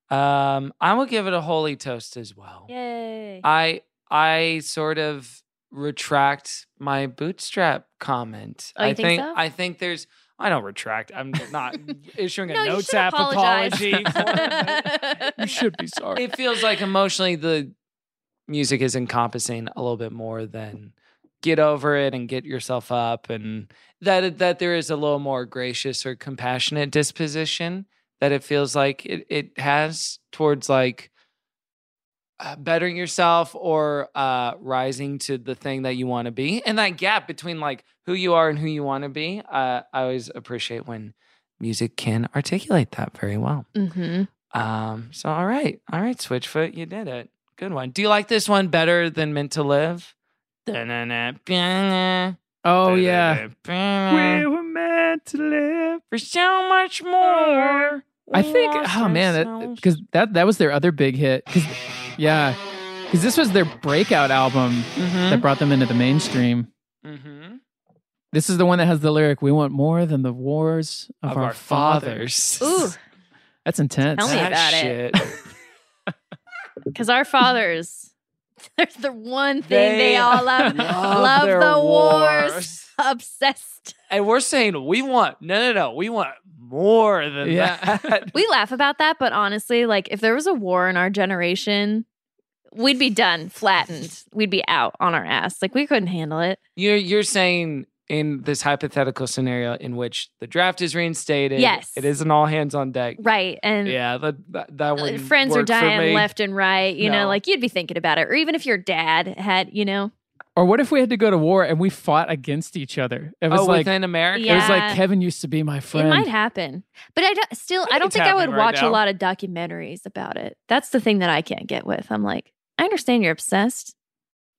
Speaker 6: Um, I will give it a holy toast as well.
Speaker 7: Yay.
Speaker 6: I I sort of retract my bootstrap comment.
Speaker 7: Oh, you
Speaker 6: I
Speaker 7: think so?
Speaker 6: I think there's I don't retract. I'm not issuing a
Speaker 7: No, you
Speaker 6: notes
Speaker 7: should
Speaker 6: app
Speaker 7: apologize.
Speaker 6: apology.
Speaker 8: you should be sorry.
Speaker 6: it feels like emotionally the music is encompassing a little bit more than get over it and get yourself up and that that there is a little more gracious or compassionate disposition that it feels like it, it has towards like uh, bettering yourself or uh, rising to the thing that you want to be and that gap between like who you are and who you want to be uh, i always appreciate when music can articulate that very well
Speaker 7: Mm-hmm.
Speaker 6: um, so all right, all right, Switchfoot, you did it. Good one. Do you like this one better than Meant to Live? Da-na-na-ba-na,
Speaker 8: Oh yeah, Uh-huh.
Speaker 6: da-da-da-ba-na.
Speaker 8: were meant to live.
Speaker 6: For so much more.
Speaker 8: I
Speaker 6: we
Speaker 8: think.
Speaker 6: lost
Speaker 8: Oh man,
Speaker 6: ourselves.
Speaker 8: because that, that was their other big hit. 'Cause- yeah, because this was their breakout album
Speaker 6: Mm-hmm. Hmm?
Speaker 8: that brought them into the mainstream.
Speaker 6: Mhm.
Speaker 8: This is the one that has the lyric "We want more than the wars of,
Speaker 6: Of
Speaker 8: our,
Speaker 6: our
Speaker 8: fathers."
Speaker 7: Ooh,
Speaker 8: That's intense.
Speaker 7: Tell me
Speaker 6: That
Speaker 7: about
Speaker 6: shit.
Speaker 7: because our fathers, they're the one thing they,
Speaker 6: They
Speaker 7: all love. love
Speaker 6: their
Speaker 7: the wars. Obsessed.
Speaker 6: And we're saying we want no, no, no. We want more than
Speaker 8: Yeah.
Speaker 6: that.
Speaker 7: We laugh about that, but honestly, like if there was a war in our generation, we'd be done, flattened. We'd be out on our ass. Like we couldn't handle it.
Speaker 6: You're you're saying in this hypothetical scenario in which the draft is reinstated.
Speaker 7: Yes.
Speaker 6: It is an all hands on deck.
Speaker 7: Right. And
Speaker 6: yeah, that that, that
Speaker 7: uh,
Speaker 6: one
Speaker 7: friends are
Speaker 6: worked for me.
Speaker 7: dying left and right. You
Speaker 6: No.
Speaker 7: know, like you'd be thinking about it. Or even if your dad had, you know,
Speaker 8: Or what if we had to go to war and we fought against each other? It was
Speaker 6: Oh,
Speaker 8: like
Speaker 6: within America?
Speaker 8: It was like
Speaker 7: Yeah.
Speaker 8: Kevin used to be my friend.
Speaker 7: it might happen. But I don't, still, I don't
Speaker 8: It's
Speaker 7: think I would
Speaker 8: happening right
Speaker 7: watch
Speaker 8: now.
Speaker 7: a lot of documentaries about it. That's the thing that I can't get with. I'm like, I understand you're obsessed,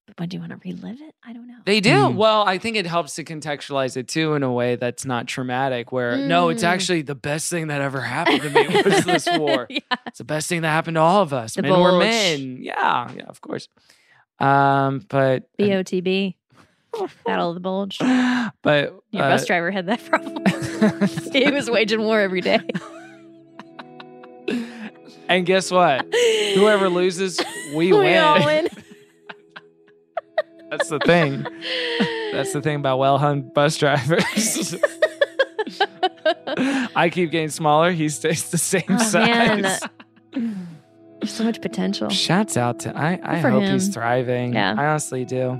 Speaker 7: but when do you want to relive it? I don't know.
Speaker 6: They do.
Speaker 7: Mm.
Speaker 6: Well, I think it helps to contextualize it too in a way that's not traumatic, where no, it's
Speaker 7: Mm.
Speaker 6: actually the best thing that ever happened to me was this war. It's the best thing that happened to all of us.
Speaker 7: The
Speaker 6: men were
Speaker 7: bulge.
Speaker 6: men. Yeah, yeah, of course. Um, but
Speaker 7: BOTB, Battle of the Bulge.
Speaker 6: but
Speaker 7: Your
Speaker 6: uh,
Speaker 7: bus driver had that problem. he was waging war every day.
Speaker 6: And guess what? Whoever loses, we, win.
Speaker 7: all win.
Speaker 6: That's the thing. That's the thing about well hung bus drivers. I keep getting smaller. He stays the same
Speaker 7: Oh,
Speaker 6: size.
Speaker 7: man. There's so much potential.
Speaker 6: Shouts out to I. I
Speaker 7: for
Speaker 6: hope he's
Speaker 7: him.
Speaker 6: thriving.
Speaker 7: Yeah.
Speaker 6: I honestly do.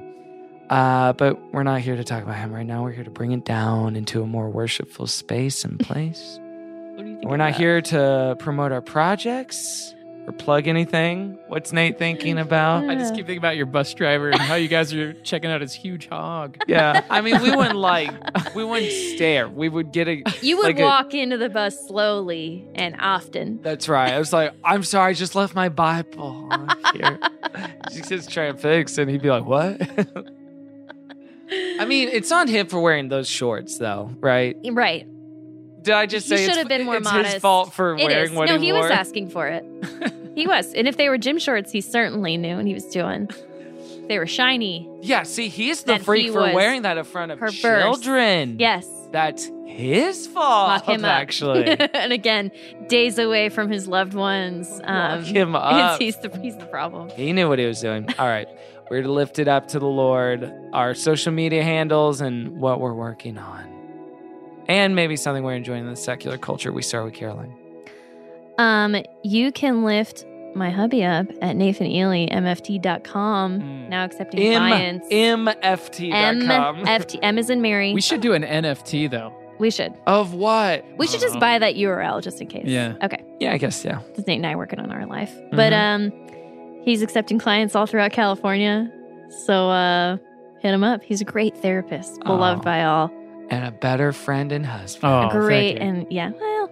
Speaker 6: Uh, but we're not here to talk about him right now. We're here to bring it down into a more worshipful space and place. we're not here to promote our projects or plug anything. What's Nate
Speaker 7: Mm.
Speaker 6: thinking about?
Speaker 8: I just keep thinking about your bus driver and how you guys are checking out his huge hog.
Speaker 6: Yeah, I mean, we wouldn't like, we wouldn't stare. We would get a.
Speaker 7: You would
Speaker 6: like a-
Speaker 7: walk into the bus slowly and often.
Speaker 6: that's right. I was like, I'm sorry, I just left my Bible on here. she says, try and fix, and he'd be like, what? I mean, it's on him for wearing those shorts, though, right?
Speaker 7: Right.
Speaker 6: Did I just
Speaker 7: He
Speaker 6: say
Speaker 7: should
Speaker 6: it's,
Speaker 7: have been more
Speaker 6: it's
Speaker 7: modest.
Speaker 6: his fault for
Speaker 7: It is.
Speaker 6: wearing what
Speaker 7: No,
Speaker 6: he,
Speaker 7: he
Speaker 6: wore?
Speaker 7: was asking for it. he was. And if they were gym shorts, he certainly knew what he was doing. If They were shiny.
Speaker 6: Yeah, see, he's the
Speaker 7: Then
Speaker 6: freak
Speaker 7: he
Speaker 6: for
Speaker 7: was
Speaker 6: wearing that in front of
Speaker 7: perverse.
Speaker 6: children.
Speaker 7: Yes.
Speaker 6: That's his fault,
Speaker 7: Lock him up.
Speaker 6: actually.
Speaker 7: and again, days away from his loved ones. Um,
Speaker 6: him
Speaker 7: is-
Speaker 6: up.
Speaker 7: He's the, he's the problem.
Speaker 6: He knew what he was doing. All right. We're to lift it up to the Lord, our social media handles, and what we're working on. And maybe something we're enjoying in the secular culture. We start with Caroline.
Speaker 7: Um, you can lift my hubby up at Nathan Ely, MFT.com. Now accepting
Speaker 6: Hmm. M-
Speaker 7: clients.
Speaker 6: MFT.com.
Speaker 7: MFT. M is in Mary.
Speaker 8: We should do an NFT though.
Speaker 7: We should.
Speaker 6: Of what?
Speaker 7: We should just
Speaker 8: Uh-huh.
Speaker 7: buy that URL just in case.
Speaker 8: Yeah.
Speaker 7: Okay.
Speaker 6: Yeah, I guess, yeah.
Speaker 7: It's Nate and I working on our life.
Speaker 6: Mm-hmm.
Speaker 7: But um, he's accepting clients all throughout California. So uh, hit him up. He's a great therapist, beloved
Speaker 6: Aw.
Speaker 7: by all.
Speaker 6: And a better friend and husband.
Speaker 8: Oh,
Speaker 7: great and yeah, well,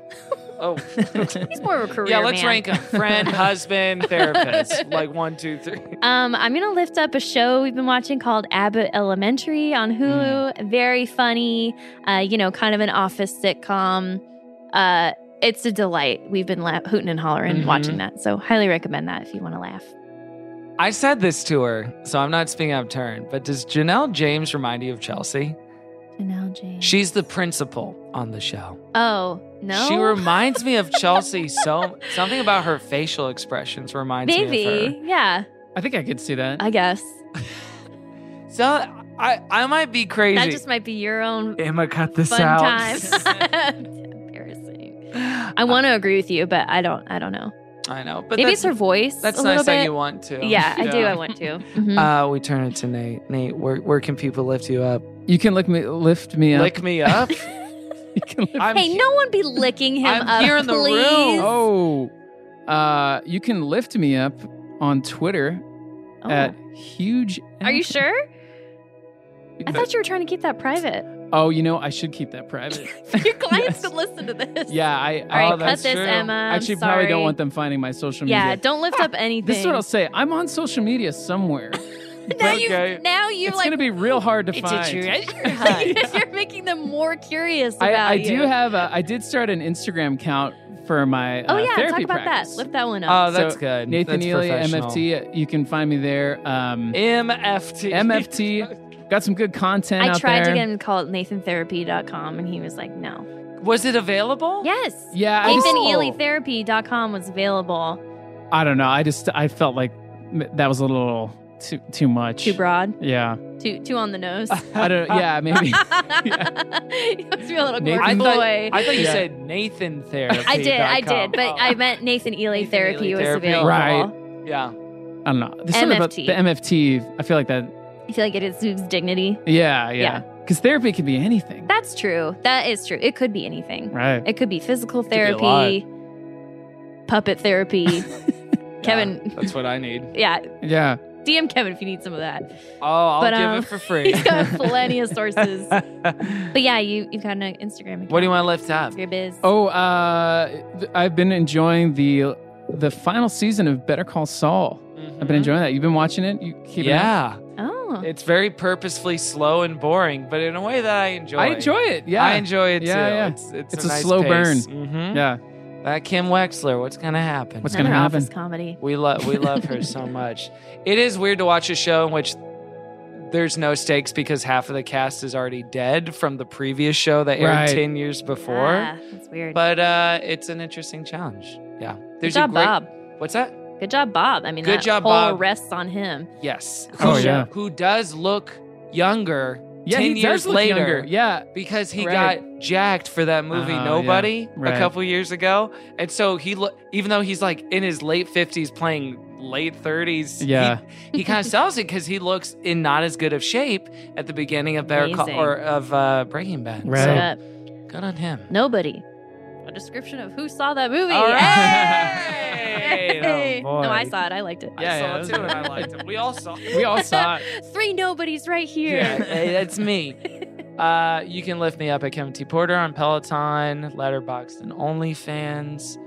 Speaker 6: Oh.
Speaker 7: he's more of a career.
Speaker 6: yeah, let's
Speaker 7: man.
Speaker 6: rank them friend, husband, therapist. Like one, two, three.
Speaker 7: Um, I'm gonna lift up a show we've been watching called Abbott Elementary on Hulu.
Speaker 6: Hmm.
Speaker 7: Very funny, uh, you know, kind of an office sitcom. Uh, it's a delight. We've been la- hooting and hollering
Speaker 6: Mhm.
Speaker 7: watching that, so highly recommend that if you want to laugh.
Speaker 6: I said this to her, so I'm not speaking out of turn, but does Janelle James remind you of Chelsea?
Speaker 7: Janelle James.
Speaker 6: She's the principal on the show.
Speaker 7: Oh no,
Speaker 6: She reminds me of Chelsea so something about her facial expressions reminds me of
Speaker 7: maybe, yeah,
Speaker 6: her.
Speaker 8: I think I could see that.
Speaker 7: I guess
Speaker 6: So I I might be crazy.
Speaker 7: that just might be your own
Speaker 6: Emma cut this
Speaker 7: fun
Speaker 6: out.
Speaker 7: time. Embarrassing. I want to agree with you, but I don't. I don't know.
Speaker 6: I know. But
Speaker 7: Maybe
Speaker 6: that's-
Speaker 7: it's her voice.
Speaker 6: That's
Speaker 7: a
Speaker 6: nice
Speaker 7: little
Speaker 6: that
Speaker 7: bit.
Speaker 6: you want to.
Speaker 7: Yeah, I do. I want to. Mhm.
Speaker 6: Uh, we turn it to Nate. Nate, where, where can people lift you up?
Speaker 8: You can lick me, lift me up.
Speaker 6: Lick me up. I'm
Speaker 7: hey, no one be licking him
Speaker 6: I'm
Speaker 7: up,
Speaker 6: here in the room.
Speaker 7: please.
Speaker 8: Oh, uh, you can lift me up on Twitter
Speaker 7: Oh.
Speaker 8: at huge.
Speaker 7: Are you sure? I thought you were trying to keep that private.
Speaker 8: Oh, you know I should keep that private.
Speaker 7: Your clients could listen to this.
Speaker 8: Yeah, I.
Speaker 7: All right,
Speaker 8: oh,
Speaker 7: cut
Speaker 8: that's
Speaker 7: this,
Speaker 8: true.
Speaker 7: Emma. I'm
Speaker 8: Actually, probably don't
Speaker 7: sorry.
Speaker 8: want them finding my social
Speaker 7: Yeah,
Speaker 8: media.
Speaker 7: don't
Speaker 6: Ah,
Speaker 7: lift up anything.
Speaker 8: This is what I'll say. I'm on social media somewhere.
Speaker 7: now you, now you're
Speaker 8: it's
Speaker 7: like
Speaker 8: gonna be real hard to find.
Speaker 7: you're making them more curious
Speaker 8: I,
Speaker 7: about
Speaker 8: I
Speaker 7: you.
Speaker 8: do have a. I did start an Instagram account for my.
Speaker 7: Oh
Speaker 8: uh,
Speaker 7: yeah, talk
Speaker 8: therapy
Speaker 7: about
Speaker 8: practice. Um,
Speaker 7: that. Lift that one
Speaker 6: Oh,
Speaker 7: up.
Speaker 6: that's
Speaker 8: So,
Speaker 6: good.
Speaker 8: Nathan
Speaker 6: That's
Speaker 8: Ely,
Speaker 6: professional.
Speaker 8: MFT. You can find me there. Um,
Speaker 6: MFT.
Speaker 8: MFT. Got some good content.
Speaker 7: I
Speaker 8: out
Speaker 7: tried
Speaker 8: there.
Speaker 7: to get him to call it NathanTherapy.com, and he was like, "No."
Speaker 6: Was it available?
Speaker 7: Yes.
Speaker 8: Yeah, I, just,
Speaker 7: NathanEelyTherapy.com was available.
Speaker 8: I don't know. I just I felt like m- that was a little too too much.
Speaker 7: Too broad.
Speaker 8: Yeah.
Speaker 7: Too too on the nose.
Speaker 8: I don't. Yeah, maybe.
Speaker 7: he must be a little
Speaker 8: Nathan-
Speaker 7: quirky
Speaker 8: I
Speaker 6: thought-
Speaker 7: boy.
Speaker 6: I thought you
Speaker 8: Yeah.
Speaker 6: said Nathan Therapy.
Speaker 7: I did, I
Speaker 6: dot com.
Speaker 7: did, but I meant Nathan Ely Therapy
Speaker 6: Ely
Speaker 7: was
Speaker 6: Therapy.
Speaker 7: available.
Speaker 8: Right.
Speaker 6: Yeah.
Speaker 8: I don't know. There's something about
Speaker 7: MFT.
Speaker 8: the MFT. I feel like that.
Speaker 7: I feel like it exudes dignity.
Speaker 8: Yeah, yeah.
Speaker 7: Yeah.
Speaker 8: Because therapy can be anything.
Speaker 7: That's true. That is true. It could be anything.
Speaker 8: Right.
Speaker 7: It could be physical
Speaker 6: be a
Speaker 7: therapy, puppet therapy. Kevin,
Speaker 6: That's what I need.
Speaker 7: yeah.
Speaker 8: Yeah.
Speaker 7: DM Kevin if you need some of that.
Speaker 6: Oh, I'll
Speaker 7: But,
Speaker 6: give
Speaker 7: um,
Speaker 6: it for free.
Speaker 7: He's got plenty of sources. but yeah, you you've got an Instagram account.
Speaker 6: What do you want left up?
Speaker 7: Your biz.
Speaker 8: Oh, uh, th- I've been enjoying the the final season of Better Call Saul. I've
Speaker 7: Mm-hmm.
Speaker 8: been enjoying that. You've been watching it. You keep
Speaker 6: yeah.
Speaker 7: Oh.
Speaker 6: It's very purposefully slow and boring, but in a way that I enjoy.
Speaker 8: I enjoy it. Yeah.
Speaker 6: I enjoy it
Speaker 8: Yeah,
Speaker 6: too.
Speaker 8: yeah.
Speaker 6: It's, it's,
Speaker 8: It's
Speaker 6: a,
Speaker 8: a
Speaker 6: nice
Speaker 8: slow
Speaker 6: pace.
Speaker 8: burn.
Speaker 6: Mhm.
Speaker 8: Yeah.
Speaker 6: That Kim Wexler, what's gonna happen?
Speaker 8: What's gonna Another office happen?
Speaker 7: comedy.
Speaker 6: We love we love her so much. It is weird to watch a show in which there's no stakes because half of the cast is already dead from the previous show that aired
Speaker 8: Right.
Speaker 6: ten years before.
Speaker 7: Yeah, Ah, that's weird.
Speaker 6: But uh, it's an interesting challenge. Yeah.
Speaker 7: good job,
Speaker 6: a great,
Speaker 7: Bob.
Speaker 6: What's that?
Speaker 7: Good job, Bob. I mean,
Speaker 6: Good
Speaker 7: that
Speaker 6: job,
Speaker 7: whole
Speaker 6: Bob.
Speaker 7: rests on him.
Speaker 6: Yes.
Speaker 8: Oh,
Speaker 6: who,
Speaker 8: yeah.
Speaker 6: Who does look younger
Speaker 8: Yeah,
Speaker 6: 10
Speaker 8: he does
Speaker 6: years
Speaker 8: look
Speaker 6: later.
Speaker 8: younger. Yeah.
Speaker 6: Because he
Speaker 8: Right.
Speaker 6: got jacked for that movie
Speaker 8: Oh, yeah.
Speaker 6: Nobody
Speaker 8: Right.
Speaker 6: a couple years ago. And so he lo- even though he's like in his late 50s playing late 30s, he-
Speaker 8: Yeah.
Speaker 6: he, kind of sells it cuz he looks in not as good of shape at the beginning of Better Call
Speaker 7: Amazing.
Speaker 6: or of uh, Breaking Bad.
Speaker 8: Right.
Speaker 6: So,
Speaker 7: Shut up.
Speaker 6: good on him.
Speaker 7: uh, Nobody. A description of who saw that movie.
Speaker 6: All right.
Speaker 7: Hey!
Speaker 6: Hey, oh,
Speaker 7: no, I
Speaker 6: boy.
Speaker 7: saw it. I liked it.
Speaker 6: I saw
Speaker 8: yeah,
Speaker 6: it
Speaker 8: that's
Speaker 6: too, and
Speaker 8: right.
Speaker 6: I liked it. We all saw it.
Speaker 8: We all saw it.
Speaker 7: Three nobodies right here.
Speaker 6: Yeah, hey, that's me. Uh, you can lift me up at Kevin T. Porter on Peloton, Letterboxd, and OnlyFans.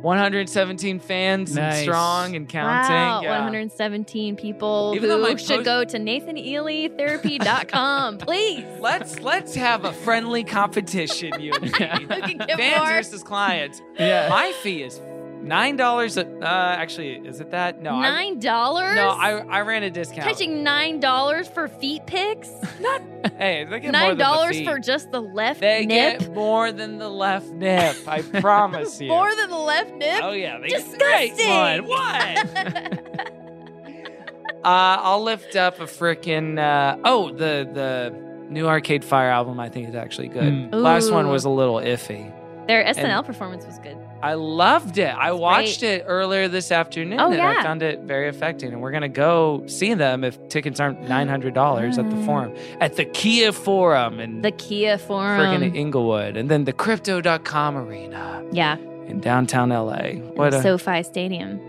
Speaker 6: 117 fans and
Speaker 8: Nice.
Speaker 6: strong and counting.
Speaker 7: Wow,
Speaker 6: Yeah.
Speaker 7: 117 people
Speaker 6: Even though my
Speaker 7: who should
Speaker 6: post-
Speaker 7: go to NathanEalyTherapy.com, please.
Speaker 6: Let's let's have a friendly competition, you and me.
Speaker 7: get
Speaker 6: fans
Speaker 7: more.
Speaker 6: versus clients.
Speaker 8: Yeah.
Speaker 6: My fee is nine dollars. Uh, actually, is it that? No, I,
Speaker 7: Nine dollars?
Speaker 6: no, I, I ran a discount.
Speaker 7: Catching nine dollars for feet pics?
Speaker 6: hey, they get more
Speaker 7: Nine
Speaker 6: than the
Speaker 7: dollars
Speaker 6: fee.
Speaker 7: for just the left
Speaker 6: They
Speaker 7: nip?
Speaker 6: get more than the left nip. I promise you.
Speaker 7: More than the left nip?
Speaker 6: Oh yeah, they
Speaker 7: Disgusting.
Speaker 6: Great one. What? uh, I'll lift up a frickin' uh, oh the the new Arcade Fire album. I think is actually good.
Speaker 8: Mm.
Speaker 6: Last one
Speaker 7: Ooh.
Speaker 6: was a little iffy.
Speaker 7: Their SNL performance was good.
Speaker 6: I loved it. I watched it earlier this afternoon,
Speaker 7: Oh,
Speaker 6: and
Speaker 7: yeah.
Speaker 6: I found it very affecting. And we're gonna go see them if tickets aren't nine hundred dollars at the forum at the Kia Forum in
Speaker 7: Mm. The Kia Forum.
Speaker 6: frickin' Inglewood, and then the Crypto.com Arena
Speaker 7: yeah.
Speaker 6: in downtown LA. What a
Speaker 7: SoFi Stadium.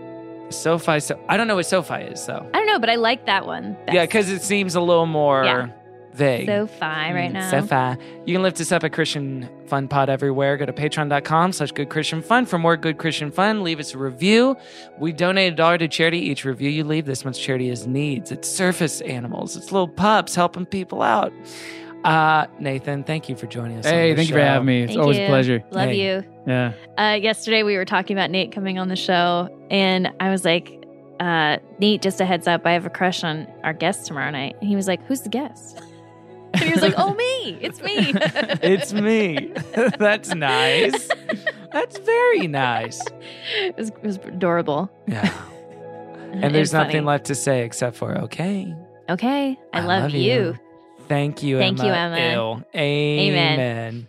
Speaker 6: SoFi. So I don't know what SoFi is though.
Speaker 7: I don't know, but I like that one.
Speaker 6: Yeah, because it seems a little more
Speaker 7: Yeah.
Speaker 6: vague. Mm,
Speaker 7: SoFi right Mm, now.
Speaker 6: SoFi. You can lift us up at Christian Fun Pod everywhere. Go to patreon.com slash good Christian fun for more good Christian fun. Leave us a review. We donate a dollar to charity each review you leave. This month's charity is needs. It's surface animals. It's little pups helping people out. Uh, Nathan, thank you for joining us. on
Speaker 8: Hey,
Speaker 6: the
Speaker 8: thank you for
Speaker 6: show.
Speaker 8: having me. It's
Speaker 7: Thank
Speaker 8: always
Speaker 7: you.
Speaker 8: a pleasure.
Speaker 7: Love
Speaker 6: Hey.
Speaker 7: you.
Speaker 8: Yeah.
Speaker 7: Uh, yesterday we were talking about Nate coming on the show, and I was like, uh, Nate, just a heads up, I have a crush on our guest tomorrow night. And he was like, Who's the guest? And he was like, Oh, me. It's me.
Speaker 6: It's me. That's nice. That's very nice.
Speaker 7: it, was, it was adorable.
Speaker 6: Yeah. And there's
Speaker 7: Mm-hmm. funny.
Speaker 6: nothing left to say except for okay.
Speaker 7: Okay. I, love, you.
Speaker 6: Thank you,
Speaker 7: Thank
Speaker 6: Emma.
Speaker 7: you, Emma.
Speaker 6: Ill.
Speaker 7: Amen.
Speaker 6: Amen.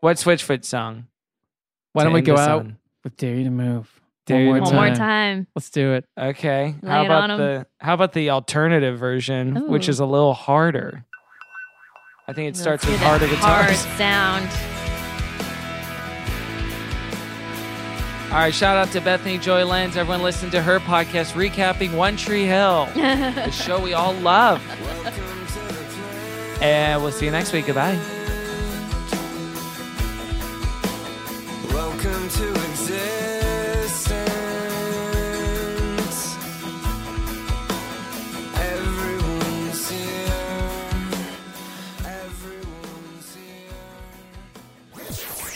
Speaker 6: What Switchfoot song?
Speaker 8: Why
Speaker 6: to
Speaker 8: don't we
Speaker 6: end
Speaker 8: go
Speaker 6: this
Speaker 8: out
Speaker 6: on?
Speaker 8: with Dare You to Move?
Speaker 6: Dare You
Speaker 8: one
Speaker 6: to
Speaker 8: more
Speaker 7: One
Speaker 8: time.
Speaker 7: more time.
Speaker 8: Let's do it.
Speaker 6: Okay.
Speaker 7: Lay
Speaker 6: how
Speaker 7: it
Speaker 6: about
Speaker 7: on 'em.
Speaker 6: the how about the alternative version, which
Speaker 7: Ooh.
Speaker 6: is a little harder? I think it starts
Speaker 7: Let's
Speaker 6: with
Speaker 7: hear
Speaker 6: harder
Speaker 7: that
Speaker 6: guitars.
Speaker 7: Hard sound.
Speaker 6: All right, shout out to Bethany Joy Lenz. Everyone listen to her podcast recapping One Tree Hill, the show we all love. And we'll see you next week. Goodbye.
Speaker 13: Welcome to existence. Everyone's here. Everyone's here.